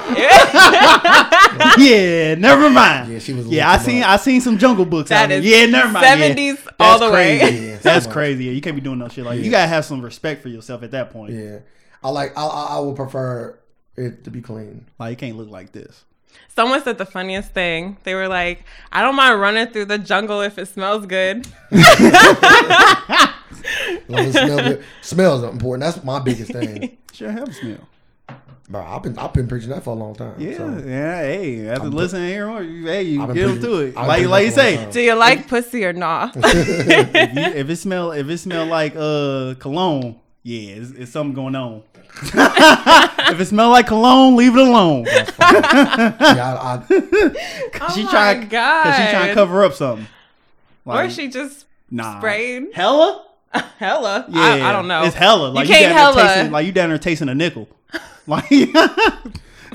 A: yeah, never mind.
B: Yeah, she was a
A: Yeah,
B: little
A: I
B: too
A: seen
B: much.
A: I seen some jungle books.
C: That
A: out there.
C: is
A: yeah, never mind. yeah.
C: 70s all the way.
A: crazy.
B: Yeah, so
A: That's
B: much.
A: crazy. Yeah, you can't be doing no shit like you gotta have some respect for yourself at that point.
B: Yeah, I like. I, I I would prefer it to be clean.
A: Like you can't look like this.
C: Someone said the funniest thing. They were like, "I don't mind running through the jungle if it smells good."
B: As long as it smells good. Smells are important. That's my biggest thing.
A: Should have a smell.
B: Bro, I've been I've been preaching that for a long time.
A: Yeah,
B: so.
A: yeah. Hey, after
B: I'm-
A: listening to everyone, you- hey, you
B: I've been
A: get them
B: pretty-
A: to it.
B: I've
A: Like,
B: been uh,
A: like you
B: pretty
A: say,
B: much.
C: Do you like pussy or not?
A: if, you, if it smell, if it smell like uh cologne, yeah, it's, it's something going on. if it smell like cologne, leave it alone.
B: Yeah, I, I,
C: oh
A: she
C: my
A: trying,
C: God.
A: cause she trying to cover up something.
C: or she just
A: nah.
C: sprayed
A: hella.
C: hella.
A: Yeah,
C: I, I don't know.
A: It's hella. Like you,
C: can't
A: down there
C: hella.
A: tasting, like you down there tasting a nickel. Like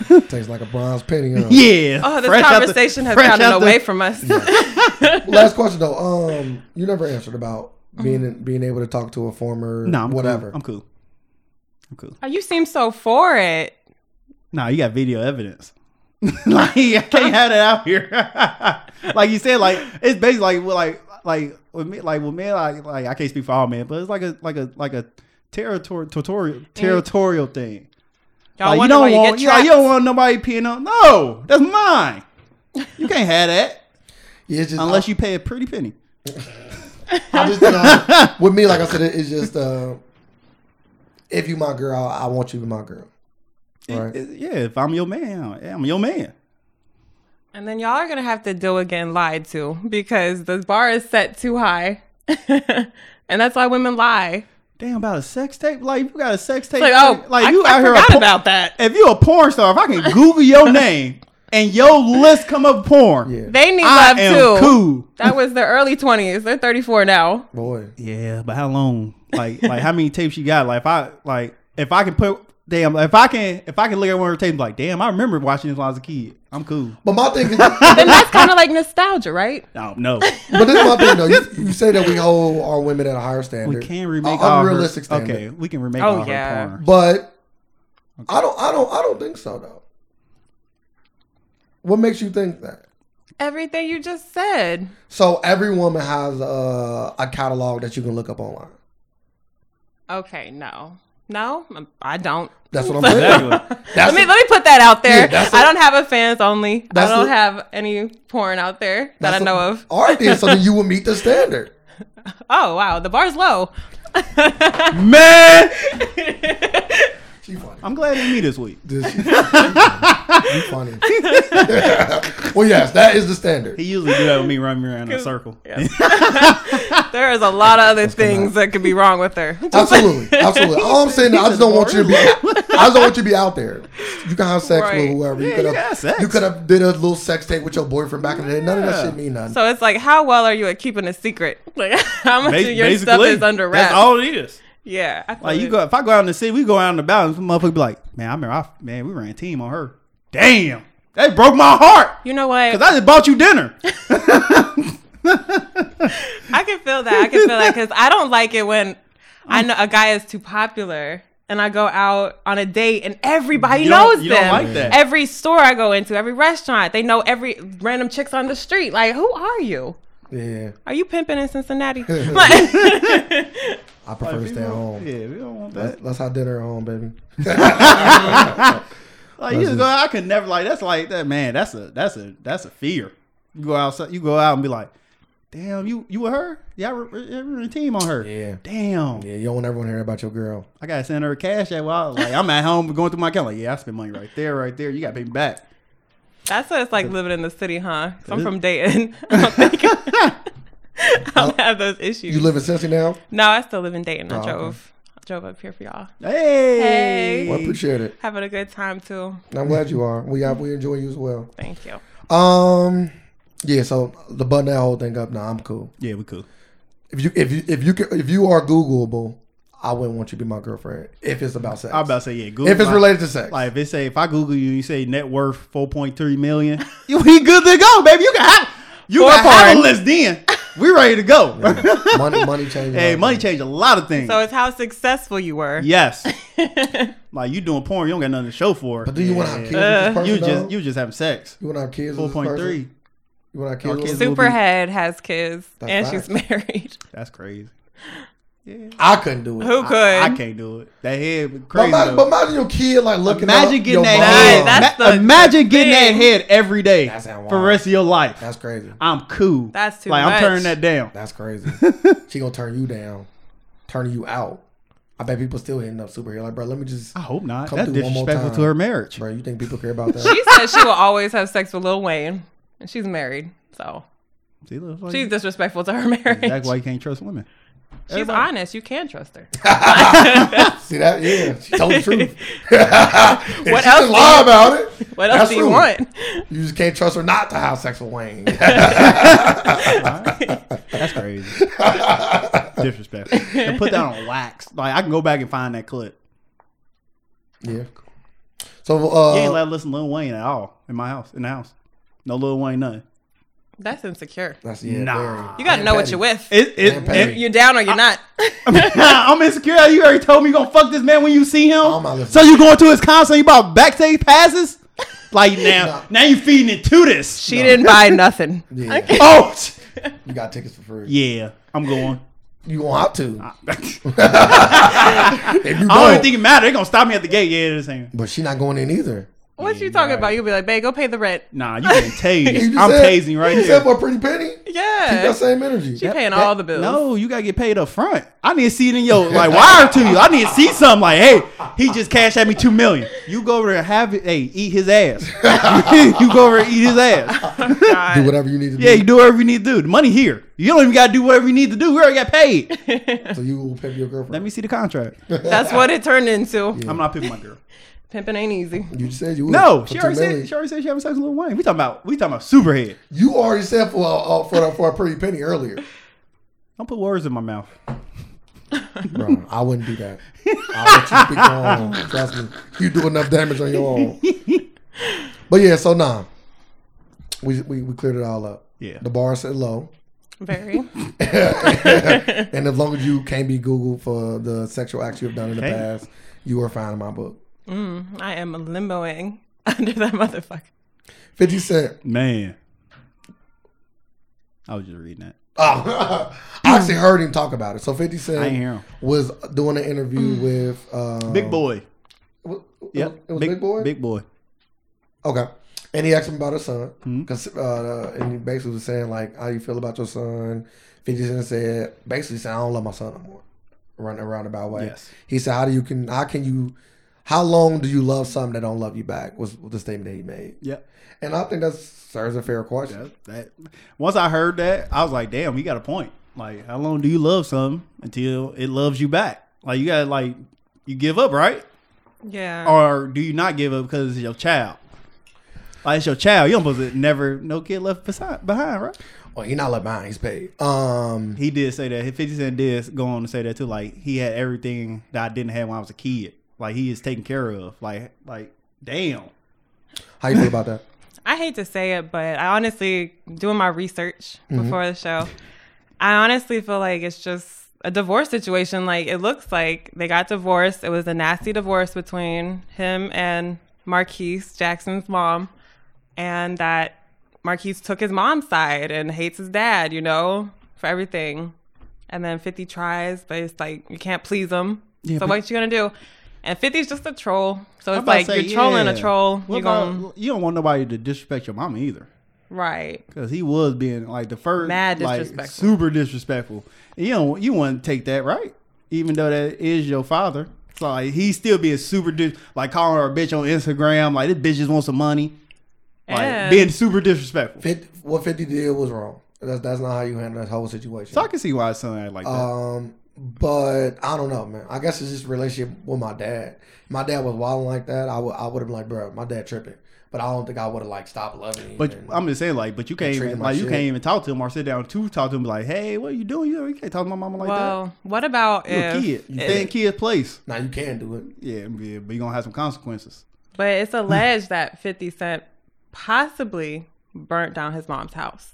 B: tastes like a bronze penny. Huh?
A: yeah.
C: Oh, this
A: fresh out the-
C: conversation has
A: fresh
C: gotten
A: out the-
C: away from us.
B: Last question though. Um, you never answered about being being able to talk to a former
A: No, Mm-hmm. I'm cool.
B: whatever.
A: I'm cool. I'm cool.
C: Oh, you seem so for it.
A: Nah, you got video evidence. like I can't have that out here. like you said, like it's basically like well, like like with me, like with men, like like I can't speak for all men, but it's like a like a like a territorial territorial territorial thing.
C: Y'all
A: like, you
C: Mm. wonder
A: don't
C: why you
A: want
C: get
A: you, like, you
C: trapped.
A: don't want nobody peeing on. No, that's mine. You can't have that
B: Yeah, it's just,
A: unless you pay a pretty penny.
B: I just think I, with me, like I said, it- it's just uh, if you my girl, I, I want you to be my girl.
A: It-
B: Right.
A: it- yeah, if I'm your man, yeah, I'm your man.
C: And then y'all are gonna have to do again lied to because the bar is set too high, and that's why women lie.
A: Damn, about a sex tape? Like you got a sex tape?
C: It's like, oh,
A: like
C: I,
A: you
C: I
A: out here a
C: forgot
A: por-
C: about that.
A: if you a porn star, if I can Google your name and your list come up porn,
B: Yeah,
C: They need
A: I
C: love
A: am
C: too.
A: cool.
C: That was the early twenties. They're thirty four now.
B: boy.
A: Yeah, but how long? Like, like how many tapes you got? Like, if I like, if I can put, damn, if I can, if I can look at one of her tapes, like, damn, I remember watching this when I was a kid. I'm cool.
B: But my thing is,
C: Then that's kind of like nostalgia, right?
A: No, no,
B: but this is my thing though. You, you say that we hold our women at a higher standard.
A: we can remake
B: a
A: all
B: unrealistic
A: her,
B: standard.
A: Okay, we can remake
C: Oh,
A: all
C: yeah.
A: her porn.
B: But I don't, I don't, I don't think so though. What makes you think that?
C: Everything you just said.
B: So every woman has a, a catalog that you can look up online.
C: Okay, no, no, I don't.
B: That's what I'm saying.
A: Exactly.
B: That's
C: let me
B: a-
C: let me put that out
B: Yeah,
C: there.
B: that's
C: I
B: a-
C: don't have a fans only. I
B: That's
C: don't
B: a-
C: have any porn out there that I
B: that's
C: know
B: a-
C: of.
B: All right, then, so then you will meet the standard.
C: Oh wow, the bar's low.
A: Man,
B: She funny.
A: I'm glad it's me this week.
B: This, she, funny. You funny. well, yes, that is the standard.
A: He usually do that with me running around in a circle.
C: There is a lot of other
B: come
C: things
B: out.
C: that could be wrong with her.
B: Absolutely, absolutely. All I'm saying, is I just don't want you to be. I just don't want you to be out there. You can have sex
C: Right.
B: with whoever. You
A: Yeah, you
B: could
A: can have
B: have.
A: sex.
B: You could have did a little sex tape with your boyfriend back in the day. None of that
A: Yeah.
B: shit mean nothing.
C: So it's like, how well are you at keeping a secret? Like, how much
A: Ba-
C: of your stuff
A: basically,
C: is under
A: That's
C: wraps?
A: all it is.
C: yeah, I feel
A: Like you
C: it.
A: go, if I go out in the city, we go out in the balance. Motherfucker be like, man, I remember, I, man, we ran team on her. Damn, that broke my heart
C: You know what?
A: because I just bought you dinner.
C: I can feel that. I can feel that because I don't like it when I know a guy is too popular and I go out on a date and everybody
A: You don't-
C: knows
A: you don't
C: them.
A: like that.
C: Every store I go into, every restaurant, they know every random chicks on the street. Like, who are you?
B: yeah,
C: Are you pimping in Cincinnati? Like-
B: I prefer to stay at home.
A: Yeah, we don't want that.
B: Let- Let's have dinner at home, baby.
A: Like you just go, out, I could never like. That's like that, man. That's a that's a that's a fear. You go outside, you go out and be like, damn, you you with her? Yeah, I re- re- ran team on her.
B: Yeah.
A: Damn,
B: Yeah, you don't want everyone hearing about your girl.
A: I gotta send her a cash app. While like I'm at home going through my account, like yeah, I spent money right there, right there. You gotta pay me back.
C: That's what it's like living in the city, huh? 'Cause I'm from Dayton. I don't think I don't have those issues.
B: You live in Cincy now?
C: no, I still live in Dayton. I
B: Oh, okay.
C: drove. I drove up here for y'all.
A: Hey,
C: Hey.
B: Well, I appreciate it.
C: Having a good time too.
B: I'm glad you are. We have, we enjoy you as well.
C: Thank you.
B: Um, yeah. So the button that whole thing up. Nah, I'm cool.
A: yeah, we cool.
B: If you if you if you can, if you are Googleable, I wouldn't want you to be my girlfriend if it's about sex.
A: I'm about to say yeah. Google,
B: if it's
A: like-
B: related to sex.
A: Like if it say if I Google you, you say net worth four point three million, you we good to go, baby. You can have you
C: Four
A: can have a
C: porn.
A: list then. We ready to go.
B: money, money changes.
A: hey, money changed a lot of things.
C: So it's how successful you were.
A: yes, like you doing porn, you don't got nothing to show for. it.
B: But do you want to have kids
C: Uh,
B: with
A: You
B: this person?
A: just
B: you,
A: you just having sex.
B: want to have kids
A: Four
B: with this
A: point
B: person?
A: three.
B: You want to
A: Our
B: have
A: kids
B: kids? With this?
A: will-
C: Superhead has kids
B: That's
C: and
B: facts.
C: she's married.
A: That's crazy.
B: I couldn't do it.
C: Who could?
A: I, I can't do it. That head would be
B: But
A: crazy.
B: imagine, but
A: though.
B: imagine your kid like looking. at
A: Imagine
B: your
A: getting that
B: mom.
A: head.
C: Right, that's
A: Ma-
C: the-
A: imagine getting
C: the
A: that
C: thing.
A: head every day
B: That's how
A: for the
B: wild.
A: rest of your life.
B: That's crazy.
A: I'm cool.
C: That's too
A: like I'm
C: much.
A: turning that down.
B: That's crazy. she gonna turn you down, turn you out. I bet people still hitting up superhero. Like, bro, let me just.
A: I
B: Bro,
A: hope not.
B: Come
A: That's
B: through one more
A: disrespectful to
B: time.
A: her marriage.
B: you think people care about that?
C: She said she will always have sex with Lil Wayne, and she's married, so
A: See, look, like,
C: she's disrespectful to her marriage.
A: that's why you can't trust women.
C: She's honest. You can trust her.
B: See that? Yeah, she told the truth.
C: What
B: what she
C: else
B: else?
C: do
B: Lie
C: you-
B: about it.
C: What else
B: That's
C: do you
B: rude.
C: want?
B: You just can't trust her not to have sex with Wayne.
A: That's crazy. disrespectful. And put that on wax. Like I can go back and find that clip.
B: yeah. So
A: You ain't
B: uh,
A: allowed to listen to Lil Wayne at all in my house. In the house, no Lil Wayne, nothing.
C: That's insecure.
B: that's yeah.
A: Nah.
B: very-
C: You got to
B: Man,
C: know what
B: Patty.
C: you're with.
A: It,
B: Man,
A: it,
B: Patty.
A: it-
C: you're down or you're not.
A: I'm insecure. You already told me you gonna fuck this man when you see him.
B: Oh, my
A: so you going to his concert? You bought backstage passes? Like now,
B: No.
A: now you feeding into this?
C: She didn't buy nothing.
B: Yeah.
A: Oh t-
B: You got tickets for free.
A: yeah, I'm going.
B: You gonna have to.
A: I
B: if you
A: don't even
B: don't.
A: think it matters. They gonna stop me at the gate. Yeah, they're saying,
B: but she not going in either.
C: What you talking about? You'll be like, babe, go pay the rent.
A: Nah, you getting
B: You
A: tased.
B: just
A: I'm
B: said-
A: tasing right
B: you
A: here.
B: said for a pretty penny. Keep
C: Yeah.
B: that same energy.
C: She paying
A: That-
C: all the bills.
A: No, you gotta get paid up front. I need to see it in your like wire to you. I need to see something like, hey, he just cashed at me two million. You go over there and have it. Hey, eat his ass. you go over and eat his ass.
C: God.
B: Do whatever you need to
A: Yeah, you
B: do.
A: do whatever you need to do. The money here. You don't even gotta do whatever you need to do. We already got paid.
B: So you will pimp your girlfriend.
A: Let me see the contract.
C: That's what it turned into.
A: I'm not picking my girl.
C: Pimping ain't easy.
B: you just said you would.
A: No,
B: For
A: she
B: two
A: already
B: million.
A: said she already said she having sex with Lil Wayne. We talking about we talking about superhead.
B: You already said for uh, for for a pretty penny earlier.
A: Don't put words in my mouth.
B: Bro, I wouldn't do that. I let you speak your own. Trust me. You do enough damage on your own. But yeah, so nah. We, we, we cleared it all up.
A: Yeah.
B: The bar set low.
C: Very.
B: And as long as you can't be Googled for the sexual acts you have done in the
A: Okay.
B: past, you are fine in my book.
C: I am limboing under that motherfucker.
B: 50 Cent.
A: Man. I was just reading that.
B: Oh, I actually heard him talk about it. So 50
A: I ain't
B: Cent
A: hear him. Mm.
B: was doing an interview with. Um,
A: Big boy.
B: wa-
A: Yep.
B: It was Big, Boy?
A: Big boy.
B: Okay. And he asked him about his son, 'Cause, uh, and he basically was saying like, "How you feel about your son?" Fifty Cent said, basically said, "I don't love my son no more." Running around about way.
A: Yes.
B: He said, "How do you can? How can you? How long do you love something that don't love you back?" Was the statement that he made.
A: Yep.
B: And I think that serves a fair question.
A: That, that once I heard that, I was like, damn, he got a point. Like, how long do you love something until it loves you back? Like, you gotta like, you give up, right?
C: Yeah.
A: Or do you not give up because it's your child? Like, it's your child. You almost never no kid left beside, behind, right?
B: Well, Oh, he not left behind. He's paid. Um,
A: He did say that. Fifty Cent did go on to say that too. Like, he had everything that I didn't have when I was a kid. Like, he is taken care of. Like, like, damn.
B: how you feel about that?
C: I hate to say it, but I honestly, doing my research
A: Mm-hmm.
C: before the show, I honestly feel like it's just a divorce situation. Like it looks like they got divorced. It was a nasty divorce between him and Marquise Jackson's mom, and that Marquise took his mom's side and hates his dad, you know, for everything. And then 50 tries, but it's like you can't please him. so
A: but-
C: what you gonna do? And 50's just a troll. So
A: I'm about
C: it's
A: to
C: like
A: say,
C: you're trolling
A: yeah.
C: a troll.
A: What
C: You're
A: about-
C: going
A: you don't want nobody to disrespect your mama either.
C: right.
A: Cause he was being like the first,
C: Mad
A: like
C: disrespectful.
A: super disrespectful. And you don't, you want to take that right, even though that is your father. So like he's still being super dis, like calling her a bitch on Instagram, like this bitch just wants some money, like
C: And-
A: being super disrespectful.
B: 50, what Fifty did was wrong. That's that's not how you handle that whole situation.
A: So I can see why his son act like that.
B: Um, but I don't know, man. I guess it's just relationship with my dad. My dad was wilding like that. I would I would have been like, bro, my dad tripping. But I don't think I would have like stopped loving him.
A: but
B: and-
A: I'm just saying, like, but you can't
B: treat
A: even
B: him like
A: like you
B: shit.
A: can't even talk to him or sit down to talk to him. Be like, hey, what are you doing? You, you can't talk to my mama like
C: well, what about
A: that.
C: if?
A: You a kid. You
C: if-
A: stay in kid's place.
B: now you can do it.
A: Yeah, yeah, but you're gonna have some consequences.
C: but
A: Hmm.
C: it's alleged that 50 Cent possibly burnt down his mom's house.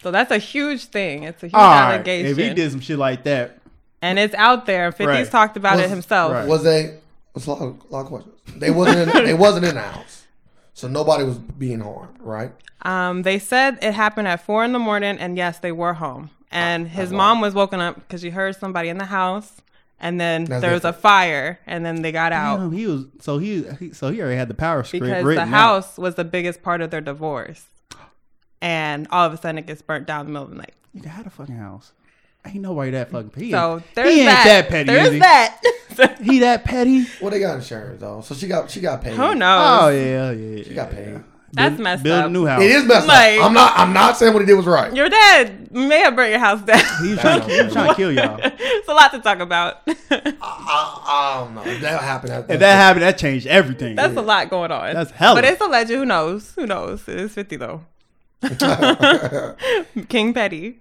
C: So that's a huge thing. It's a huge
A: All right,
C: allegation.
A: if he did some shit like that,
C: and it's out there. 50's
A: Right.
C: talked about it
B: Was-
C: himself.
A: right.
B: Was they? It's a lot, of, lot of questions. They wasn't. In, they wasn't in the house, so nobody was being harmed, right?
C: Um, they said it happened at four in the morning, and yes, they were home.
A: Ah,
C: And his mom was woken up because she heard somebody in the house, and then
B: That's
C: there was a
B: different.
C: fire, and then they got out
A: Damn, he was so he, he so he already had the power script
C: because
A: written
C: the
A: out.
C: house was the biggest part of their divorce. And all of a sudden, it gets burnt down in the middle of the night.
A: You had a fucking house. Ain't nobody that fucking petty.
C: So
A: he
C: there's
A: ain't that, petty.
C: There's
A: is he?
C: that.
A: He that petty?
B: Well, they got insurance though, so she got she got paid.
C: Who knows?
A: Oh yeah, yeah.
B: She got paid.
C: That's messed
A: Build a
C: up.
A: new house.
B: It is messed
C: Like-
B: up. I'm not. I'm not saying what he did was right.
C: Your dad may have burnt your house down.
A: He was trying, to, he was trying to kill y'all.
C: it's a lot to talk about.
B: I, I don't know. If that happened. That,
A: If that happened, that changed everything.
C: That's a lot going on.
A: That's hella.
C: But it's a legend. Who knows? Who knows? It is 50, though. King Petty.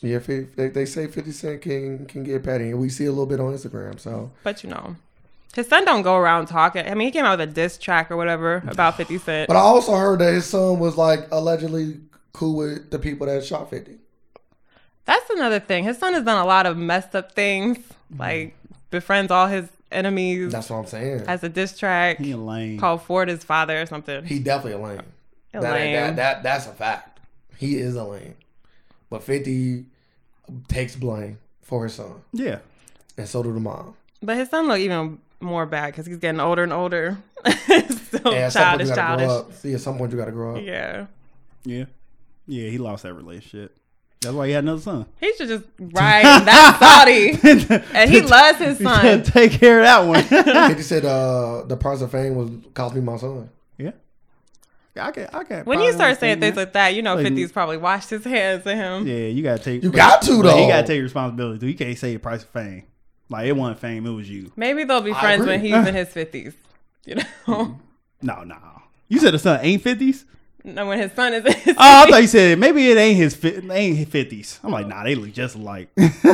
B: Yeah, if it- they, they say 50 Cent can can get petty, and we see a little bit on Instagram. So
C: But you know. His son don't go around talking. I mean, he came out with a diss track or whatever about 50 Cent.
B: But I also heard that his son was like allegedly cool with the people that shot 50.
C: That's another thing. His son has done a lot of messed up things,
B: Mm-hmm.
C: like befriends all his enemies,
B: That's what I'm saying.
C: has a diss track,
A: He lame.
C: called Ford his father or something.
B: He definitely a lame.
C: A
B: That, that,
C: lame.
B: that that's a fact. He is a lame. But 50 takes blame for his son,
A: Yeah.
B: and so do the mom.
C: But his son look even more bad because he's getting older and older. so
B: And at some point
C: Oh, childish,
B: you gotta grow
C: childish.
B: up. See, at some point you gotta grow up.
C: Yeah.
A: Yeah. Yeah, he lost that relationship. That's why he had another son.
C: He should just ride that Saudi. And he loves his
A: He
C: son.
A: said, Take care of that one.
B: 50 said uh, the price of fame was cost me my son.
A: yeah. I can I can
C: When
A: probably
C: you start saying
A: understand
C: things
A: that.
C: like that, you know
A: Like,
C: 50's probably washed his hands at him.
A: Yeah, you gotta take
B: You got to,
A: but
B: though.
A: He gotta take responsibility too. You can't say the price of fame. Like it wasn't fame, it was you.
C: Maybe they'll be
B: I
C: friends when
B: agree. Mm-hmm.
C: he's in his 50s. You know?
A: No, no. You said the son ain't fifties?
C: no, when his son is in his
A: Oh, I thought you said maybe it ain't his fi- ain't his fifties. I'm like, nah, they look just alike.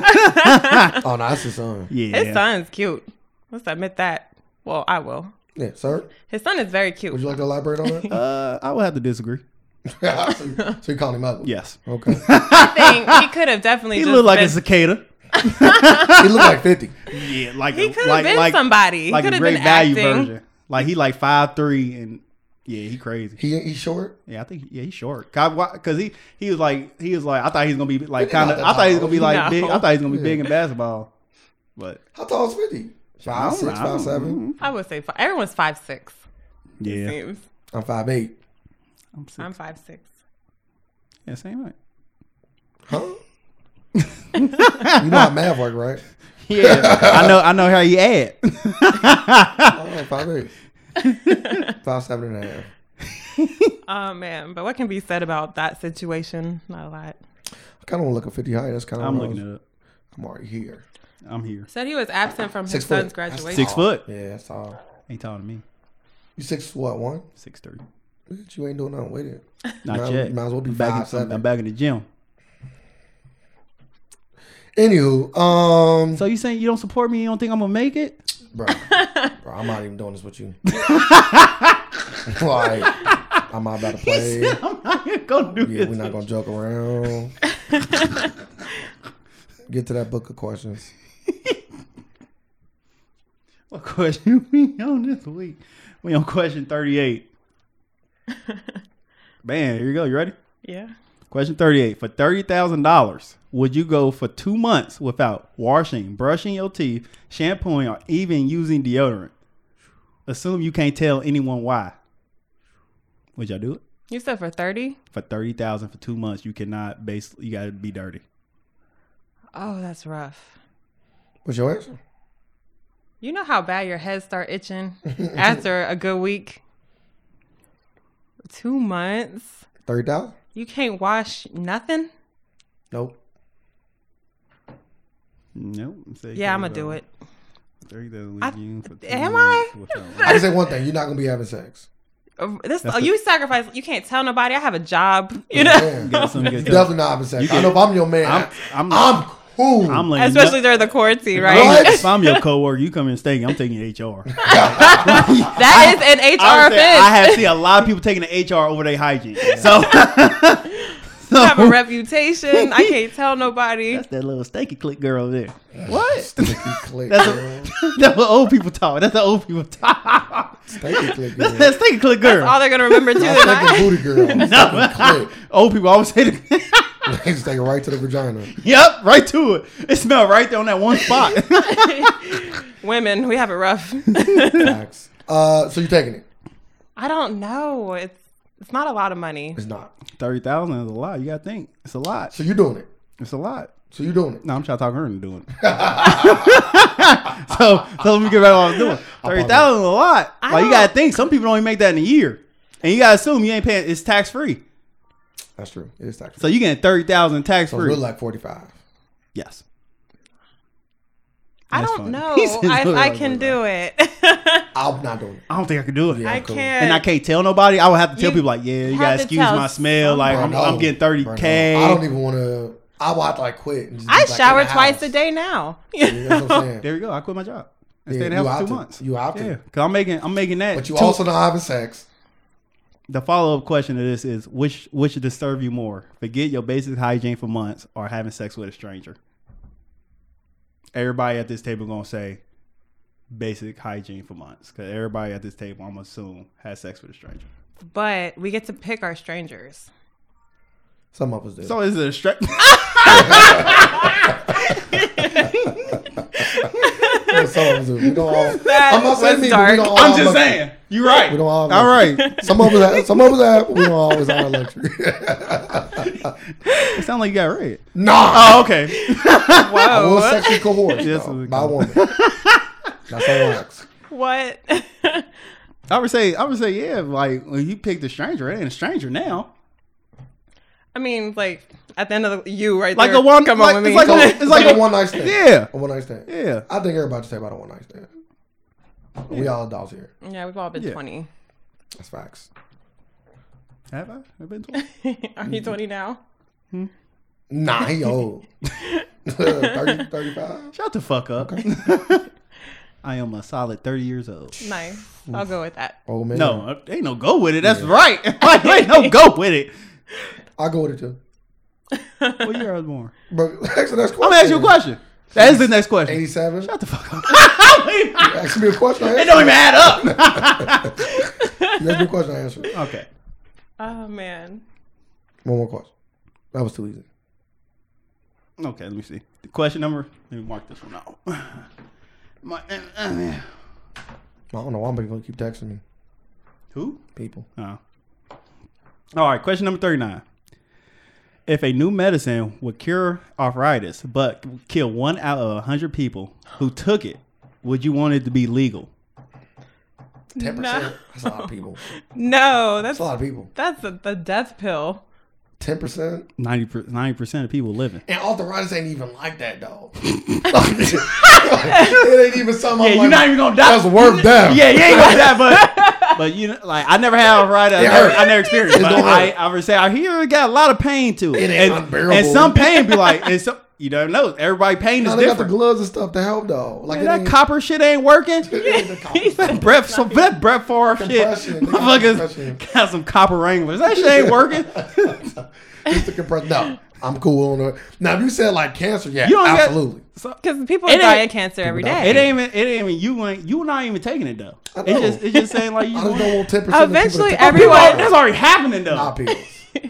B: Oh, no, that's his son.
A: Yeah.
C: His son's cute. Let's admit that. Well, I will.
B: Yeah, sir.
C: His son is very cute.
B: Would you like to elaborate on that?
A: Uh, I would have to disagree.
B: so, you- so you called him up?
A: Yes.
B: Okay.
C: I think he could have definitely
A: He
C: just
A: looked like
C: been,
A: a cicada.
B: he looked like 50.
A: Yeah, like
C: He
A: a-
C: could have
A: like,
C: been
A: like,
C: somebody. He
A: like
C: could
A: a
C: have
A: great
C: been
A: value
C: acting.
A: version. Like he like five three and yeah, he crazy.
B: He he short.
A: Yeah, I think yeah he's short. Cause he he was like he was like I thought he was gonna be like
B: He's not
A: kind of
B: that
A: I thought he was
B: tall.
A: gonna be like
C: No.
A: big. I thought he was gonna be big in basketball, but
B: How tall is 50? Five, six,
A: I don't- Mm-hmm.
B: five, seven.
C: I would say five. everyone's five six.
A: yeah,
C: Seems.
B: I'm five eight.
A: I'm sick.
C: I'm five six.
A: yeah, same height.
B: Huh? you know how math work, right?
A: Yeah, I know I know how you add.
B: Oh, five eight. five seven and a half.
C: Oh man, but what can be said about that situation? Not a lot.
B: I kind of want to look at 50 height. That's kind of
A: I'm looking it up.
B: I'm already here.
A: I'm here.
C: Said he was absent from
B: Six
C: his son's
B: foot. That's
C: graduation.
A: Six foot.
B: Yeah, that's all.
A: Ain't taller than me.
B: You six what one?
A: Six three.
B: Look at You ain't doing nothing with it.
A: Not
B: Might-
A: yet.
B: might as well be
A: I'm back, in,
B: 5'7".
A: I'm back in the gym.
B: Anywho, um,
A: So you saying you don't support me? You don't think I'm gonna make it?
B: bro, bro, I'm not even doing this with you. like, I'm not about to play. Yeah,
A: I'm not even gonna do
B: we're
A: this.
B: not gonna joke around. Get to that book of questions.
A: What question we on this week? We on question 38. Man, here you go. You ready?
C: Yeah.
A: Question 38. For $30,000, would you go for two months without washing, brushing your teeth, shampooing, or even using deodorant? Assume you can't tell anyone why. Would y'all do it?
C: You said for thirty.
A: For 30000 for two months, you cannot base, you gotta be dirty.
C: Oh, that's rough.
B: What's your answer?
C: You know how bad your head start itching after a good week. Two months.
B: Thirty thousand?
C: You can't wash nothing.
B: Nope.
A: Nope.
C: Yeah, I'm gonna do it.
A: 30000
C: I-
A: with you for two
C: am
A: months
C: I?
A: without-
B: I can say one thing: you're not gonna be having sex.
C: Uh, This
A: That's
C: oh,
A: the-
C: you sacrifice. You can't tell nobody. I have a job. You know.
B: Yeah.
A: Got some good stuff.
B: Definitely not having sex. I know if I'm your man,
A: I'm-
B: I'm,
A: I'm-
B: cool.
A: I'm like,
C: Especially during the quarantine, right?
B: What?
A: if I'm your coworker, you come in staying, I'm taking HR.
C: That is an HR
A: I'm saying,
C: offense.
A: I have seen a lot of people taking the HR over their hygiene. So,
C: I have a reputation. I can't tell nobody.
A: that's that little stanky click girl over there.
B: what? click,
A: That's
B: girl.
A: what, that's what old people talk. That's the old people talk.
B: Stinky click, girl.
A: That's that stanky click girl.
C: All they're gonna remember too. is
B: That's
C: I-
B: stinky booty girl. Stinky
A: old people always say that.
B: click. Just take it right to the vagina.
A: yep, right to it. It smelled right there on that one spot.
C: Women, we have it rough.
B: Facts. Uh, so you're taking it?
C: I don't know. It's it's not a lot of money.
B: It's not.
A: Thirty thousand is a lot. You gotta think. It's a lot.
B: So you're doing it?
A: It's a lot.
B: So you're doing it.
A: No, I'm trying to talk her into doing it. so, so let me get back to what I was doing. Thirty thousand is a lot.
C: I
A: like you
C: don't-
A: gotta think, some people don't even make that in a year, and you gotta assume you ain't paying. It's tax free,
B: That's true. It is tax free.
A: so you getting thirty thousand tax
B: So it's
A: free.
B: really like 45.
A: yes.
C: I
A: That's
C: don't
A: funny.
C: know
A: He says,
C: if
A: "Look,
C: I
A: look,
C: can
A: look."
C: do it.
B: I'm not doing it.
A: I don't think I could do it.
B: Yeah.
C: I
B: cool.
C: can't.
A: And I can't tell nobody. I would have to tell
C: You
A: people like, yeah, you
C: have
A: gotta
C: to
A: excuse
C: tell
A: my smell. Like I'm,
B: Bro, no.
A: I'm getting thirty
B: Bro, no. I don't
A: k.
B: even want to. I will have to like quit. and just be
C: I
B: back in the
C: shower twice
B: house.
C: a day now.
B: You know what I'm saying?
A: There you go. I quit my job. I
B: Yeah,
A: stayed in the house
B: you
A: for
B: out
A: two
B: to-
A: months.
B: you out to.
A: Yeah, because I'm making I'm making that.
B: But you
A: two-
B: also not having sex.
A: the follow up question to this is which which should disturb you more? Forget your basic hygiene for months or having sex with a stranger. Everybody at this table gonna say basic hygiene for months because everybody at this table, I'm assume, has sex with a stranger.
C: But we get to pick our strangers.
B: Some of us do.
A: So is it a stranger?
B: some of us do. We don't all.
C: That
B: I'm not saying me, but
C: was
B: we
C: dark.
B: don't all.
A: I'm just
B: have-
A: saying. You're right.
B: We don't all. have-
A: All right.
B: Some of us. Have, some of us. Have, we don't always have luxury.
A: It sounds like you got red.
B: nah.
A: Oh, okay.
B: I will
C: Whoa.
B: sexually coerced
A: Oh. Yes,
B: though,
A: we
B: by a
A: can.
B: woman. That's all wax.
C: What?
A: I would say I would say yeah. Like when you picked a stranger, it ain't a stranger now.
C: I mean, like at the end of the you right
A: Like
C: there.
A: a one.
C: Come
A: like,
C: on with
A: it's
C: me.
A: like
B: So,
A: a,
B: it's like a one night stand.
A: Yeah.
B: A one night stand.
A: Yeah.
B: I think everybody should say about a one night stand. We all adults here.
C: yeah, we've all been
A: Yeah.
C: twenty.
B: That's facts.
A: Have I? Have I been told?
C: Are
A: Mm-hmm.
C: you twenty now?
B: Nah, he old. 30, 35.
A: Shut the fuck up. I am a solid 30 years old.
C: Nice. I'll go with that.
B: Old man.
A: No, uh, ain't no go with it. That's right. Like, ain't no go with it.
B: I go with it too.
A: What year I was born?
B: But ask the next question.
A: I'm gonna ask you a question. That is the next question.
B: 87.
A: Shut the fuck up. it
B: Ask me a question. I
A: don't
B: answer.
A: even add up.
B: You ask me a question. I answer. it.
A: okay.
C: Oh man.
B: One more question. That was too easy.
A: Okay, let me see. The question number, let me mark this one out. My, uh, uh,
B: I don't know why I'm going to keep texting me.
A: who?
B: People.
A: Oh. All right, question number 39. If a new medicine would cure arthritis but kill one out of a 100 people who took it, would you want it to be legal?
B: 10%.
C: No.
B: That's a lot of people.
C: No, that's
B: That's a lot of people.
C: that's a, the death pill.
B: 10%.
A: 90 percent of people living.
B: And arthritis ain't even like that, dog. it ain't even something
A: Yeah,
B: I'm
A: you're
B: like,
A: not even gonna die.
B: that's worth that.
A: yeah, you ain't gonna die, but Oh. but you know, like I never had arthritis. I
B: It
A: never,
B: hurt.
A: I never experienced.
B: It
A: But
B: don't
A: I
B: hurt.
A: I would say I hear it got a lot of pain to it.
B: It ain't
A: and,
B: unbearable.
A: and some pain be like, and some you don't know. Everybody pain
B: Now
A: is
B: they got the
A: different.
B: gloves and stuff to help, though. Like
A: And
B: it
A: that
B: ain't-
A: copper shit ain't working.
B: it ain't the copper.
A: That breath, some that breath for shit.
B: Compression. They got compression.
A: Motherfuckers got some copper wranglers. That shit ain't working.
B: It's the compressed. No, I'm cool on it. Now, if you said like cancer, yeah,
A: You don't got-
B: absolutely.
A: So,
C: Because people
A: It
C: die
A: ain't-
C: of cancer every
B: die.
C: day.
A: it ain't even. It ain't even. You ain't. You not even taking it though.
B: I
A: It's
B: know.
A: just. It's just saying like you.
B: I just
A: want-
B: don't want ten percent.
C: Eventually,
B: of people to
A: People,
C: everyone-
A: that's already happening though.
B: Not people.
A: like,
B: I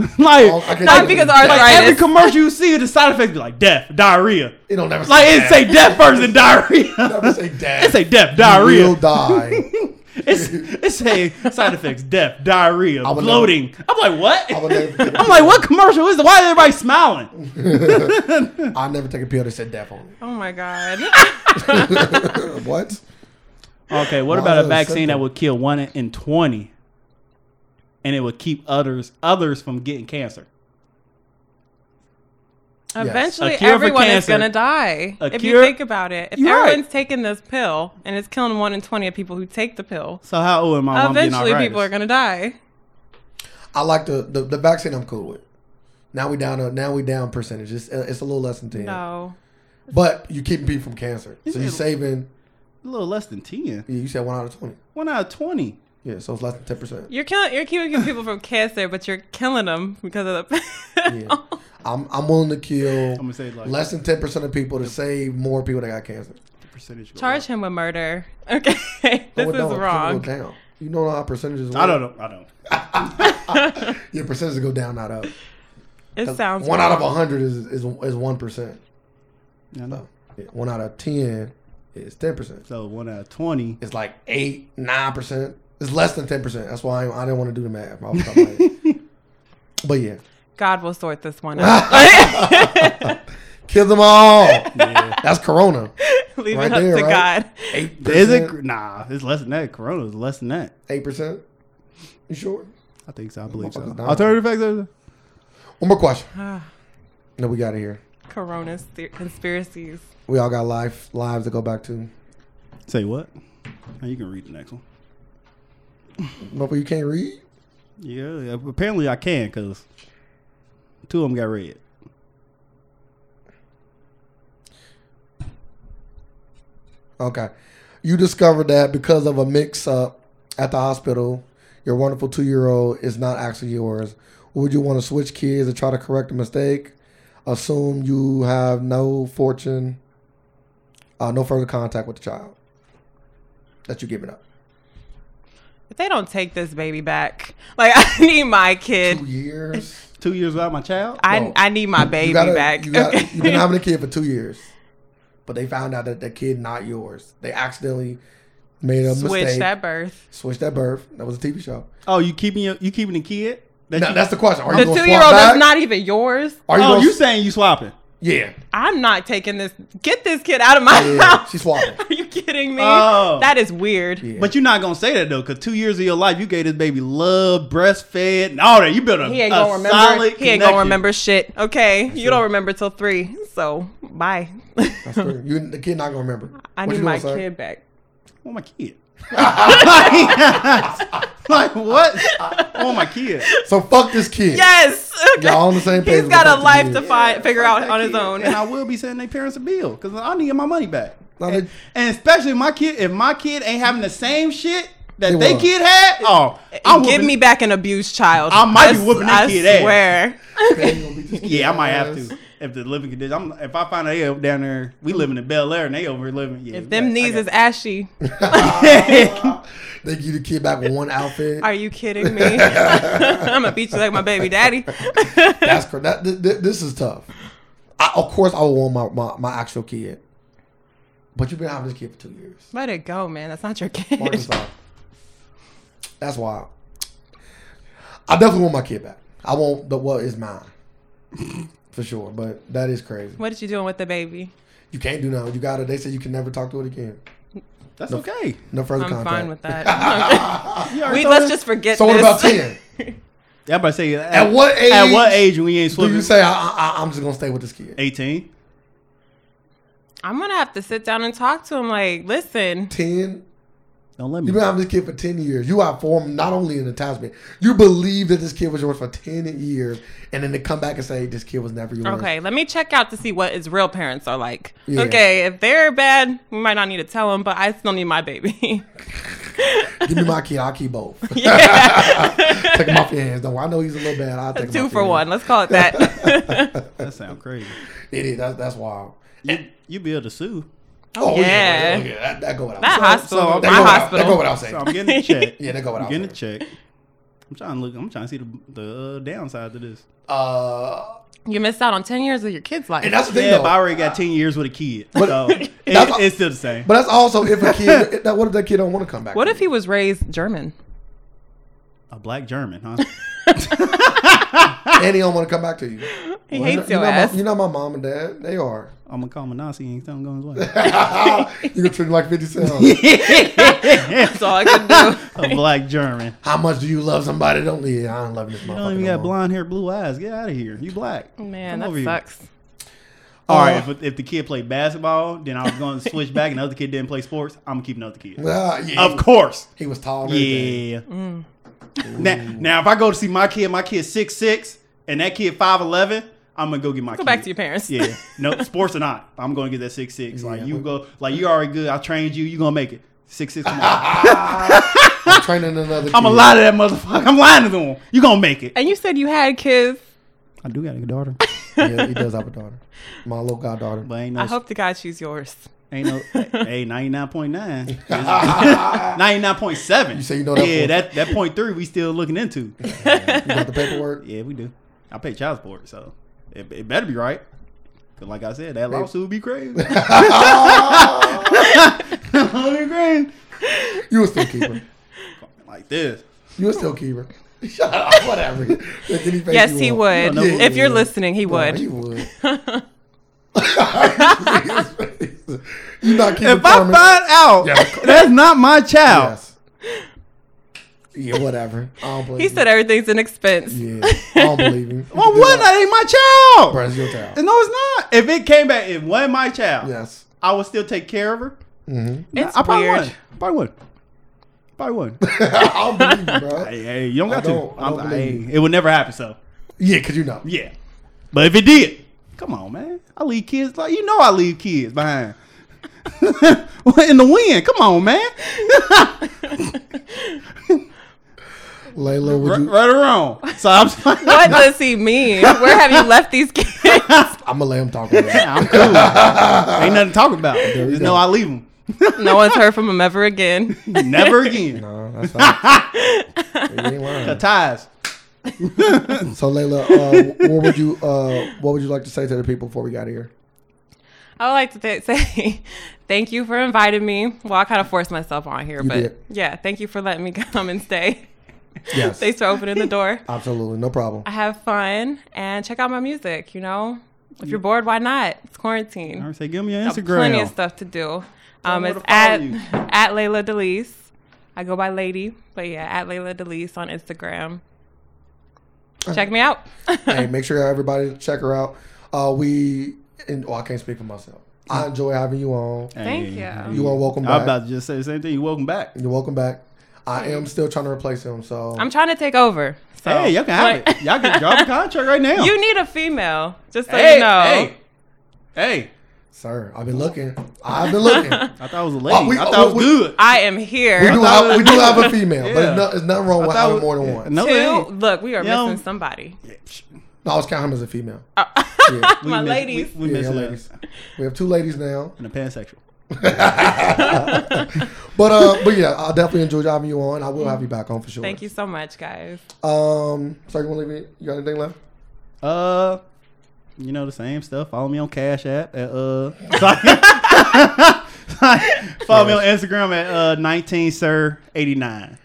B: can't
A: like,
B: do
C: because
B: it.
C: our-
A: like every
C: Arthritis.
A: commercial you see, the side effects be like death, diarrhea.
B: It don't never
A: Like it say
B: that.
A: death first and
B: Never
A: diarrhea.
B: say death.
A: it say death,
B: You'll
A: diarrhea.
B: die.
A: It's it say side effects, death, diarrhea,
B: would
A: bloating. I'm like what?
B: I would never.
A: I'm like what commercial is? it? Why is everybody smiling?
B: I never take a pill that said death on it.
C: Oh my god.
B: What?
A: Okay, what
B: Why
A: about
B: is
A: a
B: that a
A: vaccine that
B: symptom?
A: would kill one in twenty, and it would keep others others from getting cancer?
C: Eventually,
A: A cure for
C: everyone is
A: cancer.
C: gonna die.
A: A
C: if
A: cure-
C: you think about it, if
A: You're right.
C: everyone's taking this pill and it's killing one in twenty of people who take the pill,
A: So how old am I? when I'm getting
C: eventually people
A: arthritis?
C: are gonna die.
B: I like the, the the vaccine. I'm cool with. Now we down. To, now we down percentage. It's, uh, it's a little less than ten.
C: No.
B: But you keeping people from cancer, so
A: Isn't
B: you're
A: it-
B: saving.
A: a little less than ten.
B: Yeah, you said one out of twenty.
A: One out of twenty.
B: Yeah, so it's less than ten percent.
C: You're killing. You're keeping people from cancer, but you're killing them because of the.
B: Yeah. I'm I'm willing to kill
A: gonna say, like-
B: less than ten percent of people to save more people that got cancer.
A: The percentage. go
C: Charge
A: up.
C: him with murder. Okay, this
B: Go
C: is
B: down,
C: wrong.
B: Go down. You know how percentages. Work.
A: I don't know. I don't.
B: Your percentages go down, not up.
C: It sounds
B: one out of
C: wrong.
B: hundred is is is one percent.
A: I know.
B: Yeah, one out of ten is ten percent.
A: So one out of twenty.
B: It's like eight nine percent. It's less than ten percent. That's why I, I didn't want to do the math. off the top of my head. but yeah,
C: God will sort this one out.
B: Kill them all. That's Corona.
C: Leave
B: Right
C: it up
B: there,
C: to
B: right?
C: God.
B: Eight
A: Is
B: percent.
A: it? Nah, it's less than that. Corona is less than that.
B: Eight percent. You sure?
A: I think so. I believe so.
B: Motherfuckers dying.
A: Alternative facts. are-
B: One more question. no, we got it here.
C: Corona ste- conspiracies.
B: We all got life lives to go back to.
A: Say what? Now you can read the next one.
B: But you can't read.
A: Yeah, apparently I can because two of them got read.
B: Okay. You discovered that because of a mix up at the hospital, your wonderful two year old is not actually yours. Would you want to switch kids and try to correct a mistake? Assume you have no fortune, uh, no further contact with the child that you're giving up.
C: If they don't take this baby back, like I need my kid.
B: Two years.
A: Two years without my child.
C: I
B: No.
C: I need my baby
B: you gotta,
C: back.
B: You got,
C: Okay.
B: You've been having a kid for two years, but they found out that the kid not yours. They accidentally made a
C: Switch
B: mistake.
C: that birth.
B: Switch that birth. That was a TV show.
A: Oh, you keeping your, you keeping the kid? That
B: Now,
A: you-
B: that's the question. Are
C: The
B: you going to
C: two
B: swap
C: year old
B: back?
C: that's not even yours.
B: Are you
A: oh,
B: gonna,
A: you saying you swapping?
B: Yeah,
C: I'm not taking this. Get this kid out of my
B: yeah.
C: house.
B: She's swapping.
C: Are you kidding me?
A: Oh.
C: That is weird.
B: Yeah.
A: But you're not gonna say that though, because two years of your life you gave this baby love, breastfed, and all that. You built a,
C: He ain't
A: a
C: gonna
A: solid.
C: remember. He ain't
A: connection.
C: gonna remember shit. Okay, you don't remember till three. So bye.
B: That's true. You, the kid not gonna remember.
C: I
B: What
C: need
B: you
C: my
B: doing, sir?
C: kid back.
A: I want my kid. like, what? I want my kid.
B: So fuck this kid.
C: Yes. Okay.
B: Y'all on the same page
C: He's
B: with
C: got
B: the
C: a life
B: kid.
C: to find, figure
A: Fuck
C: out
A: that
C: on his
A: kid.
C: own.
A: And I will be sending their parents a bill because I need my money back.
B: No,
A: and,
B: they-
A: and especially my kid, if my kid ain't having the same shit that
B: They
A: they
B: will.
A: kid had, oh,
C: And
A: I'm
C: give
A: whooping-
C: me back an abused child.
A: I might be
C: s-
A: whooping that kid
C: I
A: ass.
C: swear.
B: Okay, you gonna beat this kid
A: Yeah, I might have
B: ass.
A: to if the living condition. I'm, if I find they up down there, we living in Bel Air and they over living. Yeah,
C: If them knees is ashy,
B: They give the kid back one outfit.
C: are you kidding me? I'm gonna beat you like my baby daddy.
B: That's cr- that, th- th- This is tough. I, of course, I would want my, my, my actual kid, but you've been having this kid for two years.
C: Let it go, man. That's not your
B: Mark
C: kid.
B: this off. That's wild. I definitely want my kid back. I want the what is mine for sure. But that is crazy.
C: What is you doing with the baby?
B: You can't do nothing. You gotta. They say you can never talk to it again.
A: that's okay.
B: No further
C: I'm
B: contact.
C: fine with that.
A: You already
C: we
A: told
C: let's
A: us-
C: just forget.
B: So what
C: this.
B: about ten?
A: Yeah, I'm about to say at,
B: what
A: At what
B: age
A: age when you ain't
B: Do
A: swimming?
B: you say I, I, I- I'm just gonna stay with this kid?
A: 18.
C: I'm gonna have to sit down and talk to him. Like, listen,
B: Ten.
A: Don't let me.
B: You've been having this kid for ten years. You have formed not only an attachment, you believe that this kid was yours for ten years, and then they come back and say this kid was never yours.
C: okay, let me check out to see what his real parents are like.
B: Yeah.
C: Okay, if they're bad, we might not need to tell him, but I still need my baby.
B: Give me my kid. I'll keep both.
C: yeah,
B: take him off your hands. Don't. worry. I know he's a little bad. I'll take him
C: two
B: off
C: for
B: your
C: one.
B: hands.
C: Let's call it that.
A: That sound crazy.
B: It is. That's, that's wild.
A: You, you be able to sue.
B: Oh, yeah.
C: yeah.
B: yeah. That, that go without.
C: That
B: saying.
C: hospital,
A: so-
B: that
C: my
B: go without-
C: hospital.
B: That go without saying.
A: So I'm getting a check.
B: yeah, that go
A: I'm
B: without
A: getting a
B: saying.
A: check. I'm trying to look. I'm trying to see the, the uh, downside to this.
B: Uh,
C: you missed out on ten years of your kid's life.
B: and that's the thing
A: Yeah,
B: though.
A: but I already got 10 years with a kid, so it,
B: that's-
A: it's still the same.
B: But that's also if a kid. if that, what if that kid don't want to come back?
C: what if he was raised German?
A: a black German, huh?
B: and he don't want to come back to you?
C: He
B: Well, you
C: hates
B: know,
C: your
B: you know
C: ass.
B: My, you know my mom and dad. They are.
A: I'm gonna call him a Nazi and tell him to go his way.
B: you can treat him like fifty cent.
C: that's all I can do.
A: A black German. Oh,
B: How much do you love somebody? Don't leave. I don't love this
A: You
B: motherfucker.
A: don't even
B: no
A: got
B: more.
A: blonde hair, blue eyes. Get out of here. You black.
C: Man,
A: Come over
C: that
A: here.
C: sucks.
A: All
B: Uh,
A: right. If, if the kid played basketball, then I was going to switch back, and the other kid didn't play sports. I'm gonna keep another kid.
B: Ah, yeah,
A: Of course.
B: he was tall. And everything.
A: Yeah.
C: Mm.
A: Now, now, if I go to see my kid, my kid six six, and that kid five eleven, I'm gonna go get my.
C: Go
A: kid.
C: back to your parents.
A: Yeah. No sports or not, I'm gonna get that six six. Like
B: Yeah.
A: you go, like you already good. I trained you. You gonna make it. Six six. Come on.
B: I'm training another.
A: I'm a
B: kid.
A: lie to that motherfucker. I'm lying to them. You gonna make it.
C: And you said you had kids.
A: I do got a daughter,
B: Yeah, he does have a daughter. My little goddaughter.
A: but ain't no,
C: I hope to God she's yours.
A: ain't no. hey, ninety nine point nine. Ninety nine point seven.
B: You say you know that
A: Yeah,
B: for-
A: that that point three we still looking into.
B: You got the paperwork.
A: Yeah, we do. I pay child support, so it, it better be right. Cause like I said, that lawsuit would be crazy. It'd be crazy.
B: You a still keeper.
A: Like this.
B: You a still keeper. Shut up, whatever. Make any face
C: yes,
B: you
C: he
B: want.
C: would.
A: know who
C: if
B: he
C: you're
B: would.
C: listening, he
B: No,
C: would.
B: he would. you not keeping
A: If I
B: Carmen-
A: find out
B: Yeah.
A: that's not my child,
B: Yes. Yeah, whatever. I don't believe
C: He
B: you.
C: said everything's an expense.
B: Yeah, Oh, I don't believe you.
A: well, what? That ain't my child.
B: Bro, it's your child.
A: No, it's not. If it came back, it wasn't my child.
B: Yes.
A: I would still take care of her.
B: Mm-hmm.
C: It's
A: I probably
C: weird.
A: wouldn't. Probably wouldn't. Probably wouldn't.
B: I don't believe you, bro.
A: hey, hey, you don't
B: I
A: got
B: don't-
A: to.
B: I
A: I'm,
B: don't
A: I
B: believe
A: ain't- it would never happen. So
B: Yeah, because you know.
A: yeah, but if it did, come on, man. I leave kids like you know I leave kids behind. in the wind, come on, man.
B: Layla, would
A: Right,
B: you?
A: right or wrong. So I'm just like,
C: What does he mean? Where have you left these kids?
B: I'm going to let him talk about that.
A: Yeah, I'm cool. Ain't nothing to talk about.
B: we
A: Just
B: go.
A: know I leave them.
C: No one's heard from him ever again.
A: Never again.
B: No, that's fine. You ain't lying.
A: Cut ties.
B: So Layla, uh, what would you uh, what would you like to say to the people before we got here?
C: I would like to th- say thank you for inviting me. Well, I kind of forced myself on here,
B: You
C: but
B: did.
C: yeah, thank you for letting me come and stay.
B: Yes,
C: Thanks for opening the door.
B: absolutely, no problem.
C: I have fun and check out my music. You know, if you're bored, why not? It's quarantine.
A: I would say, give me your
C: Got Plenty of
A: Instagram.
C: stuff to do. Um,
A: where
C: it's
A: to follow
C: at
A: you.
C: at Layla Delise. I go by Lady, but yeah, at Layla Delise on Instagram. Check me out.
B: hey, make sure everybody check her out. Uh, we and oh, I can't speak for myself. I enjoy having you on.
C: Thank you.
B: You are welcome
A: I'm
B: back.
A: about to just say the same thing. You're welcome back.
B: You're welcome back. I am still trying to replace him, so
C: I'm trying to take over. So.
A: Hey, y'all can have
C: Like-
A: it. Y'all can drop a contract right now.
C: You need a female, just so
A: hey,
C: you know.
A: hey, hey.
B: sir, I've been looking. I've been looking.
A: I thought it was a lady.
B: Oh, we-
A: I thought
B: oh,
A: it was
B: we-
A: good.
C: I am
B: We
C: here.
B: do
A: thought
B: have
A: it
B: we do have a female, but
A: Yeah.
B: it's, not, it's nothing wrong with
A: I thought
B: having
A: it-
B: more than one.
A: No, it
C: Two,
A: ain't.
C: look, we are
A: Yo.
C: missing somebody.
B: No, I was counting him as a female.
C: Oh.
A: We
C: My
A: miss-
C: ladies.
A: We, we
B: Yeah,
A: miss
B: y'all
A: ladies.
B: ladies. We have two ladies now.
A: And a pansexual.
B: But uh, but yeah, I definitely enjoyed having you on. I will have you back on for sure.
C: Thank you so much, guys.
B: Um, sorry, you want to leave me? You got anything left?
A: Uh, you know the same stuff. Follow me on Cash App at uh. sorry. Follow me on Instagram at uh 19 sir 89.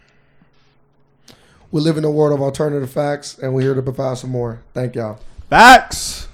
B: We live in a world of alternative facts, and we're here to provide some more. Thank y'all.
A: Facts.